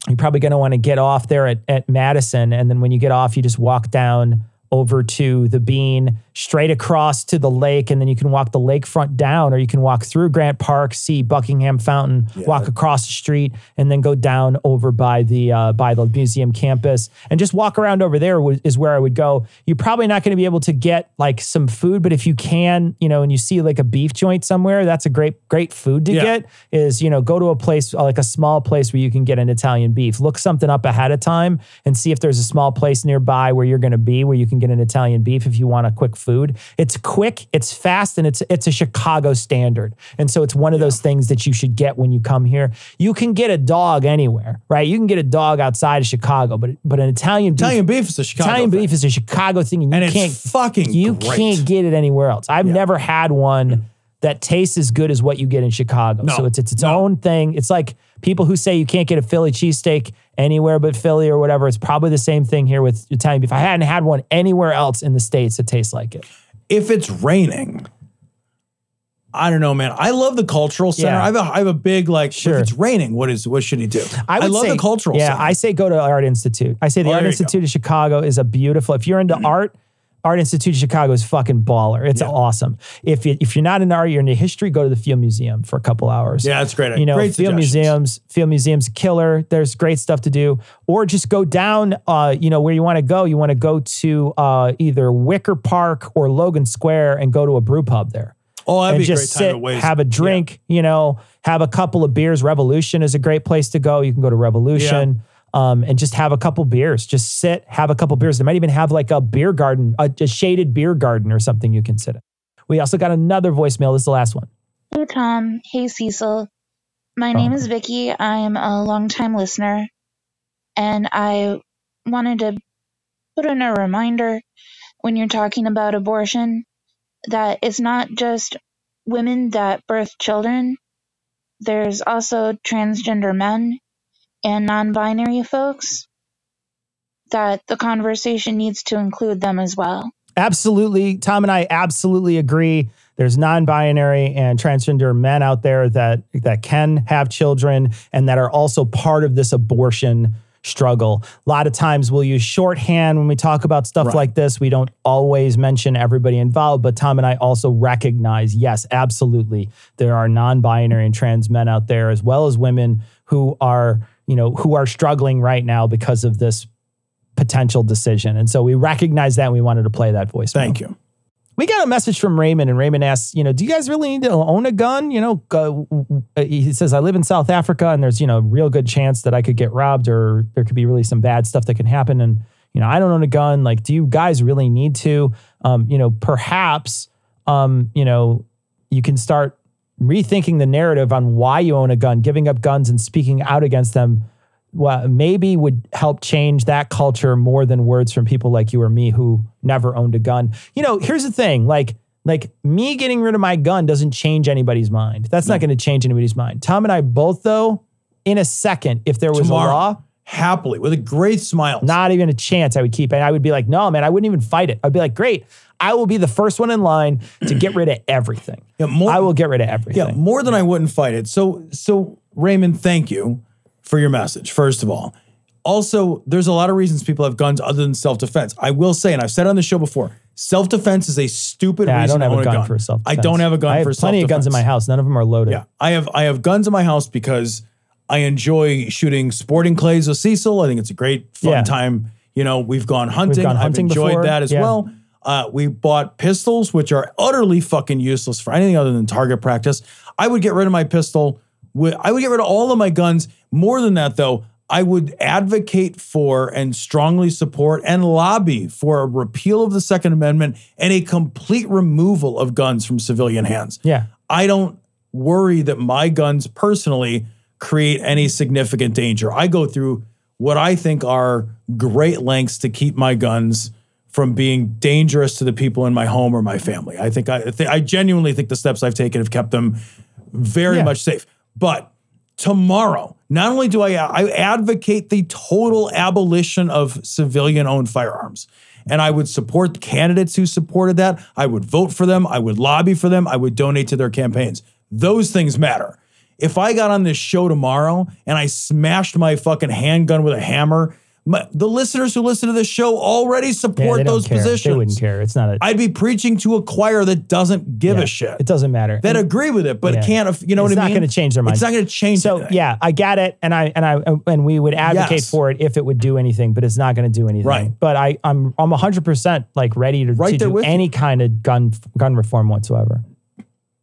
[SPEAKER 2] you're probably going to want to get off there at, at Madison. And then when you get off, you just walk down over to the bean, straight across to the lake. And then you can walk the lakefront down, or you can walk through Grant Park, see Buckingham Fountain, walk across the street, and then go down over by the, uh, by the museum campus. And just walk around over there wa- is where I would go. You're probably not going to be able to get like some food, but if you can, you know, and you see like a beef joint somewhere, that's a great, great food to
[SPEAKER 1] Yeah.
[SPEAKER 2] get is you know go to a place uh, like a small place where you can get an Italian beef. Look something up ahead of time and see if there's a small place nearby where you're going to be where you can get an Italian beef if you want a quick food. It's quick, it's fast, and it's it's a Chicago standard. And so it's one of those things that you should get when you come here. You can get a dog anywhere, right? You can get a dog outside of Chicago, but but an Italian beef,
[SPEAKER 1] Italian beef is a Chicago
[SPEAKER 2] Italian beef is a Chicago thing, and you
[SPEAKER 1] And it's
[SPEAKER 2] can't
[SPEAKER 1] fucking
[SPEAKER 2] you
[SPEAKER 1] great.
[SPEAKER 2] can't get it anywhere else. I've never had one that tastes as good as what you get in Chicago.
[SPEAKER 1] No.
[SPEAKER 2] So it's it's its own thing. It's like people who say you can't get a Philly cheesesteak anywhere but Philly or whatever. It's probably the same thing here with Italian beef. I hadn't had one anywhere else in the states that tastes like it.
[SPEAKER 1] if it's raining, I don't know, man. I love the cultural center.
[SPEAKER 2] Yeah.
[SPEAKER 1] I, have a, I have a big like. If it's raining, what is what should he do?
[SPEAKER 2] I, would
[SPEAKER 1] love
[SPEAKER 2] say-
[SPEAKER 1] the cultural
[SPEAKER 2] Yeah,
[SPEAKER 1] center.
[SPEAKER 2] I say go to Art Institute. I say the
[SPEAKER 1] Oh,
[SPEAKER 2] Art
[SPEAKER 1] there you Mm-hmm.
[SPEAKER 2] Institute of Chicago is a beautiful. If you're into art, Art Institute of Chicago is fucking baller. It's awesome. If you, if you're not into art, you're into history. Go to the Field Museum for a couple hours.
[SPEAKER 1] Yeah, that's great.
[SPEAKER 2] You know,
[SPEAKER 1] Great
[SPEAKER 2] Field
[SPEAKER 1] suggestions.
[SPEAKER 2] Museums, Field Museums, killer. There's great stuff to do. Or just go down. Uh, you know where you want to go. You want to go to uh, either Wicker Park or Logan Square and go to a brew pub there
[SPEAKER 1] oh, that'd
[SPEAKER 2] and
[SPEAKER 1] be a
[SPEAKER 2] just
[SPEAKER 1] great time
[SPEAKER 2] sit,
[SPEAKER 1] to waste.
[SPEAKER 2] have a drink, you know, have a couple of beers. Revolution is a great place to go. You can go to Revolution. Um, and just have a couple beers. Just sit, have a couple beers. They might even have like a beer garden, a, a shaded beer garden or something you can sit in. We also got another voicemail. This is the last one.
[SPEAKER 13] Hey Tom. Hey Cecil. My
[SPEAKER 1] Oh.
[SPEAKER 13] name is Vicky. I'm a longtime listener, and I wanted to put in a reminder when you're talking about abortion that it's not just women that birth children. There's also transgender men and non-binary folks that the conversation needs to include them as well.
[SPEAKER 2] Absolutely. Tom and I absolutely agree. There's non-binary and transgender men out there that that can have children and that are also part of this abortion struggle. A lot of times we'll use shorthand when we talk about stuff
[SPEAKER 1] Right.
[SPEAKER 2] like this. We don't always mention everybody involved, but Tom and I also recognize, yes, absolutely, there are non-binary and trans men out there as well as women who are, you know, who are struggling right now because of this potential decision. And so we recognize that and we wanted to play that voice. Thank
[SPEAKER 1] you.
[SPEAKER 2] We got a message from Raymond, and Raymond asks, you know, do you guys really need to own a gun? You know, uh, he says, I live in South Africa, and there's, you know, real good chance that I could get robbed, or there could be really some bad stuff that can happen. And, you know, I don't own a gun. Like, do you guys really need to? Um, you know, perhaps, um, you know, you can start rethinking the narrative on why you own a gun, giving up guns and speaking out against them well, maybe would help change that culture more than words from people like you or me who never owned a gun. You know, here's the thing, like like me getting rid of my gun doesn't change anybody's mind. That's not going to change anybody's mind. Tom and I both though in a second if there was
[SPEAKER 1] Tomorrow,
[SPEAKER 2] a law
[SPEAKER 1] happily with a great smile.
[SPEAKER 2] not even a chance I would keep it. And I would be like, no, man, I wouldn't even fight it. I'd be like, great, I will be the first one in line to get rid of everything. I will get rid of everything.
[SPEAKER 1] Yeah, more than I wouldn't fight it. So, so Raymond, thank you for your message. First of all, also, there's a lot of reasons people have guns other than self defense. I will say, and I've said on the show before, self defense is a stupid
[SPEAKER 2] Yeah, I
[SPEAKER 1] reason
[SPEAKER 2] don't have
[SPEAKER 1] to
[SPEAKER 2] a
[SPEAKER 1] own
[SPEAKER 2] gun for self.
[SPEAKER 1] I don't have a gun
[SPEAKER 2] I have
[SPEAKER 1] for
[SPEAKER 2] plenty of guns in my
[SPEAKER 1] self-defense.
[SPEAKER 2] house. None of them are loaded.
[SPEAKER 1] Yeah, I have I have guns in my house because I enjoy shooting sporting clays with Cecil. I think it's a great fun
[SPEAKER 2] Yeah.
[SPEAKER 1] time. You know, we've gone hunting.
[SPEAKER 2] gone hunting
[SPEAKER 1] I've enjoyed
[SPEAKER 2] before.
[SPEAKER 1] that as
[SPEAKER 2] Yeah.
[SPEAKER 1] well. Uh, we bought pistols, which are utterly fucking useless for anything other than target practice. I would get rid of my pistol. Wi- I would get rid of all of my guns. More than that, though, I would advocate for and strongly support and lobby for a repeal of the Second Amendment and a complete removal of guns from civilian hands.
[SPEAKER 2] Yeah.
[SPEAKER 1] I don't worry that my guns personally create any significant danger. I go through what I think are great lengths to keep my guns from being dangerous to the people in my home or my family. I think I, I thi- I genuinely think the steps I've taken have kept them very
[SPEAKER 2] Yeah.
[SPEAKER 1] much safe. But tomorrow, not only do I I advocate the total abolition of civilian owned firearms. And I would support candidates who supported that. I would vote for them. I would lobby for them. I would donate to their campaigns. Those things matter. If I got on this show tomorrow and I smashed my fucking handgun with a hammer, my, the listeners who listen to this show already
[SPEAKER 2] Yeah,
[SPEAKER 1] support
[SPEAKER 2] they don't
[SPEAKER 1] those
[SPEAKER 2] care.
[SPEAKER 1] positions.
[SPEAKER 2] They wouldn't care. It's not a.
[SPEAKER 1] I'd be preaching to a choir that doesn't give a shit.
[SPEAKER 2] It doesn't matter.
[SPEAKER 1] That agree with it, but
[SPEAKER 2] Mm. Yeah.
[SPEAKER 1] can't. aff- You know
[SPEAKER 2] it's
[SPEAKER 1] what I mean?
[SPEAKER 2] not going to change their mind.
[SPEAKER 1] It's not going to change.
[SPEAKER 2] So
[SPEAKER 1] anything.
[SPEAKER 2] yeah, I get it, and I and I and we would advocate
[SPEAKER 1] Yes.
[SPEAKER 2] for it if it would do anything, but it's not going to do anything.
[SPEAKER 1] Right.
[SPEAKER 2] But I I'm I'm 100 percent like ready to,
[SPEAKER 1] Right
[SPEAKER 2] to
[SPEAKER 1] there
[SPEAKER 2] do
[SPEAKER 1] with you.
[SPEAKER 2] any kind of gun gun reform whatsoever.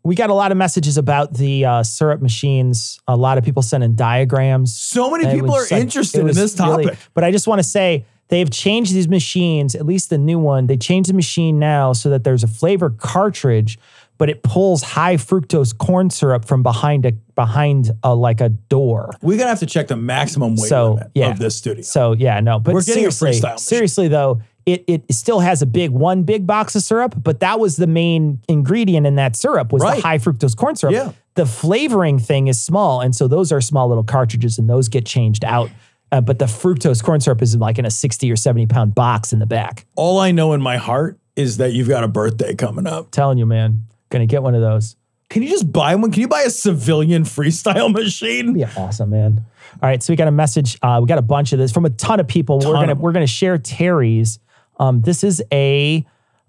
[SPEAKER 2] We got a lot of messages about the uh, syrup machines. A lot of people sending diagrams.
[SPEAKER 1] So many
[SPEAKER 2] It
[SPEAKER 1] people
[SPEAKER 2] was
[SPEAKER 1] are
[SPEAKER 2] just like-
[SPEAKER 1] interested
[SPEAKER 2] it
[SPEAKER 1] in
[SPEAKER 2] was
[SPEAKER 1] this
[SPEAKER 2] really-
[SPEAKER 1] topic.
[SPEAKER 2] but I just want to say they've changed these machines, at least the new one. They changed the machine now so that there's a flavor cartridge, but it pulls high fructose corn syrup from behind a behind a like a door.
[SPEAKER 1] We're gonna have to check the maximum weight
[SPEAKER 2] So,
[SPEAKER 1] limit
[SPEAKER 2] yeah.
[SPEAKER 1] of this studio.
[SPEAKER 2] So yeah, no, but
[SPEAKER 1] We're getting a
[SPEAKER 2] seriously,
[SPEAKER 1] freestyle machine.
[SPEAKER 2] seriously though, it it still has a big one big box of syrup, but that was the main ingredient in that syrup was
[SPEAKER 1] Right.
[SPEAKER 2] the high fructose corn syrup.
[SPEAKER 1] Yeah.
[SPEAKER 2] The flavoring thing is small, and so those are small little cartridges, and those get changed out. Uh, but the fructose corn syrup is like in a sixty or seventy pound box in the back.
[SPEAKER 1] All I know in my heart is that you've got a birthday coming up.
[SPEAKER 2] telling you, man, gonna get one of those.
[SPEAKER 1] Can you just buy one? Can you buy a civilian freestyle machine?
[SPEAKER 2] Yeah, awesome, man. All right, so we got a message. Uh, we got a bunch of this from a ton of people. we're
[SPEAKER 1] Ton
[SPEAKER 2] gonna
[SPEAKER 1] of 'em.
[SPEAKER 2] we're gonna share Terry's. Um, this is a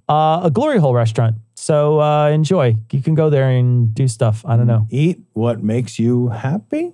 [SPEAKER 2] uh, a glory hole restaurant, so uh, enjoy. You can go there and do stuff. I don't know.
[SPEAKER 1] Eat what makes you happy.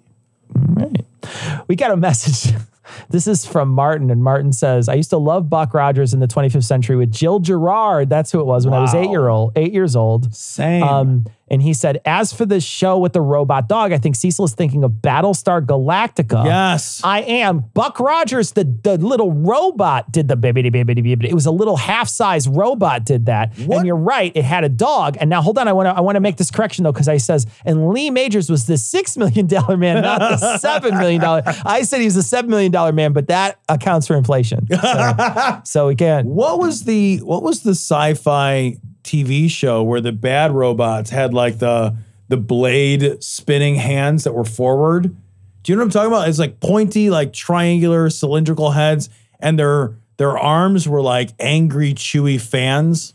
[SPEAKER 2] We got a message. This is from Martin, and Martin says, "I used to love Buck Rogers in the 25th century with Jill Gerard. That's who it was when I was
[SPEAKER 1] Wow.
[SPEAKER 2] eight year old, eight years old.
[SPEAKER 1] Same.
[SPEAKER 2] Um, and he said, as for the show with the robot dog, I think Cecil is thinking of Battlestar Galactica.
[SPEAKER 1] Yes.
[SPEAKER 2] I am. Buck Rogers, the, the little robot, did the bibbity bibbity bibbity. It was a little half size robot did that. And you're right, it had a dog. And now hold on, I want to I want to make this correction though, because I says, and Lee Majors was the six million dollar man, not the seven million dollar. I said he was the seven million dollar man, but that accounts for inflation. So, so again,
[SPEAKER 1] What was the what was the sci-fi TV show where the bad robots had like the the blade spinning hands that were forward? Do you know what I'm talking about? It's like pointy, like triangular, cylindrical heads, and their their arms were like angry, chewy fans.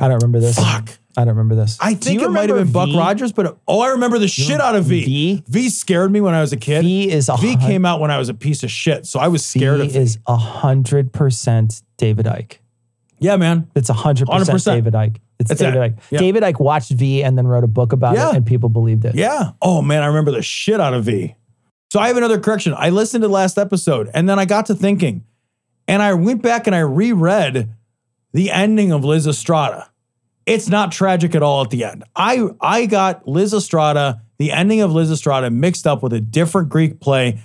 [SPEAKER 2] I don't remember this.
[SPEAKER 1] Fuck.
[SPEAKER 2] I don't remember this.
[SPEAKER 1] I
[SPEAKER 2] Do you
[SPEAKER 1] think it might have
[SPEAKER 2] remember
[SPEAKER 1] been Buck
[SPEAKER 2] V?
[SPEAKER 1] Rogers, but oh, I remember the shit out of V.
[SPEAKER 2] V?
[SPEAKER 1] scared me when I was a kid.
[SPEAKER 2] V is a
[SPEAKER 1] V
[SPEAKER 2] hun-
[SPEAKER 1] came out when I was a piece of shit, so I was scared
[SPEAKER 2] he
[SPEAKER 1] of it.
[SPEAKER 2] is a hundred percent David Ike.
[SPEAKER 1] Yeah, man.
[SPEAKER 2] It's a hundred percent
[SPEAKER 1] 100%.
[SPEAKER 2] David Ike. It's
[SPEAKER 1] That's
[SPEAKER 2] David
[SPEAKER 1] it.
[SPEAKER 2] Ike.
[SPEAKER 1] Yeah.
[SPEAKER 2] David Ike watched V and then wrote a book about
[SPEAKER 1] Yeah.
[SPEAKER 2] it, and people believed it.
[SPEAKER 1] Yeah. Oh man, I remember the shit out of V. So I have another correction. I listened to last episode and then I got to thinking and I went back and I reread the ending of Liz Estrada. It's not tragic at all at the end. I I got Liz Estrada, the ending of Liz Estrada mixed up with a different Greek play.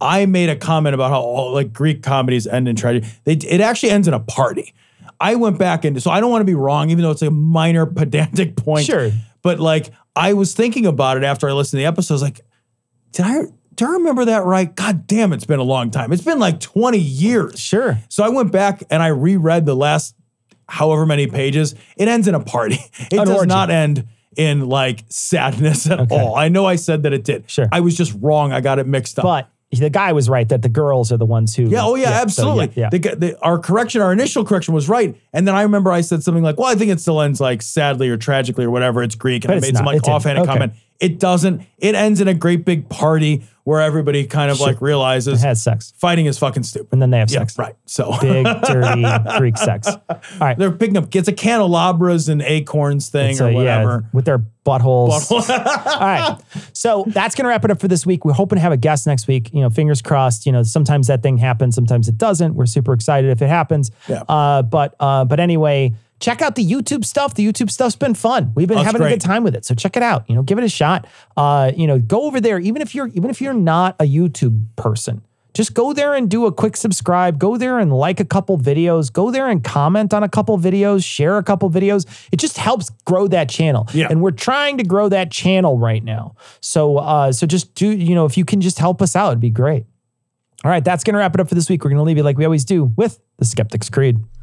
[SPEAKER 1] I made a comment about how all like Greek comedies end in tragedy. They, it actually ends in a party. I went back into so I don't want to be wrong, even though it's a minor pedantic point.
[SPEAKER 2] Sure.
[SPEAKER 1] But like I was thinking about it after I listened to the episode. I was like, did I do I remember that right? God damn, it's been a long time. It's been like 20 years.
[SPEAKER 2] Sure.
[SPEAKER 1] So I went back and I reread the last however many pages. It ends in a party. It
[SPEAKER 2] An
[SPEAKER 1] does
[SPEAKER 2] orgy.
[SPEAKER 1] not end in like sadness at all. I know I said that it did.
[SPEAKER 2] Sure.
[SPEAKER 1] I was just wrong. I got it mixed up.
[SPEAKER 2] But the guy was right that the girls are the ones who.
[SPEAKER 1] Yeah. Oh, yeah.
[SPEAKER 2] so,
[SPEAKER 1] absolutely.
[SPEAKER 2] yeah,
[SPEAKER 1] The,
[SPEAKER 2] yeah.
[SPEAKER 1] the, our correction, our initial correction was right, and then I remember I said something like, "Well, I think it still ends like sadly or tragically or whatever. It's Greek," and
[SPEAKER 2] But
[SPEAKER 1] I
[SPEAKER 2] it's
[SPEAKER 1] made some
[SPEAKER 2] not.
[SPEAKER 1] like
[SPEAKER 2] It didn't.
[SPEAKER 1] offhand
[SPEAKER 2] Okay.
[SPEAKER 1] comment. It doesn't. It ends in a great big party where everybody kind of
[SPEAKER 2] Sure.
[SPEAKER 1] like realizes
[SPEAKER 2] had sex,
[SPEAKER 1] fighting is fucking stupid.
[SPEAKER 2] and then they have
[SPEAKER 1] Yeah,
[SPEAKER 2] sex.
[SPEAKER 1] right. So
[SPEAKER 2] Big dirty Greek sex. All right.
[SPEAKER 1] they're picking up it's a candelabras and acorns thing
[SPEAKER 2] So,
[SPEAKER 1] or
[SPEAKER 2] yeah,
[SPEAKER 1] whatever.
[SPEAKER 2] with their buttholes.
[SPEAKER 1] Bottle-
[SPEAKER 2] All right. So that's going to wrap it up for this week. We're hoping to have a guest next week. You know, fingers crossed. You know, sometimes that thing happens, sometimes it doesn't. We're super excited if it happens.
[SPEAKER 1] Yeah.
[SPEAKER 2] Uh, but uh, but anyway, check out the YouTube stuff. The YouTube stuff's been fun. We've been
[SPEAKER 1] That's
[SPEAKER 2] having a good
[SPEAKER 1] Oh, great.
[SPEAKER 2] time with it. So check it out. You know, give it a shot. Uh, you know, go over there. Even if you're even if you're not a YouTube person. Just go there and do a quick subscribe. Go there and like a couple videos. Go there and comment on a couple videos. Share a couple videos. It just helps grow that channel.
[SPEAKER 1] Yeah.
[SPEAKER 2] And we're trying to grow that channel right now. So uh, so just do, you know, if you can just help us out, it'd be great. All right, that's gonna wrap it up for this week. We're gonna leave you like we always do with the Skeptic's Creed.